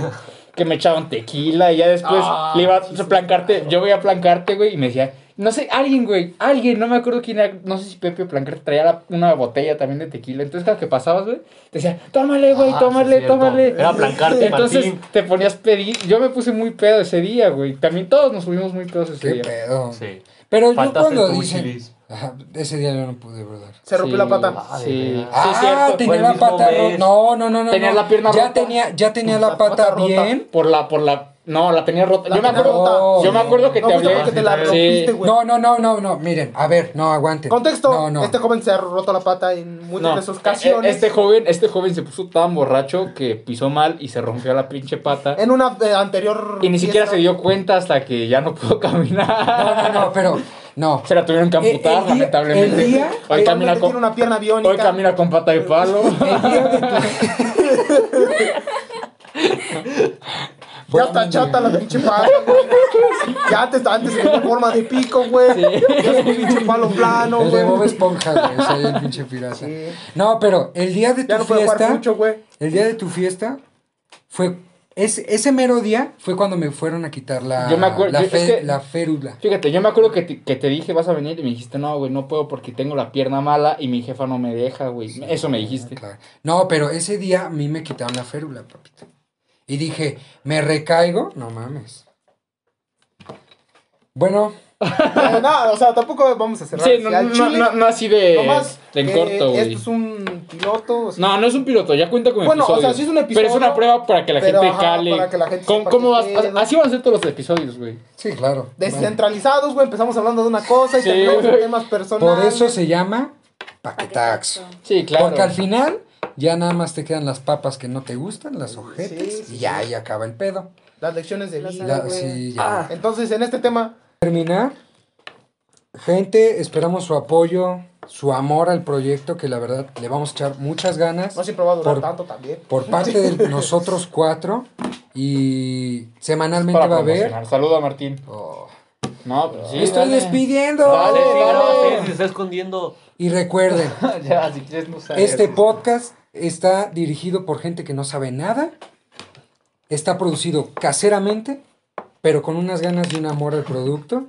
[SPEAKER 3] que me echaban tequila y ya después
[SPEAKER 2] Ah,
[SPEAKER 3] le iba a
[SPEAKER 2] sí, sí,
[SPEAKER 3] plancarte, yo voy a plancarte, güey, y me decía, no sé, alguien, güey, alguien, no me acuerdo quién era, no sé si Pepe o plancarte traía la- una botella también de tequila, entonces cada que pasabas, güey, te decía, tómale, güey,
[SPEAKER 4] Ah, sí,
[SPEAKER 3] tómale,
[SPEAKER 4] es cierto.
[SPEAKER 3] tómale.
[SPEAKER 4] Era plancarte,
[SPEAKER 3] Entonces
[SPEAKER 4] Martín.
[SPEAKER 3] te ponías pedir, yo me puse muy pedo ese día, güey, también todos nos subimos muy pedos ese
[SPEAKER 1] Qué
[SPEAKER 3] día.
[SPEAKER 1] pedo.
[SPEAKER 4] Sí.
[SPEAKER 1] Pero
[SPEAKER 4] Faltaste
[SPEAKER 1] Pues yo cuando
[SPEAKER 4] tú,
[SPEAKER 1] dicen...
[SPEAKER 4] Chilis.
[SPEAKER 1] Ajá, ese día yo no pude, brother.
[SPEAKER 2] Se rompió
[SPEAKER 3] Sí,
[SPEAKER 2] la pata.
[SPEAKER 4] Ah, de
[SPEAKER 3] Sí, sí,
[SPEAKER 4] veras.
[SPEAKER 1] Ah,
[SPEAKER 3] cierto.
[SPEAKER 4] Fue
[SPEAKER 1] tenía
[SPEAKER 4] el
[SPEAKER 1] la
[SPEAKER 4] mismo
[SPEAKER 1] pata
[SPEAKER 4] mes.
[SPEAKER 1] rota. No, no, no, no.
[SPEAKER 3] Tenía
[SPEAKER 1] no.
[SPEAKER 3] la pierna
[SPEAKER 1] ya
[SPEAKER 3] rota.
[SPEAKER 1] Tenía, ya tenía la,
[SPEAKER 2] La pata
[SPEAKER 1] pata,
[SPEAKER 2] rota.
[SPEAKER 1] bien.
[SPEAKER 3] Por la, por la. No, la tenía rota.
[SPEAKER 2] La
[SPEAKER 3] yo, me
[SPEAKER 2] tenía
[SPEAKER 3] acuerdo,
[SPEAKER 1] rota.
[SPEAKER 3] yo me acuerdo que
[SPEAKER 2] No,
[SPEAKER 3] te
[SPEAKER 2] justo
[SPEAKER 3] hablé.
[SPEAKER 2] porque te la
[SPEAKER 4] Sí.
[SPEAKER 2] rompiste, güey.
[SPEAKER 1] No, no, no, no, no. Miren, a ver, no, aguante.
[SPEAKER 2] Contexto,
[SPEAKER 1] No, no.
[SPEAKER 2] este joven se ha roto la pata en muchas
[SPEAKER 3] No,
[SPEAKER 2] de sus ocasiones.
[SPEAKER 3] Este joven, este joven se puso tan borracho que pisó mal y se rompió la pinche pata.
[SPEAKER 2] en una eh, anterior.
[SPEAKER 3] Y ni siquiera
[SPEAKER 2] fiesta.
[SPEAKER 3] se dio cuenta hasta que ya no pudo [LAUGHS]
[SPEAKER 1] No,
[SPEAKER 3] caminar.
[SPEAKER 1] no, no, pero. No.
[SPEAKER 3] [LAUGHS] Se la tuvieron
[SPEAKER 2] Eh,
[SPEAKER 3] que
[SPEAKER 1] El-
[SPEAKER 3] amputar,
[SPEAKER 1] el día-
[SPEAKER 3] lamentablemente.
[SPEAKER 1] el día-
[SPEAKER 3] hoy,
[SPEAKER 2] Realmente
[SPEAKER 3] camina con,
[SPEAKER 2] tiene una pierna biónica.
[SPEAKER 3] hoy camina con pata de palo. [LAUGHS]
[SPEAKER 2] Ya está chata la pinche pata,
[SPEAKER 3] [LAUGHS]
[SPEAKER 2] güey. Ya antes, antes tenía forma de pico, güey. Ya es un pinche palo plano,
[SPEAKER 1] el de Bob
[SPEAKER 2] güey.
[SPEAKER 1] Esponja, güey. O sea, el pinche pirata.
[SPEAKER 2] Sí.
[SPEAKER 1] No, pero el día de tu
[SPEAKER 2] Ya no puede
[SPEAKER 1] fiesta.
[SPEAKER 2] jugar mucho, güey.
[SPEAKER 1] El día de tu fiesta fue. Ese, ese mero día fue cuando me fueron a quitar la,
[SPEAKER 3] Yo me acuerdo-
[SPEAKER 1] la,
[SPEAKER 3] yo-
[SPEAKER 1] fe-
[SPEAKER 3] es que-
[SPEAKER 1] la férula.
[SPEAKER 3] Fíjate, yo me acuerdo que te, que te dije, vas a venir, y me dijiste, no, güey, no puedo porque tengo la pierna mala y mi jefa no me deja, güey. Eso me dijiste.
[SPEAKER 1] Claro. No, pero ese día a mí me quitaron la férula, papito. Y dije, ¿me recaigo? No mames. Bueno,
[SPEAKER 2] Eh, no, o sea, tampoco vamos a cerrar.
[SPEAKER 3] Sí,
[SPEAKER 2] Si
[SPEAKER 3] no,
[SPEAKER 2] al
[SPEAKER 3] no,
[SPEAKER 2] chile,
[SPEAKER 3] no, no así de,
[SPEAKER 2] nomás
[SPEAKER 3] de en
[SPEAKER 2] que
[SPEAKER 3] corto, güey.
[SPEAKER 2] Esto es un piloto. o sea,
[SPEAKER 3] No, no es un piloto, ya cuenta con
[SPEAKER 2] Bueno, o sea,
[SPEAKER 3] episodios.
[SPEAKER 2] sí es un episodio,
[SPEAKER 3] Pero es una prueba para que la
[SPEAKER 2] pero,
[SPEAKER 3] gente
[SPEAKER 2] ajá,
[SPEAKER 3] cale.
[SPEAKER 2] para que la gente
[SPEAKER 3] ¿Cómo,
[SPEAKER 2] sepa
[SPEAKER 3] cómo
[SPEAKER 2] qué
[SPEAKER 3] vas?
[SPEAKER 2] pedo.
[SPEAKER 3] Así van a ser todos los episodios, güey.
[SPEAKER 1] sí, claro. Bueno.
[SPEAKER 2] Descentralizados, güey. Empezamos hablando de una cosa y
[SPEAKER 3] Sí,
[SPEAKER 2] terminamos en
[SPEAKER 3] güey.
[SPEAKER 2] temas personales.
[SPEAKER 1] Por eso se llama paquetaxo.
[SPEAKER 5] Paquetaxo.
[SPEAKER 3] Sí, claro.
[SPEAKER 1] Porque al final ya nada más te quedan las papas que no te gustan, las ojetes,
[SPEAKER 2] Sí, sí,
[SPEAKER 1] y ya ahí acaba el pedo.
[SPEAKER 2] Las lecciones de
[SPEAKER 5] Los
[SPEAKER 2] vida.
[SPEAKER 5] Ya,
[SPEAKER 1] Ya,
[SPEAKER 5] güey.
[SPEAKER 1] sí, ya.
[SPEAKER 2] Entonces, en este tema,
[SPEAKER 1] Terminar. Gente, esperamos su apoyo, su amor al proyecto, que la verdad le vamos a echar muchas ganas.
[SPEAKER 2] no siempre va a durar
[SPEAKER 1] Por-
[SPEAKER 2] tanto también.
[SPEAKER 1] por parte de nosotros cuatro y semanalmente
[SPEAKER 3] para
[SPEAKER 1] va a haber.
[SPEAKER 3] promocionar. Saluda a Martín.
[SPEAKER 1] Oh,
[SPEAKER 3] No, pero sí.
[SPEAKER 1] me estoy
[SPEAKER 3] dale.
[SPEAKER 1] despidiendo.
[SPEAKER 4] Dale,
[SPEAKER 3] Dale,
[SPEAKER 4] sí, no,
[SPEAKER 3] dale.
[SPEAKER 4] sí, se está escondiendo.
[SPEAKER 1] Y
[SPEAKER 3] [LAUGHS]
[SPEAKER 1] recuerden,
[SPEAKER 3] [LAUGHS] ya, si quieres no sabes.
[SPEAKER 1] este podcast está dirigido por gente que no sabe nada. Está producido caseramente, pero con unas ganas y un amor al producto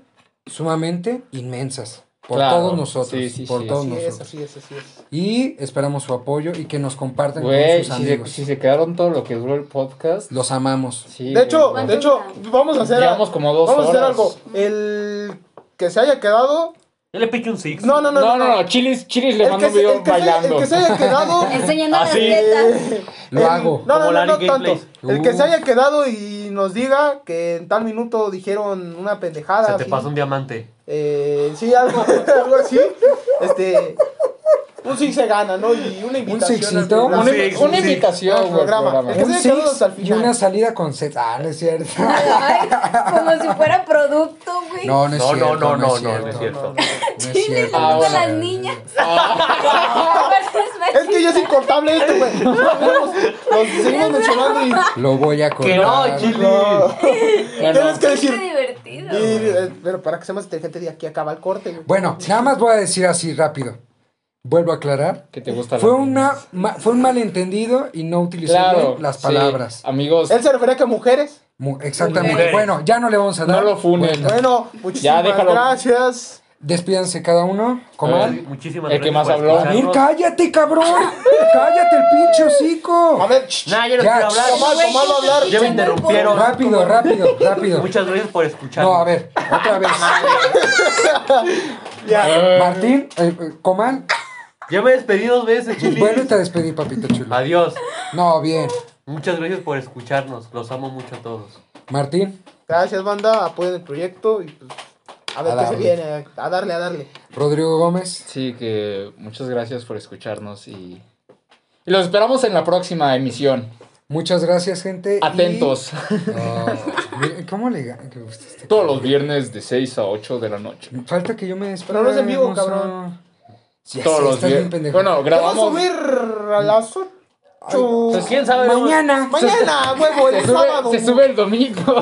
[SPEAKER 1] sumamente inmensas. Por
[SPEAKER 3] Claro,
[SPEAKER 1] todos nosotros.
[SPEAKER 3] sí, sí,
[SPEAKER 1] por
[SPEAKER 3] sí.
[SPEAKER 1] todos
[SPEAKER 2] Así es,
[SPEAKER 1] nosotros.
[SPEAKER 2] así es, así es.
[SPEAKER 1] Y esperamos su apoyo y que nos compartan
[SPEAKER 3] Güey,
[SPEAKER 1] con sus
[SPEAKER 3] si se,
[SPEAKER 1] amigos.
[SPEAKER 3] si se quedaron todo lo que duró el podcast.
[SPEAKER 1] Los amamos.
[SPEAKER 3] Sí,
[SPEAKER 2] De
[SPEAKER 3] güey.
[SPEAKER 2] hecho,
[SPEAKER 5] ¿Cuánto
[SPEAKER 2] de hecho,
[SPEAKER 5] dura?
[SPEAKER 2] vamos a hacer.
[SPEAKER 3] Llevamos como dos
[SPEAKER 2] Vamos a hacer
[SPEAKER 3] horas.
[SPEAKER 2] algo. El que se haya quedado.
[SPEAKER 4] Yo le piqué un six.
[SPEAKER 2] No, no, no, no.
[SPEAKER 3] No, no, no, Chilis, Chilis le
[SPEAKER 2] El que,
[SPEAKER 3] mandó un
[SPEAKER 2] se,
[SPEAKER 3] video
[SPEAKER 2] el, que se,
[SPEAKER 3] bailando.
[SPEAKER 2] el que se haya
[SPEAKER 5] [LAUGHS]
[SPEAKER 2] quedado. eh,
[SPEAKER 5] Enseñando
[SPEAKER 4] Ah,
[SPEAKER 5] las
[SPEAKER 4] sí.
[SPEAKER 5] tetas.
[SPEAKER 1] Lo
[SPEAKER 3] Em,
[SPEAKER 2] el-
[SPEAKER 1] hago.
[SPEAKER 2] No, no,
[SPEAKER 4] Como
[SPEAKER 2] no, no tanto.
[SPEAKER 4] Larry Gameplays.
[SPEAKER 2] El que
[SPEAKER 1] Uh.
[SPEAKER 2] se haya quedado y nos diga que en tal minuto dijeron una pendejada.
[SPEAKER 4] Se te
[SPEAKER 2] así.
[SPEAKER 4] pasó un diamante.
[SPEAKER 2] Eh, sí, [LAUGHS] algo, algo así. Este. Un six se gana, ¿no? Y una invitación. al
[SPEAKER 1] sixito,
[SPEAKER 2] programa.
[SPEAKER 3] Una,
[SPEAKER 4] Sí,
[SPEAKER 3] invi-
[SPEAKER 4] sí,
[SPEAKER 3] una
[SPEAKER 4] sí.
[SPEAKER 3] invitación,
[SPEAKER 2] Al
[SPEAKER 3] güey. al
[SPEAKER 2] programa.
[SPEAKER 3] programa.
[SPEAKER 2] Es-
[SPEAKER 1] Un
[SPEAKER 2] se quedó
[SPEAKER 1] six
[SPEAKER 2] hasta el final.
[SPEAKER 1] y una salida con set. Ah, no es cierto.
[SPEAKER 5] Ay, como si fuera producto, güey.
[SPEAKER 1] No, no es
[SPEAKER 4] No,
[SPEAKER 1] cierto.
[SPEAKER 4] no, no, no,
[SPEAKER 1] es
[SPEAKER 4] no, no es
[SPEAKER 1] cierto.
[SPEAKER 4] cierto.
[SPEAKER 1] No es
[SPEAKER 5] ¿Quién le
[SPEAKER 1] cierto, Ah,
[SPEAKER 5] importa
[SPEAKER 1] no es
[SPEAKER 4] Ah,
[SPEAKER 5] a las
[SPEAKER 1] cierto.
[SPEAKER 4] [LAUGHS]
[SPEAKER 5] niñas? [LAUGHS] Aparte es
[SPEAKER 2] Es que ya es
[SPEAKER 5] machista.
[SPEAKER 2] incortable esto,
[SPEAKER 1] [LAUGHS]
[SPEAKER 2] güey. Los seguimos mencionando y.
[SPEAKER 1] Lo voy a cortar.
[SPEAKER 4] Que no, Chili.
[SPEAKER 3] Bueno,
[SPEAKER 2] Tienes que
[SPEAKER 5] [LAUGHS] Qué
[SPEAKER 2] decir.
[SPEAKER 5] divertido.
[SPEAKER 2] y, eh, pero para que sea más inteligente, de aquí acaba el corte, güey.
[SPEAKER 1] Bueno, nada más voy a decir así rápido. Vuelvo a aclarar.
[SPEAKER 3] que te gusta la
[SPEAKER 1] Fue,
[SPEAKER 3] pena.
[SPEAKER 1] una, ma- fue un malentendido y no utilicé
[SPEAKER 3] Claro,
[SPEAKER 1] bien las
[SPEAKER 3] sí.
[SPEAKER 1] palabras.
[SPEAKER 3] Amigos,
[SPEAKER 2] Él se refería a que mujeres.
[SPEAKER 1] Mu- Exactamente.
[SPEAKER 4] Mujeres.
[SPEAKER 1] Bueno, ya no le vamos a
[SPEAKER 3] no
[SPEAKER 1] dar.
[SPEAKER 3] lo funen.
[SPEAKER 2] Bueno, muchísimas
[SPEAKER 3] déjalo.
[SPEAKER 2] gracias.
[SPEAKER 1] Despídanse cada uno. Comal.
[SPEAKER 3] ver.
[SPEAKER 4] Muchísimas
[SPEAKER 3] El que más
[SPEAKER 4] por
[SPEAKER 3] habló.
[SPEAKER 4] escucharnos.
[SPEAKER 1] También cállate, cabrón. cállate el pinche hocico.
[SPEAKER 2] A ver, shh,
[SPEAKER 4] Nah, yo no
[SPEAKER 1] Ya,
[SPEAKER 4] quiero hablar.
[SPEAKER 2] Tomás,
[SPEAKER 5] Güey,
[SPEAKER 2] Tomás va a
[SPEAKER 5] yo
[SPEAKER 2] hablar.
[SPEAKER 5] estoy
[SPEAKER 4] Ya me
[SPEAKER 5] escuchando el
[SPEAKER 4] interrumpieron.
[SPEAKER 5] podcast.
[SPEAKER 1] Rápido, rápido, rápido.
[SPEAKER 4] Muchas gracias por escuchar.
[SPEAKER 1] No, a ver, otra vez.
[SPEAKER 2] ya.
[SPEAKER 1] Martín, eh, eh, Comal.
[SPEAKER 4] Ya me despedí dos veces, chilis.
[SPEAKER 1] Bueno, te despedí, papito chulo.
[SPEAKER 4] Adiós.
[SPEAKER 1] No, bien.
[SPEAKER 4] Muchas gracias por escucharnos. Los amo mucho a todos.
[SPEAKER 1] Martín,
[SPEAKER 2] Gracias, banda. Apoyen el proyecto y pues, a ver
[SPEAKER 1] A
[SPEAKER 2] qué se
[SPEAKER 1] darle.
[SPEAKER 2] viene. A darle, a darle.
[SPEAKER 1] Rodrigo Gómez.
[SPEAKER 3] Sí, que muchas gracias por escucharnos y, y los esperamos en la próxima emisión.
[SPEAKER 1] Muchas gracias, gente. y-
[SPEAKER 3] Atentos. [LAUGHS]
[SPEAKER 1] Oh, miren, ¿Cómo le ga- que usted esté-
[SPEAKER 3] Todos los viernes de 6 a 8 de la noche.
[SPEAKER 1] Falta que yo me despida.
[SPEAKER 2] Pero no es en vivo,
[SPEAKER 1] hermoso.
[SPEAKER 2] cabrón.
[SPEAKER 1] Sí,
[SPEAKER 3] Todos
[SPEAKER 1] sí,
[SPEAKER 3] los
[SPEAKER 1] estás bien
[SPEAKER 3] viernes.
[SPEAKER 1] pendejo.
[SPEAKER 3] Bueno,
[SPEAKER 2] Te Vamos a
[SPEAKER 3] grabamos.
[SPEAKER 2] subir a las 8.
[SPEAKER 4] Pues quién sabe.
[SPEAKER 1] Mañana.
[SPEAKER 2] Mañana, huevo, el
[SPEAKER 3] Se sube,
[SPEAKER 2] sábado.
[SPEAKER 3] se sube el domingo. [LAUGHS]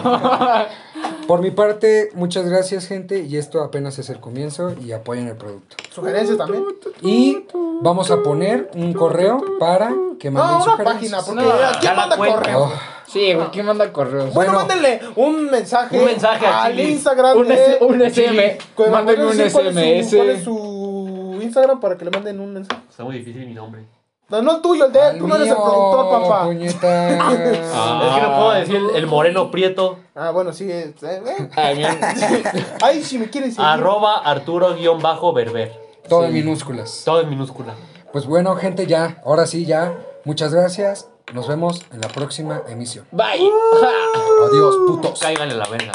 [SPEAKER 1] Por mi parte, muchas gracias, gente. Y esto apenas es el comienzo. Y apoyen el producto.
[SPEAKER 2] Sugerencias también.
[SPEAKER 1] Y vamos a poner un correo para que manden
[SPEAKER 2] No, una
[SPEAKER 1] sugerencias.
[SPEAKER 2] página, porque
[SPEAKER 3] No,
[SPEAKER 2] aquí
[SPEAKER 4] ya la
[SPEAKER 2] manda
[SPEAKER 4] cuenta.
[SPEAKER 2] correo.
[SPEAKER 1] Oh,
[SPEAKER 3] Sí, güey, ¿quién manda correos?
[SPEAKER 2] Bueno,
[SPEAKER 1] Bueno.
[SPEAKER 2] mándenle un mensaje,
[SPEAKER 4] Un mensaje a
[SPEAKER 2] al
[SPEAKER 4] Chili.
[SPEAKER 2] Instagram.
[SPEAKER 3] Un,
[SPEAKER 2] de-
[SPEAKER 3] S- un SM.
[SPEAKER 2] Cuando
[SPEAKER 3] Mándenme un
[SPEAKER 2] puedan decir
[SPEAKER 3] SMS.
[SPEAKER 2] ¿Cuál es, su, cuál es su Instagram para que le manden un mensaje?
[SPEAKER 4] Está muy difícil mi nombre.
[SPEAKER 2] No, no el tuyo, el de él. Tú no eres el
[SPEAKER 1] mío,
[SPEAKER 2] productor, papá. [LAUGHS]
[SPEAKER 1] puñetas.
[SPEAKER 3] Ah.
[SPEAKER 4] Es que no puedo decir el moreno prieto.
[SPEAKER 2] Ah, bueno, sí. eh, eh.
[SPEAKER 3] Ay, miren,
[SPEAKER 2] Ay, si me quieren seguir.
[SPEAKER 4] Arroba Arturo-Berber.
[SPEAKER 1] Todo en minúsculas.
[SPEAKER 4] Todo en minúscula.
[SPEAKER 1] Pues bueno, gente, ya. Ahora sí, ya. Muchas gracias. Nos vemos en la próxima emisión.
[SPEAKER 3] Bye. Ja.
[SPEAKER 1] Adiós, putos.
[SPEAKER 4] Cáiganle la verga.